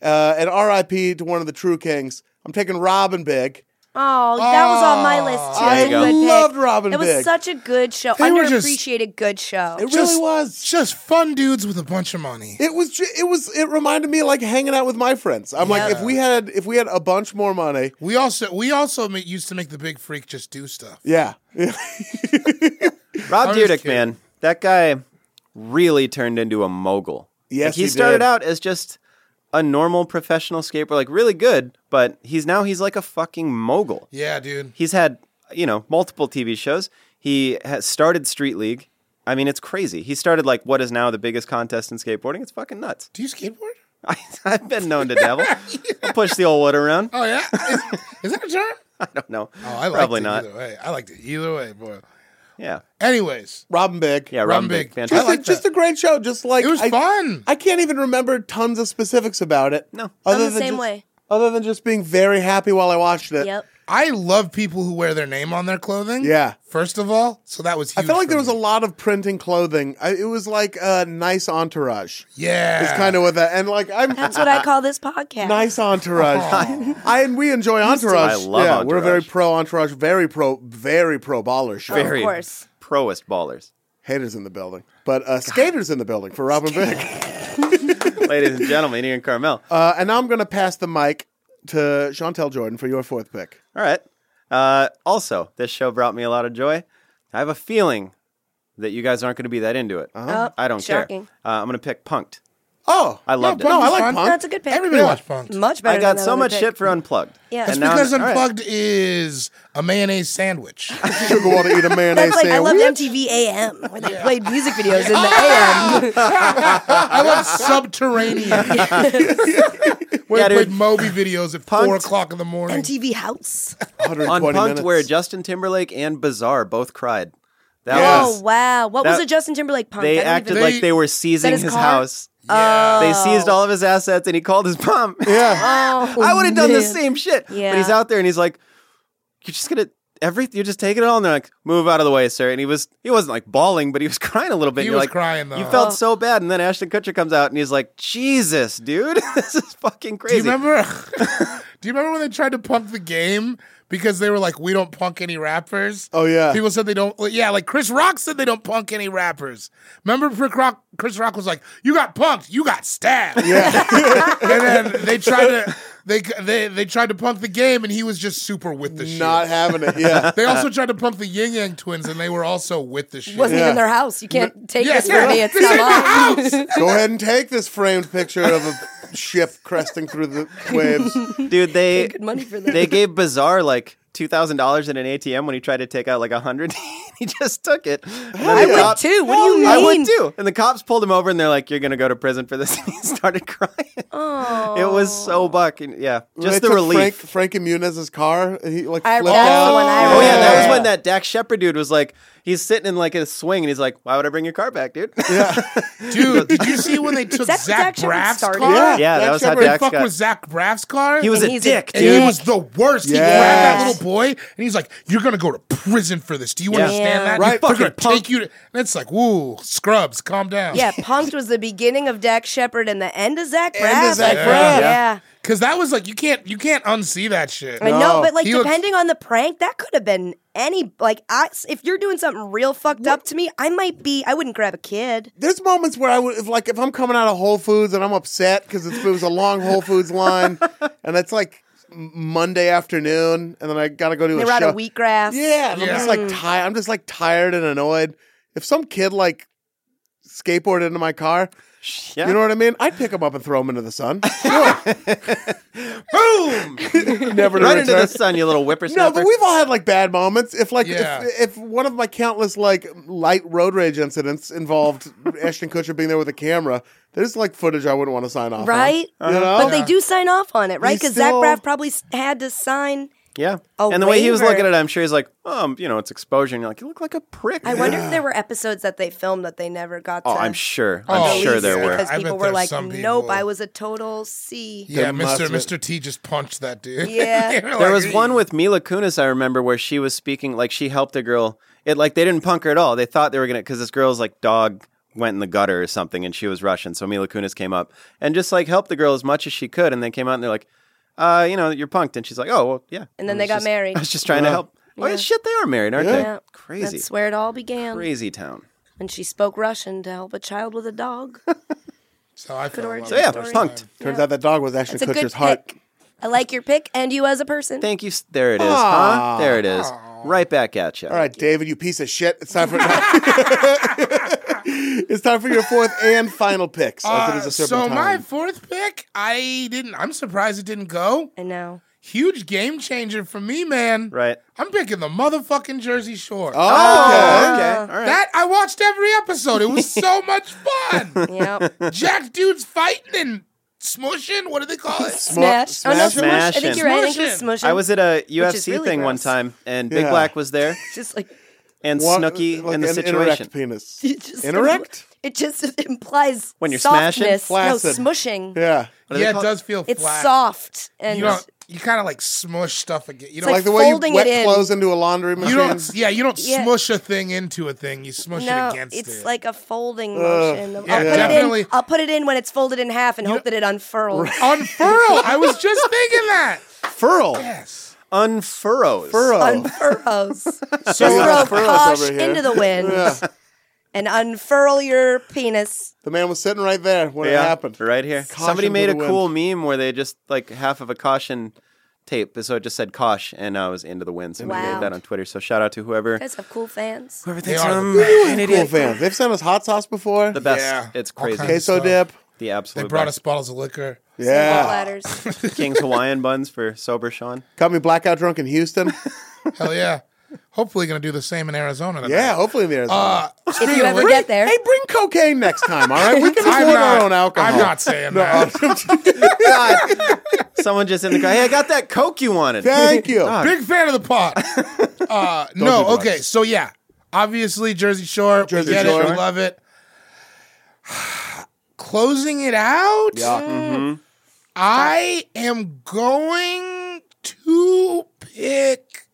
Uh, and R.I.P. to one of the true kings. I'm taking Robin Big.
Oh, that was on my list too. That's a
I
good pick.
loved Robin
It was
Big.
such a good show.
They were just-
Underappreciated good show.
It really
Just-
was.
Just fun dudes with a bunch of money.
It was. ju- It was. It reminded me of, like hanging out with my friends. I'm like, if we had, if we had a bunch more money,
We also we also ma- used to make the big freak just do stuff.
yeah.
Rob
I'm just
Dyrdek,
kidding.
man, that guy really turned into a mogul.
Yes,
like, he,
he
started
did.
out as just a normal professional skateboarder, like really good, but he's now he's like a fucking mogul.
Yeah, dude.
He's had you know multiple TV shows. He has started Street League. I mean, it's crazy. He started like what is now the biggest contest in skateboarding. It's fucking nuts.
Do you skateboard?
I, I've been known to dabble. I'll push the old wood around.
Oh yeah. Is, is that a term?
I don't know.
Oh, I liked
Probably
it
not.
Either way. I liked it either way, boy.
Yeah.
Anyways,
Robin Big.
Yeah.
Rum
Robin
Big.
Big.
I
Just,
Fantastic.
like
a, just
that.
a great show. Just like
it was
I,
fun.
I can't even remember tons of specifics about it.
No.
I'm the
than
same
just-
way.
Other than just being very happy while I watched it.
Yep.
I love people who wear their name on their clothing.
Yeah.
First of all, so that was.
I
Huge
felt like
for
there was a
me.
lot of printing clothing. I, it was like a nice entourage.
Yeah.
It's kind of what that, and like I'm
That's what I call this podcast.
nice entourage. I and we enjoy entourage.
I love
yeah, we're
Entourage.
very pro entourage, very pro, very pro baller show.
Of
Very
course.
Proest ballers.
Haters in the building, but uh, skaters in the building for Robin Big.
Ladies and gentlemen, Ian Carmel.
Uh, and now I'm gonna pass the mic to Chantel Jordan for your fourth pick.
All right. Uh, also, this show brought me a lot of joy. I have a feeling that you guys aren't going to be that into it.
Uh-huh.
Oh,
I don't
shocking.
care. Uh, I'm going to pick Punked.
Oh,
I loved
Punk'd
it.
no, I
was
like
fun.
punk.
That's a good pick.
Everybody watched Punk'd.
Much better.
I got
than
so
that
much
other
shit
pick.
for Unplugged.
Yeah.
That's
And
because
I'm- all right.
unplugged is a mayonnaise sandwich.
sugar water, eat a mayonnaise
That's like I
sandwich.
loved MTV AM when they played music videos in the AM.
I love subterranean. Where
Yeah,
they played
dude.
Moby videos at four
Punk'd.
o'clock in the morning.
MTV House.
120
On Punked,
minutes.
where Justin Timberlake and Bizarre both cried. That
Yes.
was.
Oh wow! What was
That-
a Justin Timberlake punk?
They
I don't
acted
even-
like they were seizing
his
his
car?
house.
Yeah.
They seized all of his assets, and he called his mom.
yeah,
Oh,
I would have done the
man.
same shit.
Yeah.
But he's out there and he's like, You're just gonna every you're just taking it all and they're like, move out of the way, sir. And he was he wasn't like bawling, but he was crying a little bit.
He
You're
was
like,
crying, though.
You
Oh.
felt so bad. And then Ashton Kutcher comes out and he's like, Jesus, dude, this is fucking
Do you
crazy.
remember? do you remember when they tried to punk the game because they were like, "We don't punk any rappers."
Oh, yeah.
People said they don't. well, Yeah, like Chris Rock said they don't punk any rappers. Remember, Chris Rock? Chris Rock was like, "You got punked. You got stabbed." Yeah. and then they tried to. They they they tried to punk the game, and he was just super with the shit.
Not having it. Yeah.
they
Uh,
also tried to pump the Yin Yang twins, and they were also with the shit.
Wasn't
Yeah.
even their house. You can't take
Yeah,
this from me. It's
this
not mine.
ain't my house.
Go ahead and take this framed picture of a ship cresting through the waves.
Dude, they
Good money for this.
they gave Bizarre like two thousand dollars in an ATM when he tried to take out like a hundred. he just took it. And then
I
the
would
cop-
too. What do you
Oh, I would
mean?
too. And the cops pulled him over and they're like, "You're gonna go to prison for this." And he started crying. It was so bucking. Yeah,
They
just the
took
relief.
Frank, Frankie Muniz's car, and he like
I-
flipped
that's
out.
the one I
Oh yeah, that was
Yeah.
when that Dak Shepard dude was like, he's sitting in like a swing, and he's like, "Why would I bring your car back, dude?"
Dude, did you see when they took
That's
Zach
actually what
Braff's car?
started
Yeah,
Yeah, that
Dak
was how
Shepard-
The
Dak's
fuck
got-
was Zach Braff's car?
he was
And
a
he's a
dick,
And
dude.
he was the worst. He
Yes.
grabbed that little boy and he's like, You're going to go to prison for this. Do you
Yeah.
understand that?
Right,
They're
fucking
going to
punk.
take you to. And it's like, Whoa, scrubs, calm down.
Yeah, Punked was the beginning of Dak Shepard and the end of Zach Braff.
End of Zach
yeah.
Braff.
Yeah.
Because that was like, you can't you can't unsee that shit.
I know, but like
He looks-
depending on the prank, that could have been any like I, if you're doing something real fucked up to me, I might be I wouldn't grab a kid.
There's moments where I would if, like if I'm coming out of Whole Foods and I'm upset because it was a long Whole Foods line, and it's like m- Monday afternoon, and then I gotta go to
They
a
were out
show.
of wheatgrass.
Yeah, and I'm
Yeah.
just like tired. I'm just like tired and annoyed. If some kid like skateboarded into my car,
Yeah.
you know what I mean? I'd pick him up and throw him into the sun.
Boom!
Never to
right into
return.
the sun, you little
No,
whippersnapper.
but we've all had like bad moments. If like
Yeah.
if, if one of my countless like light road rage incidents involved Ashton Kutcher being there with a camera, there's like footage I wouldn't want to sign off. on.
Right?
Uh-huh. You know?
But they do sign off on it, right?
He's
Because Zach
still-
Braff probably s- had to sign.
yeah,
A
and the way he was
waiver.
looking at it, I'm sure he's like, "Um, you know, it's exposure." And you're like, "You look like a prick."
I wonder if there were episodes that they filmed that they never got
Oh,
to.
I'm sure.
Oh,
I'm
release
sure there
yeah.
were.
because
I bet
people were
there's
like,
some
"Nope,
people-
I was a total C."
Yeah,
They must
Mr.
have-
Mr. T just punched that dude.
Yeah.
They
There
were like,
was one with Mila Kunis I remember where she was speaking like she helped a girl. It like they didn't punk her at all. They thought they were gonna because this girl's like dog went in the gutter or something and she was Russian. So Mila Kunis came up and just like helped the girl as much as she could. And they came out and they're like, uh, you know, you're punked. And she's like, oh well, yeah.
And then
I
they
was
got
just-
married.
I was just trying to help. Oh yeah, shit, they are married, aren't they?
Yeah.
Crazy,
That's where it all began.
crazy town.
And she spoke Russian to help a child with a dog.
So I fell in love
origin
So yeah,
story.
with her.
punked.
Turns out that dog was Ashton
It's a good
Kutcher's heart.
pick. I like your pick and you as a person.
Thank you. s- There it is.
Aw.
Huh? There it is. Right back at you.
All right, David, you piece of shit. It's time for it's time for your fourth and final picks. as it is
Uh,
a
so
serpentine.
my fourth pick, I didn't. I'm surprised it didn't go.
I know.
Huge game changer for me, man.
Right.
I'm picking the motherfucking Jersey Shore.
Oh, okay.
okay. All right.
That I watched every episode. It was so much fun.
Yep.
Jack dudes fighting and smushing. What do they call it?
Smash. Oh no,
Smash.
smush. I think you're right. I think it was
Smashin'.
smushing.
I was at a
is
UFC
really
thing one
gross.
time, and
Yeah.
Big Black was there,
just like
and
One-
Snooki
like
in the
an
situation.
Erect penis.
it just
Erect?
It just implies
When you're smashing?
softness.
Flaccid.
No smushing.
Yeah.
they
Yeah, it
call-
does feel
It's
flat.
soft and
You don't. You kind of like smush stuff again. You don't.
like
Like the way you
folding
wet
it in.
clothes into a laundry machine.
you don't. Yeah, you don't
Yeah.
smush a thing into a thing. You smush
no,
it against
it's
it.
like a folding motion. I'll,
yeah,
put
definitely.
it in, I'll put it in when it's folded in half and hope that it unfurls.
unfurl. I was just thinking that.
Furl.
Yes.
unfurrows.
Furl.
Unfurrows.
So
Throw
Yeah. Unfurls
Kosh
over here.
into the wind
Yeah.
and unfurl your penis.
The man was sitting right there when it
Yeah,
happened.
right here.
Caution
Somebody
to
made
the
a cool meme where they just like half of a caution tape, so it just said "Kosh" and I was into the wind. Somebody
Wow.
made that on Twitter. So shout out to whoever
You guys have cool fans.
whoever
They
thinks
are the
I'm
best.
an
Cool
idiot.
fans. They've sent us hot sauce before.
The best.
Yeah.
It's
All
crazy.
kinds.
queso
So-
dip.
The absolute.
They brought us
best.
bottles of liquor.
Yeah.
Platters.
King's Hawaiian buns for sober Sean.
Got me blackout drunk in Houston.
Hell yeah. Hopefully, gonna do the same in Arizona. Tonight.
yeah, hopefully in the Arizona.
Uh,
if you ever get there.
Hey, bring cocaine next time, all right? We can
I'm
afford our
not-
own alcohol.
I'm not saying that.
God. Someone just in the car. Hey, I got that Coke you wanted.
Thank you.
God.
Big fan of the pod. Uh,
do
no,
drugs.
okay, so yeah, obviously Jersey Shore,
Jersey
we get
Shore.
it, we love it. Closing it out,
Mm-hmm.
I am going to pick.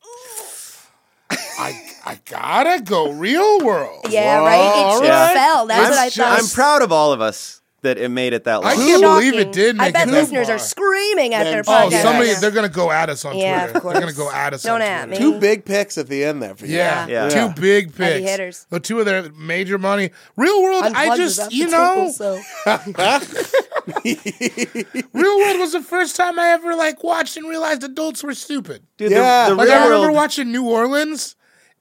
I I gotta go real world.
Yeah, right? It,
all
it
right.
fell. That's
I'm,
what I
just-
thought.
I'm proud of all of us. that it made it that
I
long.
can't believe
Shocking.
it did
I
make
bet
it that
listeners
far.
are screaming at their
And-
Oh,
podcast.
Yeah.
somebody,
right now.
they're going to go at us on
Yeah,
Twitter.
of
They're going
course.
to go at us
Don't
on
at
Twitter.
me.
Two big picks at the end there for you.
Mm-hmm. Yeah.
Yeah.
Two big picks.
Heavy hitters.
The two of their major money. Real world,
Unplugged
I
is
just,
off the
you
table,
know,
so.
Real world was the first time I ever like watched and realized adults were stupid.
Dude,
Yeah.
the, the
Like
real
I remember
world.
watching New Orleans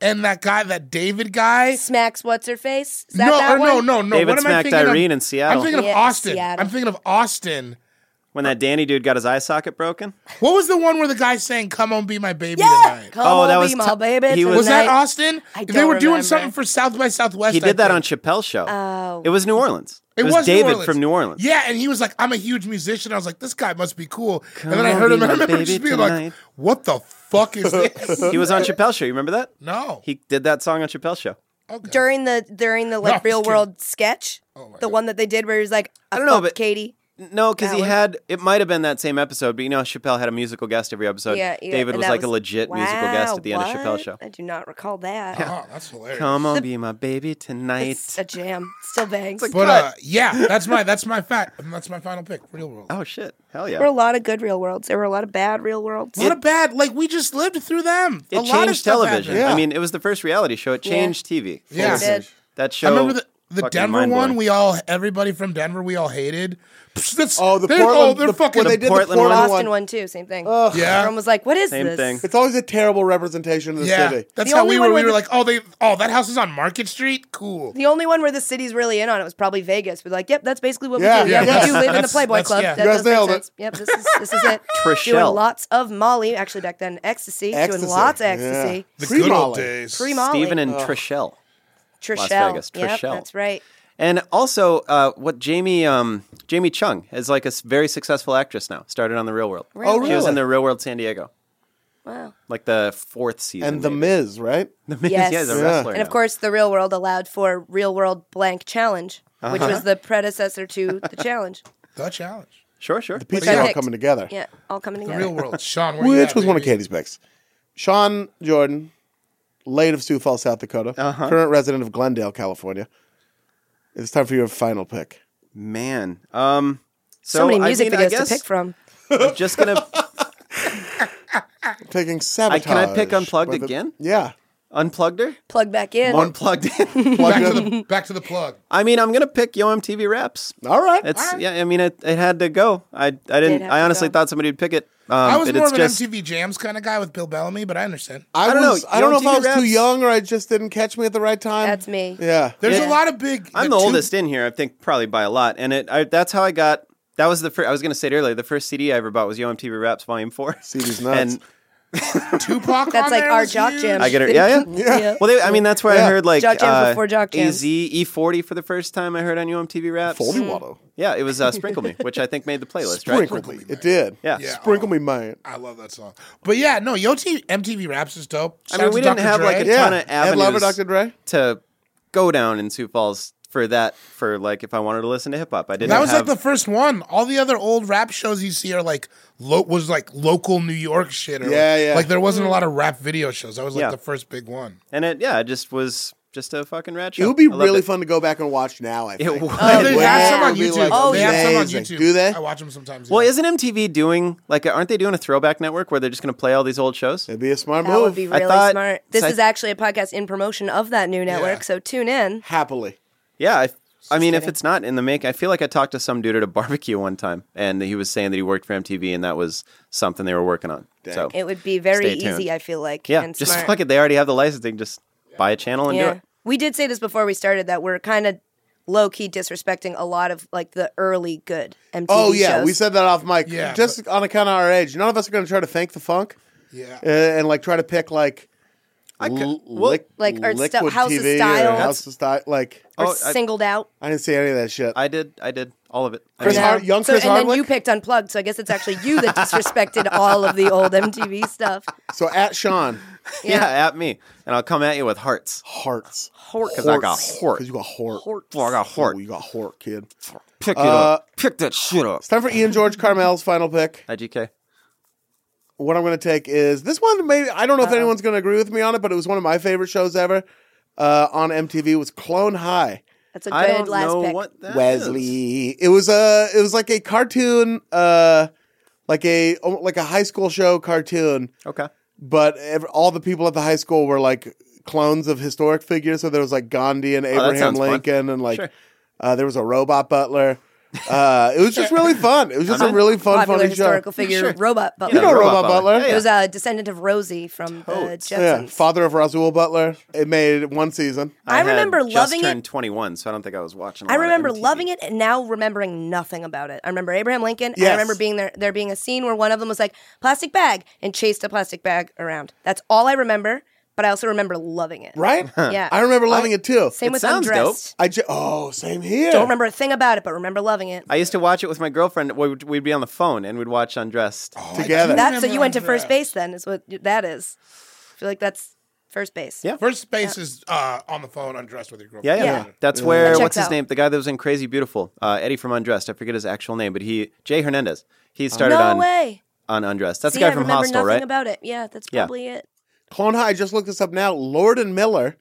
and that guy, that David guy.
smacks what's her face. Is that
No,
that
or no,
one?
no, no.
David
what am I
smacked
thinking of?
Irene in Seattle.
I'm thinking of
Yeah,
Austin.
Seattle.
I'm thinking of Austin.
when that Danny dude got his eye socket broken.
What was the one where the guy's saying, "Come on, be my baby
Yeah,
tonight"?
come
Oh,
on,
that
be
was
my
t-
baby.
he
tonight.
Was that
awesome?
Austin?
I
they
don't
were doing
remember.
something for South by Southwest.
He
I
did that
think.
on Chappelle's show.
Oh.
It was New Orleans. It, was,
New
David
Orleans.
from New Orleans.
Yeah, and he was like, "I'm a huge musician." I was like, "This guy must be cool." and then I
on,
heard
be
him, and I
my
remember
baby
just being like,
tonight.
"What the fuck is this?"
He was on Chappelle's show. You remember that?
no.
He did that song on Chappelle's show.
okay.
during the during the
No, I'm
like
just
real
kidding.
world sketch?
Oh my
the one that they did where he was like, I,
don't know,
fucked
but-
Katie.
No, because
That
he
one?
had it might have been that same episode, but you know Chappelle had a musical guest every episode.
Yeah, yeah,
David
and
was
that
like a legit musical guest at the
wow,
end of Chappelle's
what?
show.
I do not recall that.
Oh, that's hilarious.
Come on, be my baby
It's
tonight.
a jam. Still bangs.
But uh, yeah, that's my that's my fat that's my final pick. Real world.
Oh shit, hell
there were a
yeah!
lot of good real worlds. There were a lot of bad real worlds.
What a bad like we just lived through them. a
It
lot of
changed
stuff
television.
happened.
I mean, it was the first reality show. It changed TV.
Yeah.
It did.
That show.
I remember the, the
fucking
Denver
mind-blowing.
one. We all everybody from Denver we all hated. Psh, that's-
Oh, the
they're,
Portland.
Oh, they're
the,
fucking.
when they did
Portland
the
one.
Portland
Boston one too, same thing.
Ugh.
Everyone
yeah.
was like, "What is
Same
this?"
thing.
It's always a terrible representation of the
Yeah,
city.
that's
The
how
only
we
one
were.
where
We were
the-
like, "Oh, they, oh, that house is on Market Street. Cool."
The only one where the city's really in on it was probably Vegas. We're like, "Yep, that's basically what
Yeah,
we do.
yeah,
Yeah,
that's-
we do live in the
that's-
Playboy
that's-
Club.
yeah.
That
You guys
does make
nailed it.
sense. Yep, this is this is it.
Trishelle.
Doing lots of Molly. Actually, back then, ecstasy.
Ecstasy.
Doing lots of
Yeah.
ecstasy.
The
Free
good old
Molly.
days.
Free Molly.
Steven and Trishelle.
Trishelle.
Las Vegas,
Yep,
Trishelle.
that's right.
And also, uh, what Jamie um, Jamie Chung is like a s- very successful actress now. Started on The Real World.
Really? Oh,
She was
really?
in The Real World San Diego,
Wow.
like the fourth season.
and the
maybe.
Miz, right?
The Miz,
Yes.
yeah, he's a
Yeah.
wrestler.
And of
now.
course, the real world allowed for real world blank challenge, which
Uh-huh.
was the predecessor to the challenge.
The challenge.
sure, sure.
Pieces
I
are all
picked.
coming together.
Yeah, all coming
The
together.
real world. Sean, where you
Which
at,
was one of
baby?
Katie's picks. Sean Jordan, late of Sioux Falls, South Dakota,
Uh-huh.
current resident of Glendale, California. It's time for your final pick.
Man, um, so,
so, many music
I mean, I
videos
guess
to pick from.
I'm just gonna
I'm taking sabotage.
can I pick Unplugged
By the-
again?
Yeah.
unplugged her,
Plug back in.
unplugged in.
Back to the back to the plug.
I mean, I'm gonna pick Yo MTV Raps.
All right.
It's yeah. I mean, it, it had to go. I I didn't.
have
I
to
honestly
go.
thought somebody would pick it. Um,
I was
but
more
it's
of an
just,
MTV Jams kind of guy with Bill Bellamy, but I understand.
I,
I don't
was,
know.
I don't know if I
Young
was
TV
too
raps?
young or I just didn't catch me at the right time.
That's me.
Yeah.
There's
Yeah.
a lot of big.
I'm the
two-
oldest in here. I think probably by a lot. And it I, that's how I got. That was the first. I was gonna say it earlier. The first CD I ever bought was Yo MTV Raps Volume Four.
CD's nuts.
And
Tupac.
That's
on
like
there
our
was
jock
huge.
jam.
I get it. Yeah, yeah.
Yeah.
Well, they, I mean, that's where
Yeah.
I heard like
Jock Jams
uh,
before Jock Jams.
AZ E40 for the first time. I heard on UMTV Raps.
E
40
Mm.
Waddle.
Yeah, it was uh, Sprinkle Me, which I think made the playlist.
Sprinkle
Right?
me. It did.
Yeah.
Yeah.
Sprinkle me, man.
I love that song. But yeah, no, Yo T- MTV Raps is dope.
I
Shout out
mean, we
to
didn't
Dr.
have
Dre.
like a
Yeah.
ton of
Ed Lover,
avenues
Dr. Dre.
to go down in Sioux Falls for that. For like, if I wanted to listen to hip hop, I didn't.
That was
have,
like the first one. All the other old rap shows you see are like lo- was like local New York shit. Or
Yeah, yeah.
Like there wasn't a
Mm.
lot of rap video shows. That was like
Yeah.
the first big one.
and it yeah, it just was just a fucking rat show.
It would be
I loved
really
it.
fun to go back and watch now, I think.
It was.
Like, they
Oh, yeah. Oh,
have Oh, some on
It'd be
YouTube.
like
they have some on
amazing.
YouTube.
Do they?
I watch them sometimes.
Well,
yeah.
isn't MTV doing like? Aren't they doing a throwback network where they're just going to play all these old shows?
It'd be a smart
That
move.
would be really
thought-
smart. This
so I-
is actually a podcast in promotion of that new network, so tune in.
Happily.
Yeah, I, I mean, if
kidding.
it's not in the make, I feel like I talked to some dude at a barbecue one time, and he was saying that he worked for MTV, and that was something they were working on. So
It would be very
Stay tuned.
easy, I feel like.
yeah,
and
just
smart.
fuck it. They already have the licensing. Just buy a channel and do
Yeah.
it.
We did say this before we started that we're kind of low key disrespecting a lot of like the early good MTV
Oh, yeah.
shows.
We said that off mic.
Yeah,
Just on account of our age. None of us are going to try to thank the funk
yeah.
uh, and like try to pick like. I
could-
li-
well-
Like, or
liquid
st- House of
TV
Style.
Or house of style. Like,
or
Oh, I-
singled out.
I didn't see any of that shit.
I did. I did all of it. I
Chris
mean,
Hard- young
so,
Chris
and
Hardwick?
then you picked unplugged, so I guess it's actually you that disrespected all of the old MTV stuff.
so at Sean,
yeah. at me, and I'll come at you with hearts.
hearts.
Because I got hort.
Because you got hort.
Well, I got hort.
Oh, you got hort, kid.
Pick it
Uh,
up. Pick that shit up.
It's time for Ian George Carmel's final pick.
IGK.
What I'm going to take is this one. Maybe I don't know
Uh-huh.
if anyone's going to agree with me on it, but it was one of my favorite shows ever uh, on MTV. Was Clone High.
That's a
I
good
don't
last
know
pick.
what that is.
Wesley. It was a it was like a cartoon, uh, like a oh, like a high school show cartoon.
Okay.
But ev all the people at the high school were like clones of historic figures. So there was like Gandhi and Abraham
Oh, sounds fun.
Lincoln, and like
Sure.
uh, there was a robot butler. Uh, it was just really fun. It was just a really fun,
Popular
funny
historical
show.
figure, Robot Butler.
You know Robot, Butler.
Yeah,
It
yeah.
was a descendant of Rosie from the
Yeah,
Jetsons.
father of Roswell Butler. It made one season.
I
had
remember
just
loving it.
turned 21, so I don't think I was watching. I
I remember loving it and now remembering nothing about it. I remember Abraham Lincoln. And I
Yes.
remember being there there being a scene where one of them was like plastic bag and chased a plastic bag around. That's all I remember, but I also remember loving it.
Right?
Yeah.
I remember loving it too.
Same
It
with
sounds
undressed.
I ju- oh, same here.
Don't remember a thing about it, but remember loving it.
I used to watch it with my girlfriend. We would- We'd be on the phone and we'd watch Undressed.
together.
That so
Oh, remember
you went to
on
first
draft.
base then is what that is. I feel like that's first base.
Yeah.
First space is uh, on the phone, undressed with your girlfriend.
Yeah,
Yeah.
yeah, That's where
That
what's
checks
his
out.
name? The guy that was in Crazy Beautiful, uh, Eddie from Undressed. I forget his actual name, but he Jay Hernandez.
Oh.
He started
No
on
way.
on Undressed. That's
See,
the
I
guy from
remember
Hostel,
nothing
right?
about it. Yeah, that's
Yeah.
probably it.
Clone High. I just looked this up now. Lord and Miller,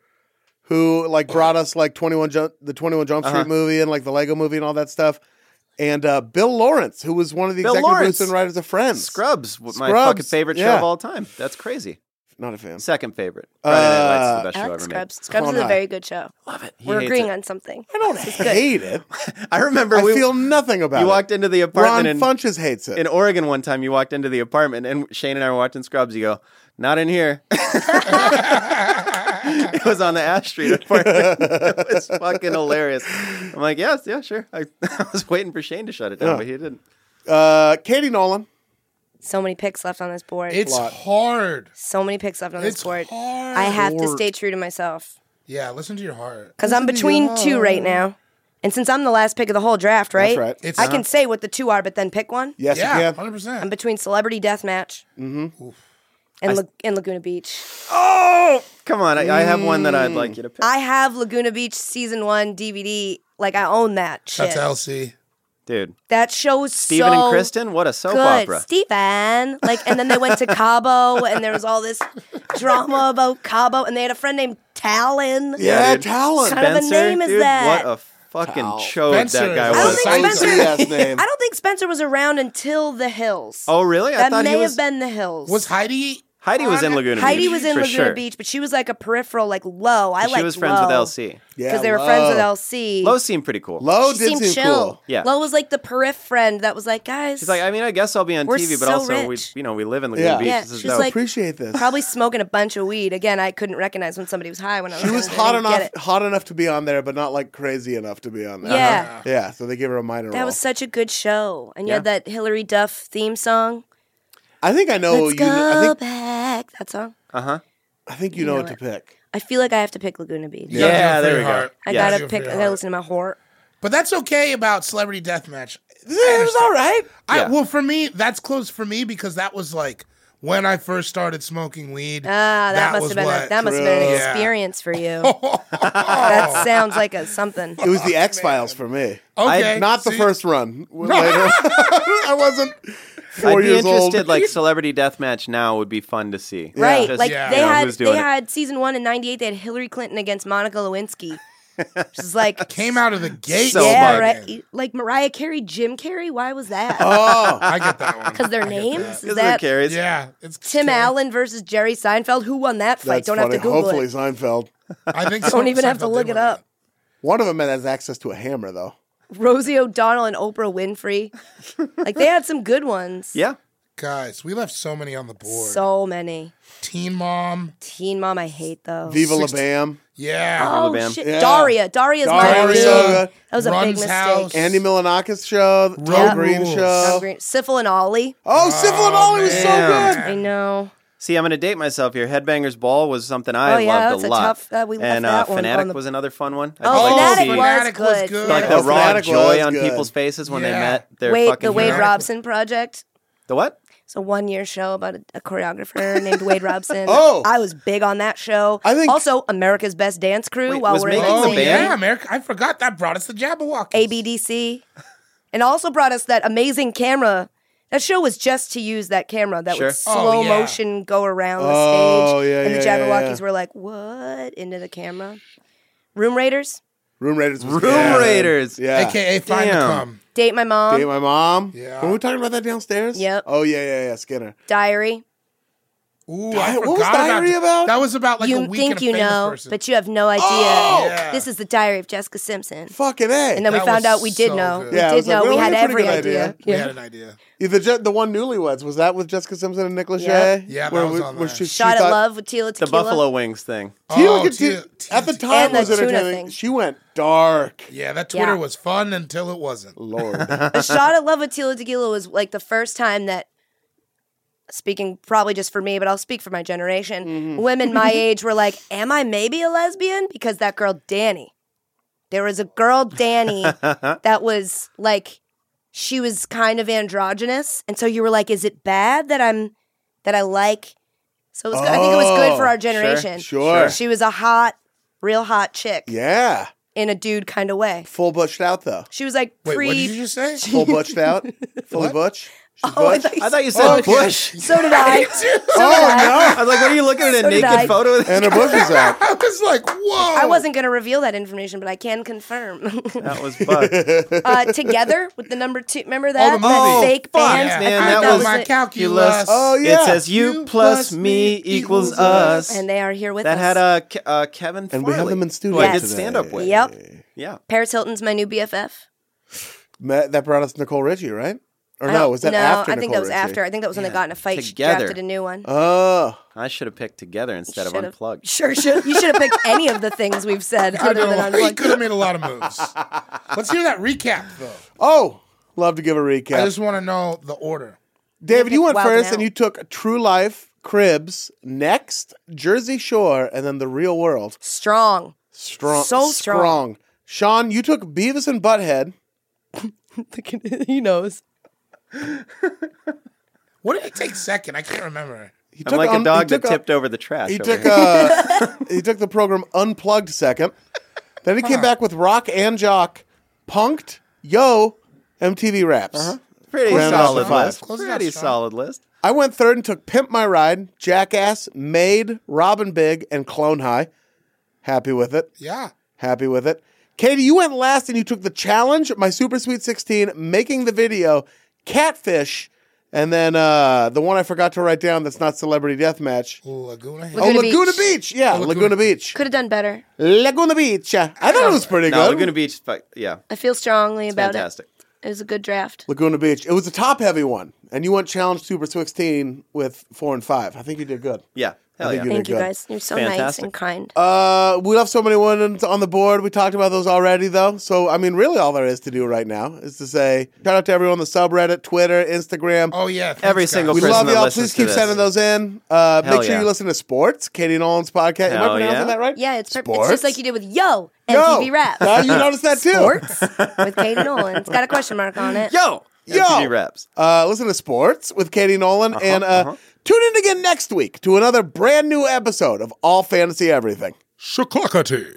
who like brought us like twenty one Jump, the Twenty One Jump Street
Uh-huh.
movie and like the Lego movie and all that stuff, and uh, Bill Lawrence, who was one of the
Bill
executive
Lawrence.
producers and writers of Friends.
Scrubs, w- my
Scrubs,
fucking favorite show
yeah.
of all time. That's crazy.
Not a fan.
Second favorite. Friday Night Lights is
Uh,
the best
I
show
like
ever
Scrubs. Scrubs
Come
is a
on.
very good show.
made. He
We're
hates
agreeing
it.
on something.
I don't hate it.
I remember
I
we
feel nothing about
you
it.
walked into the
Ron
apartment in,
Funches hates it.
in Oregon one time. You walked into the apartment and Shane and I were watching Scrubs. You go, not in here. it was on the Ash Street apartment. it was fucking hilarious. I'm like, yes, yeah, sure. I, I was waiting for Shane to shut it down, but he didn't.
uh, Katie Nolan.
So many picks left on this board.
It's hard.
so many picks left on
It's
this board.
hard.
I have to stay true to myself
Yeah, listen to your heart.
because I'm between two right now. And since I'm the last pick of the whole draft, right?
right.
It's-
I can say what the two are, but then pick one.
Yes,
Yeah,
you can.
hundred
I'm
percent.
between Celebrity Deathmatch
Mm-hmm.
and, La- and Laguna Beach.
Come on, I, I have one that I'd like you to pick.
I have Laguna Beach season one DVD. Like I own that shit.
That's LC.
Dude,
That show is
Steven
so
and Kristen, what a soap
good.
opera.
Steven. Like, and then they went to Cabo, and there was all this drama about Cabo, and they had a friend named Talon.
Yeah,
dude.
talent.
Son of a name is
dude,
that?
What a fucking
Wow.
chode
Spencer
Oh, that guy
is-
was.
I don't think
Fancy
Spencer-
ass name.
I don't think Spencer was around until The Hills.
oh, really? I
that
thought
may
he was.
have been The Hills.
Was Heidi?
Heidi was
on
in
it?
Laguna
Heidi
Beach.
was in
for
Laguna
sure.
Beach, but she was like a peripheral, like low. I
she
like
was friends with LC.
because they were friends with LC.
Low seemed pretty cool.
Low
she
did
seemed
seem
chill.
cool.
Yeah.
Low was like the periph friend that was like, guys,
She's like, I mean, I guess I'll be on
We're
TV, but
so
also we,
rich.
you know, we live in Laguna
Yeah.
Beach.
Yeah,
this is
she's
dope.
like-
Appreciate this.
probably smoking a bunch of weed. Again, I couldn't recognize when somebody was high when I was.
She was
I
hot
didn't get
enough,
it.
hot enough to be on there, but not like crazy enough to be on there.
Yeah.
Yeah, so they gave her a minor
That
role.
was such a good show. And you had
Yeah.
that Hillary Duff theme song.
I think I know
Let's
Oh, you.
go
I think
back. That song.
uh huh.
I think you know,
know
what to
it.
pick.
I feel like I have to pick Laguna Beach.
You gotta
Yeah,
do it for
there
your
we go.
heart.
I
Yeah.
gotta
do it for
pick.
your
I gotta
heart.
listen to my horror.
But that's okay about Celebrity Deathmatch.
It was all right.
I,
Yeah.
Well, for me, that's close for me because that was like when I first started smoking weed.
Ah, that, must
was
have been a,
what-
that must have been an
True. Yeah.
experience for you. that sounds like a something.
It was the X Files for me.
okay.
Not the
see?
first run. Later, I wasn't 4
I'd be
years old.
interested. Like celebrity deathmatch now would be fun to see.
Right,
Just,
like
Yeah.
they
you know,
had
who's doing
they
it.
had season one in '98. They had Hillary Clinton against Monica Lewinsky. She's like
Came out of the gate.
So
yeah,
much.
swinging.
right. e, Like Mariah Carey, Jim Carey. Why was that?
oh,
I get that one.
Because their
I get
names
that.
is
Because who
that
cares?
Yeah, it's
Tim
okay.
Allen versus Jerry Seinfeld. Who won that fight?
that's
Don't
funny.
have to Google
Hopefully,
it.
Seinfeld.
I think
Don't even have to look it up.
One of them has access to a hammer, though.
Rosie O'Donnell and Oprah Winfrey. like they had some good ones.
Yeah.
Guys, we left so many on the board.
So many.
Teen Mom.
Teen Mom, I hate those.
Viva La
Sixty-
Bam,
Yeah.
oh
Bam.
shit,
Yeah.
Daria. Daria's my
Daria.
big.
Daria.
That was a big
Run's
mistake.
House.
Andy Milanakis show, Tom
Yeah.
Green
Rules.
Tom
show.
Green- Oh, Syphil and Ollie.
Oh, Syphil and Ollie was so
man.
good.
I know.
See, I'm going to date myself here. Headbangers Ball was something I
Oh, yeah,
loved
that's a
a lot.
tough- that- we left
and
that
uh,
one on
Fanatic
the-
was another fun one. I'd
Oh,
like to
Fanatic
see,
Fanatic
was
was
good.
good.
like
Fanatic
the
was
raw
Fanatic was
joy on
good.
people's faces when they
Yeah.
met their
Wade,
fucking
the Wade
hero.
Robson Project.
The what?
It's a one-year show about a, a choreographer named Wade Robson.
Oh.
I was big on that show.
I think-
also America's Best Dance Crew.
Wait,
while
was
we're
Megan
in
the
Oh
Singing.
band?
yeah, America. I forgot that brought us the Jabberwock.
ABDC, and also brought us that amazing camera. That show was just to use that camera that
Sure.
would slow
Oh, yeah.
motion go around the
Oh,
stage,
yeah,
and the
yeah, yeah,
Jabberwockies
yeah.
were like, "What?" into the camera. Room Raiders,
Room Raiders. Was
Room
good.
Raiders.
Yeah.
AKA Find
Damn.
the Cum.
Date my mom.
Date my mom.
Yeah.
Were we talking about that downstairs?
Yep.
Oh yeah, yeah, yeah. Skinner.
diary.
Ooh,
Di-
I
what was
forgot
Diary
that.
about?
That was about like a
you
week
think
in a
you
famous
know,
person.
but you have no idea.
Oh!
Yeah.
This is the diary of Jessica Simpson.
Fucking a.
And then we
That
found
was
out we did
so
know.
good.
We
Yeah,
I
did
was like,
know.
well,
we
we
had
had a pretty
every
good
idea.
idea.
we
Yeah.
had an idea.
Yeah, the Je- the one Newlyweds was that with Jessica Simpson and Nicholas
Yeah.
Lachey?
Yeah, that
Where
was
we-
on
where
there.
she- she
Shot at
thought-
love with Tila
The
Tequila.
Buffalo Wings thing.
Tila
Oh,
could do-
Tila- Tila-
at the
Tila-
time
And the
was
tuna
entertaining.
thing.
She went dark.
Yeah, that Twitter
Yeah.
was fun until it wasn't.
Lord.
a shot at love with Tila Tequila was like the first time that, speaking probably just for me, but I'll speak for my generation,
Mm-hmm.
women my age were like, "Am I maybe a lesbian?" Because that girl Danny, there was a girl Danny that was like, she was kind of androgynous, and so you were like, "Is it bad that I'm that I like?" So it was, I think it was good for our generation.
Oh, sure.
she was a hot, real hot chick
yeah.
in a dude kind of way.
Full butched out though.
She was like
Wait,
pre.
what did you just say?
Full butched out. Fully butch. She's
Oh, I
butch.
thought you
I thought you said
Oh, okay.
Bush.
So did I. so did
Oh,
I.
I was like, what are you looking at? A
So did
naked
I.
photo of
and her bush is out.
I was like, whoa.
I wasn't going to reveal that information, but I can confirm.
That was Buck. Man,
uh, together with the number two. Remember
Oh,
that?
the
that
movie.
fake
Fuck,
band.
yeah.
I thought
that,
know
was
my
it.
calculus.
Oh yeah.
It says you plus me equals us.
And they are here with
that
us.
had uh, Ke- uh, Kevin
And we have
Farley,
them in studio
who I did
today.
stand up with.
Yep.
Yeah.
Paris Hilton's my new BFF.
Ma- that brought us Nicole Richie, right? Or
I don't-
no? Was that
no,
after?
I think
Nicole
that was
Richie?
after. I think that was when they got in a fight.
Together.
She drafted a new one.
Oh,
I should have picked together instead of
Should've-
unplugged.
Sure, should you should have picked any of the things we've said other than
he
unplugged.
could have made a lot of moves. Let's hear that recap, though.
oh, love to give a recap.
I just want to know the order.
David, you
picked
went
Wild 'N
first, and
Out.
you took True Life, Cribs, next Jersey Shore, and then The Real World.
Strong.
Strong,
So strong.
Sean, you took Beavis and Butthead.
he knows.
What did he take second? I can't remember.
He
I'm like
un-
a
Um, he
dog that
took un-
tipped over the trash.
He
over
took
here.
uh, he took the program unplugged second. Then he came back with Rock and Jock, Punked, Yo, MTV Raps.
Uh-huh.
pretty
Grand
solid
National
list.
Close it out,
Pretty
Sean.
solid list.
I went third and took Pimp My Ride, Jackass, Maid, Robin Big, and Clone High. Happy with it.
Yeah.
Happy with it. Katie, you went last and you took the challenge, my Super Sweet 16, making the video, catfish, and then uh, the one I forgot to write down that's not Celebrity Deathmatch.
Laguna Hills.
Oh,
Laguna
Laguna Beach.
Beach.
Yeah,
Oh,
Laguna-
Laguna Beach.
Could have done better.
Laguna Beach. I thought it was pretty
No,
good.
Laguna Beach. fuck- Yeah,
I feel strongly about
fantastic.
it. It was a good draft.
Laguna Beach. It was a top heavy one, and you went challenge Super 16 with four and five. I think you did good.
Yeah, hell
think
yeah.
you
Thank you
good.
guys. You're so nice
Fantastic.
and kind.
Uh, we left so many ones on the board. We talked about those already, though. So, I mean, really, all there is to do right now is to say shout out to everyone on the subreddit, Twitter, Instagram.
Oh, yeah. thanks,
Every
guys.
single
we
person
love
that
y'all.
listens
Please keep
to this.
sending those in. Uh,
Hell
make sure
yeah.
you listen to Sports, Katie Nolan's podcast. Am I
Hell
pronouncing
yeah.
that right?
Yeah, it's per- it's
Sports?
just like you did with Yo and
Yo.
TV Raps.
Now you noticed that too.
Sports with Katie Nolan. It's got a question mark on it.
Yo,
Yo.
MTV Raps.
Uh, listen to Sports with Katie Nolan.
Uh-huh,
and uh, tune in again next week to another brand new episode of All Fantasy Everything.
Shaklakati.